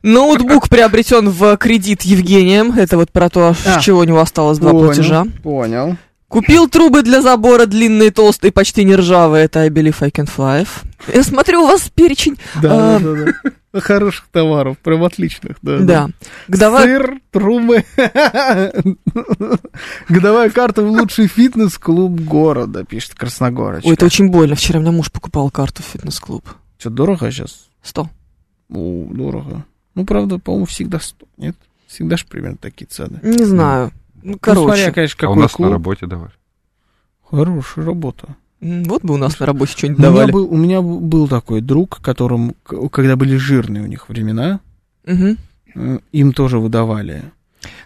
Speaker 2: Ноутбук приобретен в кредит Евгением. Это вот про то,
Speaker 5: А.
Speaker 2: с чего у него осталось два
Speaker 5: Понял.
Speaker 2: платежа.
Speaker 5: Понял.
Speaker 2: Купил трубы для забора длинные, толстые, почти не ржавые. Это I believe I can fly. Я смотрю, у вас перечень.
Speaker 5: Да,
Speaker 2: А,
Speaker 5: да, да, да. Хороших товаров, прям отличных, да.
Speaker 2: Да. Годовая
Speaker 5: Сыр, трубы. Годовая карта в лучший фитнес-клуб города, пишет Красногорочка.
Speaker 2: Ой, это очень больно. Вчера у меня муж покупал карту в фитнес-клуб.
Speaker 5: Что, дорого сейчас?
Speaker 2: Сто.
Speaker 5: О, дорого. Ну, правда, по-моему, всегда 100, нет? Всегда же примерно такие цены.
Speaker 2: Не знаю. Ну,
Speaker 5: Ну, смотря,
Speaker 2: короче.
Speaker 4: А у
Speaker 5: конечно, какой
Speaker 4: нас
Speaker 5: клуб.
Speaker 4: на работе давай.
Speaker 5: Хорошая работа.
Speaker 2: М, Вот бы у нас на работе что-нибудь
Speaker 5: У меня,
Speaker 2: давали.
Speaker 5: был, у меня бу- был такой друг, которому, к- когда были жирные у них времена,
Speaker 2: Мгм.
Speaker 5: э, им тоже выдавали.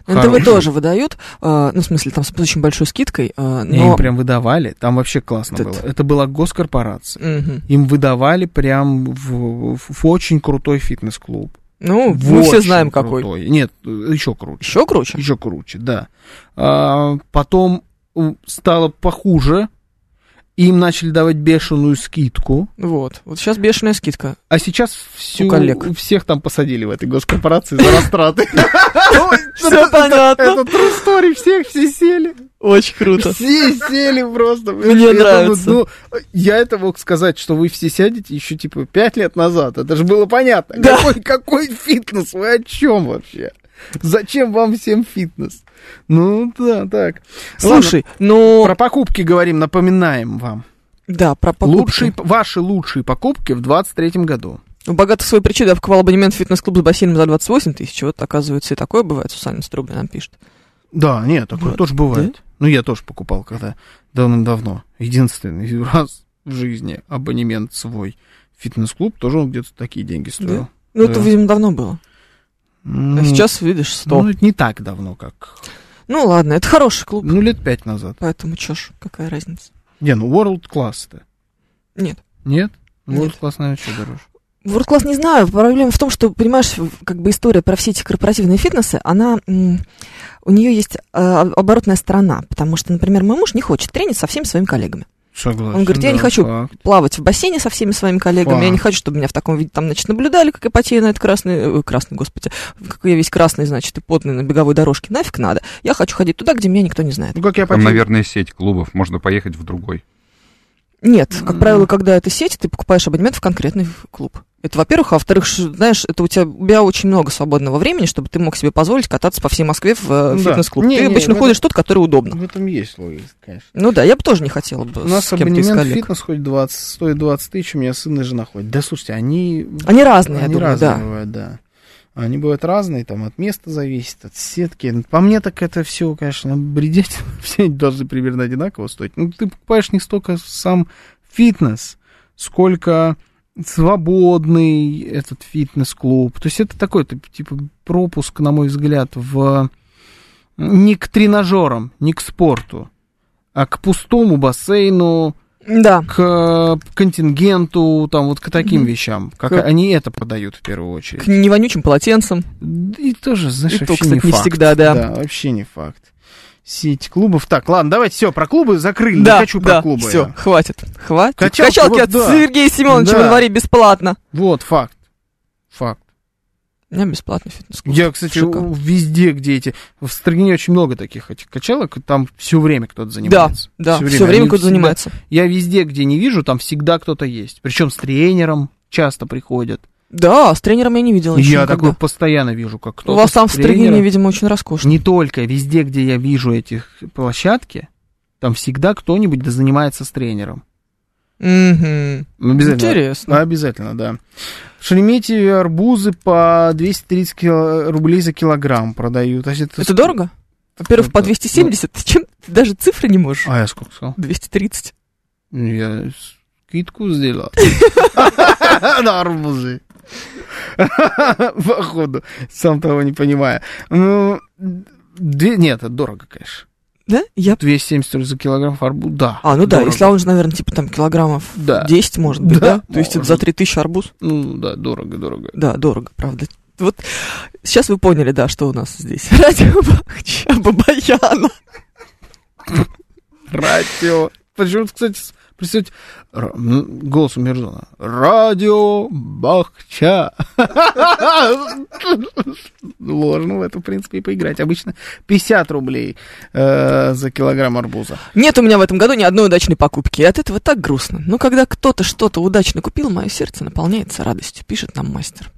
Speaker 2: НТВ
Speaker 5: Хороший.
Speaker 2: тоже выдают. а, Ну, в смысле, там с очень большой скидкой. а,
Speaker 5: Им
Speaker 2: Но...
Speaker 5: прям выдавали, там вообще классно
Speaker 2: Тт.
Speaker 5: было. Ну, Это была госкорпорация.
Speaker 2: Мгм.
Speaker 5: Им выдавали прям в, в- в очень крутой фитнес-клуб.
Speaker 2: Ну,
Speaker 5: В
Speaker 2: мы все
Speaker 5: очень
Speaker 2: знаем, какой.
Speaker 5: крутой. Нет, э, еще круче.
Speaker 2: Еще круче.
Speaker 5: Еще круче, да. А, потом м, стало похуже. Им начали давать бешеную скидку.
Speaker 2: Вот. Вот сейчас бешеная скидка.
Speaker 5: А сейчас всю,
Speaker 2: У коллег.
Speaker 5: всех там посадили в этой госкорпорации за растраты. Ой,
Speaker 2: Все понятно.
Speaker 5: Это true story, всех все сели.
Speaker 2: Очень круто.
Speaker 5: Все сели просто.
Speaker 2: Мне
Speaker 5: Я думаю,
Speaker 2: нравится.
Speaker 5: ну, я это мог сказать, что вы все сядете еще типа пять лет назад. Это же было понятно.
Speaker 2: Да.
Speaker 5: Какой, какой фитнес? Вы о чем вообще? Зачем вам всем фитнес? Ну да, так.
Speaker 2: Слушай, ну...
Speaker 5: Ладно, про покупки говорим, напоминаем вам.
Speaker 2: Да, про покупки.
Speaker 5: Лучшие, ваши лучшие покупки в 23-м году.
Speaker 2: У богатых свой причин я а покупал абонемент в фитнес-клуб с бассейном за 28 тысяч. Вот, оказывается, и такое бывает. Сусанин Струбный нам пишет.
Speaker 5: Да, нет, такое
Speaker 2: Вот,
Speaker 5: тоже бывает. Ну, я тоже покупал когда давным-давно. Единственный раз в жизни абонемент свой. Фитнес-клуб тоже он где-то такие деньги стоил.
Speaker 2: Ну,
Speaker 5: Да.
Speaker 2: это, видимо, давно было.
Speaker 5: Ну,
Speaker 2: А сейчас, видишь, 100.
Speaker 5: Ну, это не так давно, как...
Speaker 2: Ну, ладно, это хороший клуб.
Speaker 5: Ну, лет пять назад.
Speaker 2: Поэтому чё ж, какая разница?
Speaker 5: Не, ну, World Class-то.
Speaker 2: Нет.
Speaker 5: Нет?
Speaker 2: Нет.
Speaker 5: World Class, наверное, еще дороже.
Speaker 2: World Class не знаю. Проблема в том, что, понимаешь, в- как бы история про все эти корпоративные фитнесы, она... м, У нее есть э, оборотная сторона, потому что, например, мой муж не хочет тренить со всеми своими коллегами.
Speaker 5: Согласен.
Speaker 2: Он говорит, я не
Speaker 5: да,
Speaker 2: хочу.
Speaker 5: факт.
Speaker 2: плавать в бассейне со всеми своими коллегами. Я не
Speaker 5: Факт.
Speaker 2: хочу, чтобы меня в таком виде там, значит, наблюдали, как я потею на этот красный, э, красный, господи, какой я весь красный, значит, и потный на беговой дорожке. Нафиг надо. Я хочу ходить туда, где меня никто не знает.
Speaker 5: Ну, как я
Speaker 4: Там,
Speaker 5: потею?
Speaker 4: наверное, сеть клубов, можно поехать в другой.
Speaker 2: Нет, как правило, когда это сеть, ты покупаешь абонемент в конкретный в- клуб. Это, во-первых, а во-вторых, ш- знаешь, это у тебя, у тебя очень много свободного времени, чтобы ты мог себе позволить кататься по всей Москве в э,
Speaker 5: Ну да.
Speaker 2: фитнес-клуб.
Speaker 5: Не,
Speaker 2: ты
Speaker 5: не,
Speaker 2: обычно
Speaker 5: в
Speaker 2: ходишь тот, который удобно.
Speaker 5: В этом Ну, есть логика, конечно.
Speaker 2: Ну да, я бы тоже не хотела бы
Speaker 5: У нас
Speaker 2: с кем-то из
Speaker 5: абонемент в
Speaker 2: коллег.
Speaker 5: фитнес хоть 20, стоит 20 тысяч, у меня сын и жена ходят. Да слушайте, они...
Speaker 2: Они разные,
Speaker 5: они
Speaker 2: я думаю,
Speaker 5: разные
Speaker 2: да.
Speaker 5: бывают, да. Они бывают разные, там от места зависит, от сетки. По мне так это все, конечно, бредеть. Все они должны примерно одинаково стоить. Ну, ты покупаешь не столько сам фитнес, сколько свободный этот фитнес-клуб. То есть это такой, ты- типа, пропуск, на мой взгляд, в... не к тренажерам, не к спорту, а к пустому бассейну,
Speaker 2: Да.
Speaker 5: к э, контингенту, там вот Ну, к таким вещам. Как
Speaker 2: К-
Speaker 5: они это продают в первую очередь.
Speaker 2: К невонючим полотенцам.
Speaker 5: Да И тоже, знаешь,
Speaker 2: И то,
Speaker 5: вообще
Speaker 2: кстати,
Speaker 5: не
Speaker 2: не,
Speaker 5: факт.
Speaker 2: всегда, да.
Speaker 5: Да, вообще не факт. Сеть клубов. Так, ладно, давайте все, про клубы закрыли. не хочу про клубы.
Speaker 2: Все,
Speaker 5: я.
Speaker 2: хватит. Хватит.
Speaker 5: Качалки,
Speaker 2: Качалки,
Speaker 5: вот
Speaker 2: от
Speaker 5: да.
Speaker 2: Сергея Семеновича
Speaker 5: Да.
Speaker 2: во дворе бесплатно.
Speaker 5: Вот, факт. Факт.
Speaker 2: У меня бесплатный фитнес-клуб.
Speaker 5: Я, кстати,
Speaker 2: Шикарно.
Speaker 5: у- везде, где эти... В Строгине очень много таких этих качалок, и там все время кто-то занимается.
Speaker 2: Да, все
Speaker 5: они
Speaker 2: время, кто-то
Speaker 5: всегда-
Speaker 2: занимается.
Speaker 5: Я везде, где не вижу, там всегда кто-то есть. Причем с тренером часто приходят.
Speaker 2: Да, с тренером я не видела еще
Speaker 5: Я
Speaker 2: никогда.
Speaker 5: такое постоянно вижу, как кто-то
Speaker 2: У вас
Speaker 5: с
Speaker 2: там в Строгине,
Speaker 5: тренером.
Speaker 2: видимо, очень роскошно.
Speaker 5: Не только, везде, где я вижу этих площадки, там всегда кто-нибудь да занимается с тренером.
Speaker 2: Мгм.
Speaker 5: Ну, Обязательно.
Speaker 2: Интересно.
Speaker 5: Обязательно, да. В Шереметьеве арбузы по 230 кило- рублей за килограмм продают. А если ты-
Speaker 2: Это дорого? Во-первых, по
Speaker 5: Это-
Speaker 2: 270. Ты чем ты даже цифры не можешь?
Speaker 5: Ну, А я сколько сказал?
Speaker 2: 230.
Speaker 5: Ну,
Speaker 3: e
Speaker 5: Я скидку сделал. На арбузы. Походу, сам того не понимая. Ну,
Speaker 3: Mm,
Speaker 5: две- Нет, это дорого, конечно.
Speaker 2: Да? Я...
Speaker 5: 270 рублей за килограмм арбуз, да.
Speaker 2: А, ну да,
Speaker 5: дорого.
Speaker 2: если он же, наверное, типа там килограммов
Speaker 5: Да.
Speaker 2: 10, может быть,
Speaker 5: Да,
Speaker 2: да? То есть это
Speaker 5: может.
Speaker 2: за 3000 арбуз?
Speaker 5: Ну да, дорого, дорого.
Speaker 2: Да, дорого, правда. Вот сейчас вы поняли, да, что у нас здесь. Радио Бахча Бабаяна.
Speaker 5: Радио. Почему-то, кстати, с- представьте, р- м, голос у Мирзона. Радио Бахча. Можно в это, в принципе,
Speaker 3: e
Speaker 5: и поиграть. Обычно 50 рублей
Speaker 3: Uh,
Speaker 5: э, за килограмм арбуза.
Speaker 2: Нет у меня в этом году ни одной удачной покупки, и от этого так грустно. Но когда кто-то что-то удачно купил, мое сердце наполняется радостью, пишет нам мастер.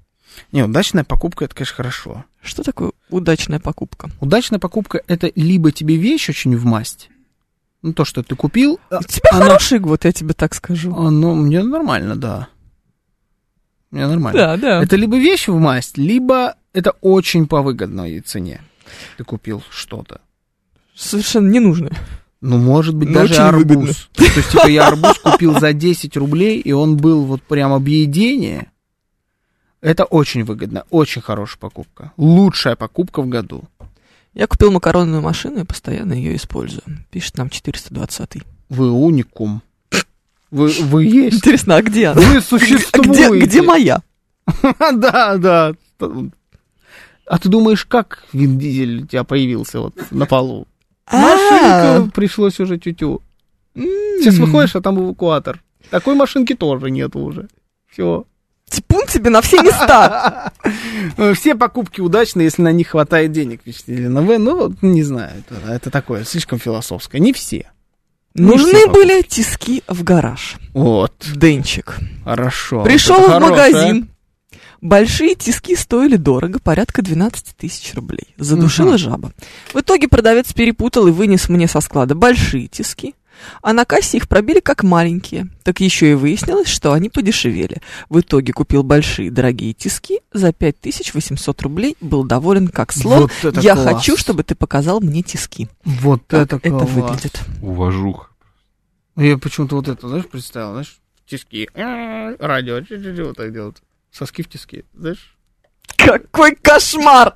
Speaker 5: Не, удачная покупка, это, конечно, хорошо.
Speaker 2: Что такое удачная покупка?
Speaker 5: Удачная покупка, это либо тебе вещь очень в масть, ну, то, что ты купил,
Speaker 2: У тебя
Speaker 5: она-
Speaker 2: хороший год, я тебе так скажу.
Speaker 5: оно А, ну, мне нормально, да. Мне нормально.
Speaker 2: Да, да.
Speaker 5: Это либо вещь в масть, либо это очень по выгодной цене. Ты купил что-то.
Speaker 2: Совершенно ненужное.
Speaker 5: Ну, может быть,
Speaker 2: Ну,
Speaker 5: даже
Speaker 2: очень
Speaker 5: арбуз.
Speaker 2: выгодно.
Speaker 5: То есть, типа, я арбуз купил за 10 рублей, и он был вот прям объедение. Это очень выгодно, очень хорошая покупка. Лучшая покупка в году.
Speaker 2: Я купил макаронную машину и постоянно ее использую. Пишет нам 420
Speaker 5: Вы уникум. Вы, вы есть.
Speaker 2: Интересно, а где она?
Speaker 5: Вы
Speaker 2: Где,
Speaker 5: существуете.
Speaker 2: где моя?
Speaker 5: Да, да. А ты думаешь, как Вин Дизель у тебя появился вот на полу?
Speaker 2: А,
Speaker 5: Машинка пришлось уже тю-тю. Сейчас выходишь, а там эвакуатор. Такой машинки тоже нету уже. Все.
Speaker 2: Типун тебе на все места.
Speaker 5: Э, Все покупки удачны, если на них хватает денег, Вячеслав Елена В. Ну, вот, не знаю, это, это такое, слишком философское. Не все. Не все
Speaker 2: Нужны
Speaker 5: покупки.
Speaker 2: были тиски в гараж.
Speaker 5: Вот,
Speaker 2: Денчик.
Speaker 5: хорошо.
Speaker 2: Пришел
Speaker 5: Это
Speaker 2: в
Speaker 5: хорошее.
Speaker 2: магазин. Большие тиски стоили дорого, порядка 12 тысяч рублей. Задушила
Speaker 5: Мгм.
Speaker 2: жаба. В итоге продавец перепутал и вынес мне со склада большие тиски, а на кассе их пробили как маленькие. Так еще и выяснилось, что они подешевели. В итоге купил большие дорогие тиски за 5800 рублей, был доволен как слон.
Speaker 5: Вот это
Speaker 2: Я
Speaker 5: класс.
Speaker 2: хочу, чтобы ты показал мне тиски.
Speaker 5: Вот
Speaker 2: Как
Speaker 5: это,
Speaker 2: это
Speaker 5: класс.
Speaker 2: выглядит.
Speaker 4: Уважух.
Speaker 5: Ну, Я почему-то вот это, знаешь, представил, знаешь, тиски, э, радио, чу-чу-чу, вот так делают. Соски в тиски, знаешь?
Speaker 2: Какой кошмар!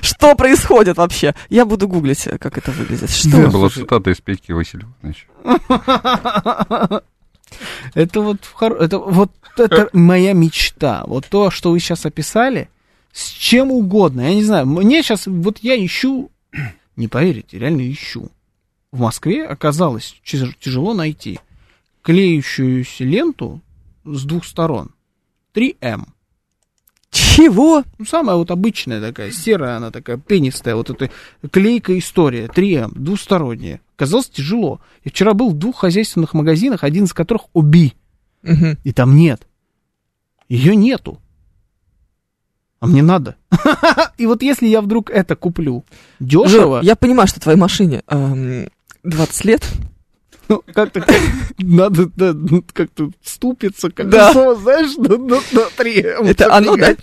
Speaker 2: Что происходит вообще? Я буду гуглить, э, как это выглядит. Что
Speaker 4: Это была
Speaker 5: слушай.
Speaker 4: цитата из Петьки Васильева. значит.
Speaker 5: Это вот, в хоро- это, вот это моя мечта. Вот то, что вы сейчас описали, с чем угодно. Я не знаю, мне сейчас, вот я ищу, не поверите, реально ищу. В Москве оказалось чиз- тяжело найти клеющуюся ленту с двух сторон. эм. 3М.
Speaker 2: Чего?
Speaker 5: Ну, самая вот обычная такая, серая она такая, пенистая, вот эта клейкая история, 3М, двусторонняя. Казалось тяжело. Я вчера был в двух хозяйственных магазинах, один из которых ОБИ,
Speaker 2: Мгм.
Speaker 5: и там нет. Ее нету. А мне надо. И вот если я вдруг это куплю
Speaker 2: Жор,
Speaker 5: дешево,
Speaker 2: я понимаю, что твоей машине эм, 20 лет.
Speaker 5: ну, как-то как- надо да, ну, как-то ступиться, как
Speaker 2: Да.
Speaker 5: то знаешь, на, на- на 3М.
Speaker 2: Это оно, да?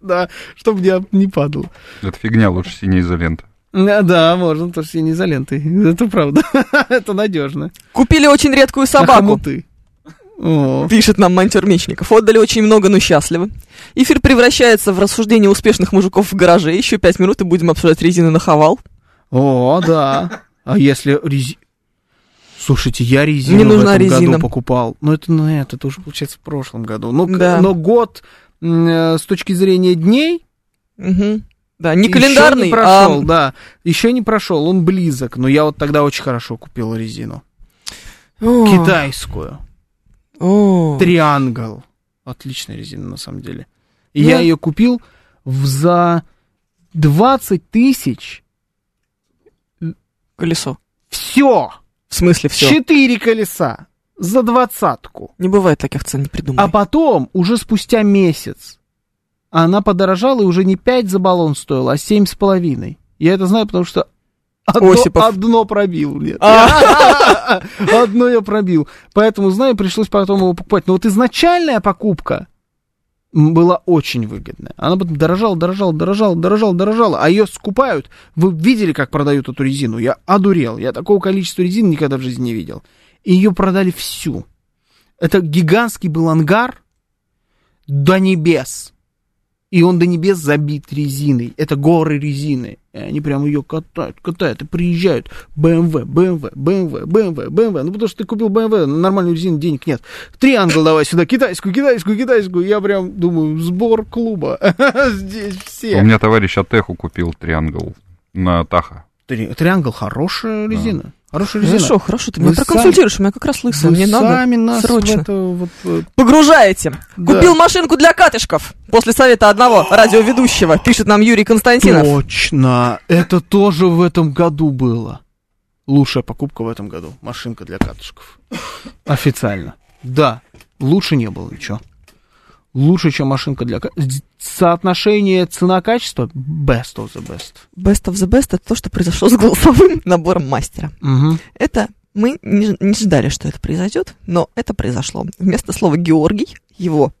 Speaker 5: Да, чтобы не, не падало.
Speaker 4: Это фигня, лучше синяя изолента.
Speaker 5: Да, Э, да, можно, потому что я не изолентой. Это правда. это надежно.
Speaker 2: Купили очень редкую собаку.
Speaker 5: ты. О,
Speaker 2: Пишет нам Монтер Мечников. Отдали очень много, но счастливы. Эфир превращается в рассуждение успешных мужиков в гараже. Еще пять минут и будем обсуждать резину на хавал.
Speaker 5: О, да. А если рези... Слушайте, я резину
Speaker 2: Мне
Speaker 5: в
Speaker 2: нужна
Speaker 5: этом
Speaker 2: резина.
Speaker 5: году покупал. Ну, это, ну, это, это уже, получается, в прошлом году. Но, к-
Speaker 2: Да.
Speaker 5: но год м, э, с точки зрения дней
Speaker 2: Мгм. Да, не
Speaker 5: ещё
Speaker 2: календарный,
Speaker 5: не прошел,
Speaker 2: а
Speaker 5: да. Еще не прошел, он близок. Но я вот тогда очень хорошо купил резину.
Speaker 2: О,
Speaker 5: Китайскую.
Speaker 2: о.
Speaker 5: Триангл. Отличная резина, на самом деле. И
Speaker 2: Ну.
Speaker 5: я ее купил в- за 20 тысяч.
Speaker 2: колесо.
Speaker 5: Все!
Speaker 2: В смысле все?
Speaker 5: Четыре колеса за двадцатку.
Speaker 2: Не бывает таких цен, не
Speaker 5: А
Speaker 2: придумай.
Speaker 5: потом, уже спустя месяц, она подорожала и уже не 5 за баллон стоила, а семь с половиной. Я это знаю, потому что одно,
Speaker 2: Осипов.
Speaker 5: одно пробил. Нет.
Speaker 2: А.
Speaker 5: Одно я пробил. Поэтому, знаю, пришлось потом его покупать. Но вот изначальная покупка была очень выгодная. Она потом дорожала, дорожала, дорожала, дорожала, дорожала. А ее скупают. Вы видели, как продают эту резину? Я одурел. Я такого количества резины никогда в жизни не видел. И ее продали всю. Это гигантский был ангар до небес. И он до небес забит резиной. Это горы резины. И они прям ее катают, катают. И приезжают. BMW, BMW, BMW, BMW, BMW. Ну, потому что ты купил BMW, на нормальную резину денег нет. Триангл давай сюда, китайскую, китайскую, китайскую. Я прям думаю, сбор клуба. Э, Здесь
Speaker 4: У
Speaker 5: все.
Speaker 4: меня товарищ Атеху купил триангл на Таха.
Speaker 5: Три- Триангл хорошая резина. Хорошая резина.
Speaker 2: А. Хорошо, Ну хорошо, ты
Speaker 5: Вы
Speaker 2: меня проконсультируешь, у меня как раз лысо,
Speaker 5: Вы
Speaker 2: мне надо.
Speaker 5: сами нас в
Speaker 2: срочно.
Speaker 5: это вот, э,
Speaker 2: Погружаете.
Speaker 5: да.
Speaker 2: Купил машинку для катышков после совета одного радиоведущего, пишет нам Юрий Константинов.
Speaker 5: Точно, это тоже в этом году было. Лучшая покупка в этом году. Машинка для катышков. Официально. Да, лучше не было ничего. Лучше, чем машинка для ка- Д- Соотношение цена-качество best of the best.
Speaker 2: Best of the best это то, что произошло с голосовым набором мастера.
Speaker 5: Мгм.
Speaker 2: Это мы не, ж- не ждали, что это произойдет, но это произошло. Вместо слова Георгий, его,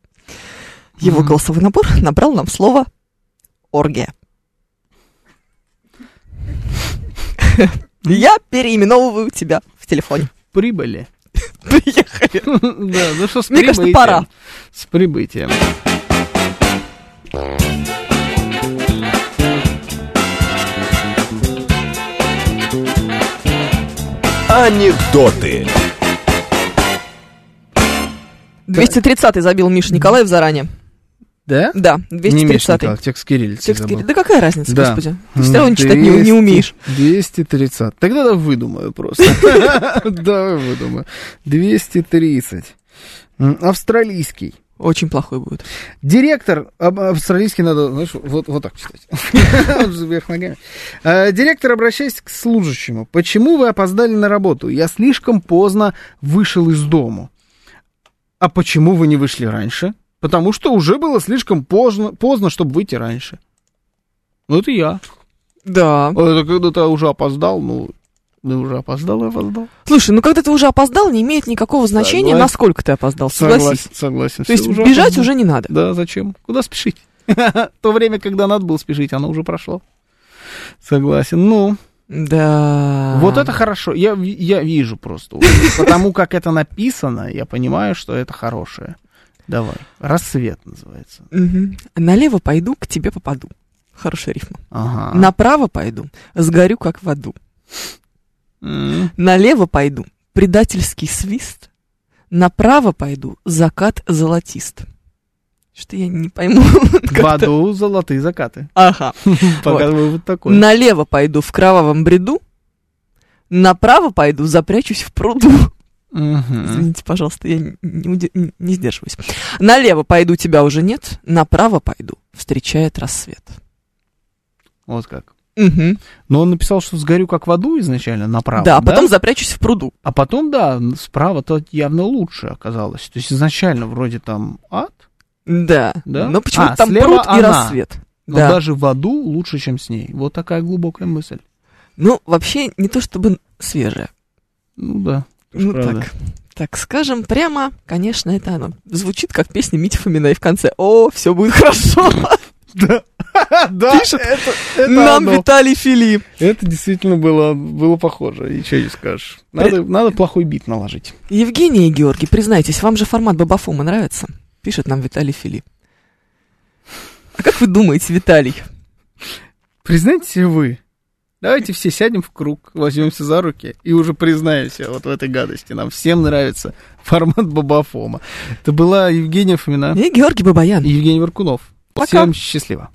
Speaker 2: его
Speaker 5: Мгм.
Speaker 2: голосовой набор набрал нам слово оргия. Я переименовываю тебя в телефоне.
Speaker 5: Прибыли.
Speaker 2: Приехали.
Speaker 5: Да, ну что, с
Speaker 2: Мне кажется,
Speaker 5: прибытием.
Speaker 2: пора.
Speaker 5: С прибытием.
Speaker 1: Анекдоты.
Speaker 2: 230-й забил Миша Николаев заранее.
Speaker 5: Да?
Speaker 2: Да,
Speaker 5: Не
Speaker 2: 230-й.
Speaker 5: Миша Николаев, текст кириллицы
Speaker 2: Текст
Speaker 5: забыл.
Speaker 2: Кирилл. Да какая разница,
Speaker 5: Да. Ну,
Speaker 2: господи? Ты все равно читать не, не
Speaker 5: 200,
Speaker 2: умеешь.
Speaker 5: 230. Тогда да выдумаю просто. Да, выдумаю. 230. М, Австралийский.
Speaker 2: Очень плохой будет.
Speaker 5: Директор, об- австралийский надо, знаешь, вот, вот так читать. Он же вверх ногами. Э, Директор, обращаясь к служащему. Почему вы опоздали на работу? Я слишком поздно вышел из дома. А почему вы не вышли раньше? Потому что уже было слишком поздно, поздно чтобы выйти раньше. Ну, это я.
Speaker 2: Да.
Speaker 5: А Это когда ты уже опоздал, ну, ну уже опоздал и опоздал.
Speaker 2: Слушай, ну когда ты уже опоздал, не имеет никакого значения,
Speaker 5: Согласен.
Speaker 2: насколько ты опоздал. Согласись.
Speaker 5: ну, согласен.
Speaker 2: То есть
Speaker 5: Всё, уже
Speaker 2: бежать
Speaker 5: опоздал.
Speaker 2: уже не надо.
Speaker 5: Да, зачем? Куда спешить? То время, когда надо было спешить, оно уже прошло. Согласен. Ну,
Speaker 2: Да.
Speaker 5: вот это хорошо. Я, ви- я вижу просто. уже. Потому как это написано, я понимаю, что это хорошее. Давай. Рассвет называется.
Speaker 2: Мгм. Налево пойду, к тебе попаду. Хорошая рифма.
Speaker 5: Ага.
Speaker 2: Направо пойду, сгорю как в аду.
Speaker 5: М.
Speaker 2: Налево пойду, предательский свист. Направо пойду, закат золотист. Что я не пойму.
Speaker 5: В аду золотые закаты.
Speaker 2: Ага.
Speaker 5: Показываю вот такой.
Speaker 2: Налево пойду в кровавом бреду, направо пойду, запрячусь в пруду.
Speaker 5: Мгм.
Speaker 2: Извините, пожалуйста, я не, уди- не- не сдерживаюсь. Налево пойду, тебя уже нет. Направо пойду, встречает рассвет.
Speaker 5: Вот как.
Speaker 2: Мгм.
Speaker 5: Но он написал, что сгорю как в аду изначально направо.
Speaker 2: да, потом запрячусь в пруду.
Speaker 5: А потом, да, справа-то явно лучше оказалось. То есть изначально вроде там ад,
Speaker 2: Да.
Speaker 5: Да?
Speaker 2: Но почему-то
Speaker 5: А,
Speaker 2: там
Speaker 5: слева
Speaker 2: пруд и
Speaker 5: она.
Speaker 2: рассвет.
Speaker 5: но
Speaker 2: Ну Да.
Speaker 5: даже в аду лучше, чем с ней. Вот такая глубокая мысль.
Speaker 2: Ну, вообще, не то чтобы свежее.
Speaker 5: Ну да. тоже
Speaker 2: Ну,
Speaker 5: правда.
Speaker 2: так. Так скажем, прямо, конечно, это оно. Звучит как песня Мити Фомина и в конце «О, все будет хорошо»,
Speaker 5: А, Да,
Speaker 2: Пишет,
Speaker 5: это, это
Speaker 2: нам
Speaker 5: оно.
Speaker 2: Виталий Филипп.
Speaker 5: Это действительно было, было похоже, ничего не скажешь. Надо, надо плохой бит наложить.
Speaker 2: Евгений и Георгий, признайтесь, вам же формат Бабафома нравится? Пишет нам Виталий Филипп. А как вы думаете, Виталий?
Speaker 5: Признайте вы, давайте все сядем в круг, возьмемся за руки и уже признаемся вот в этой гадости. Нам всем нравится формат Бабафома. Это была Евгения Фомина
Speaker 2: И Георгий Бабаян.
Speaker 5: и Евгений Варкунов.
Speaker 2: Пока.
Speaker 5: Всем счастливо.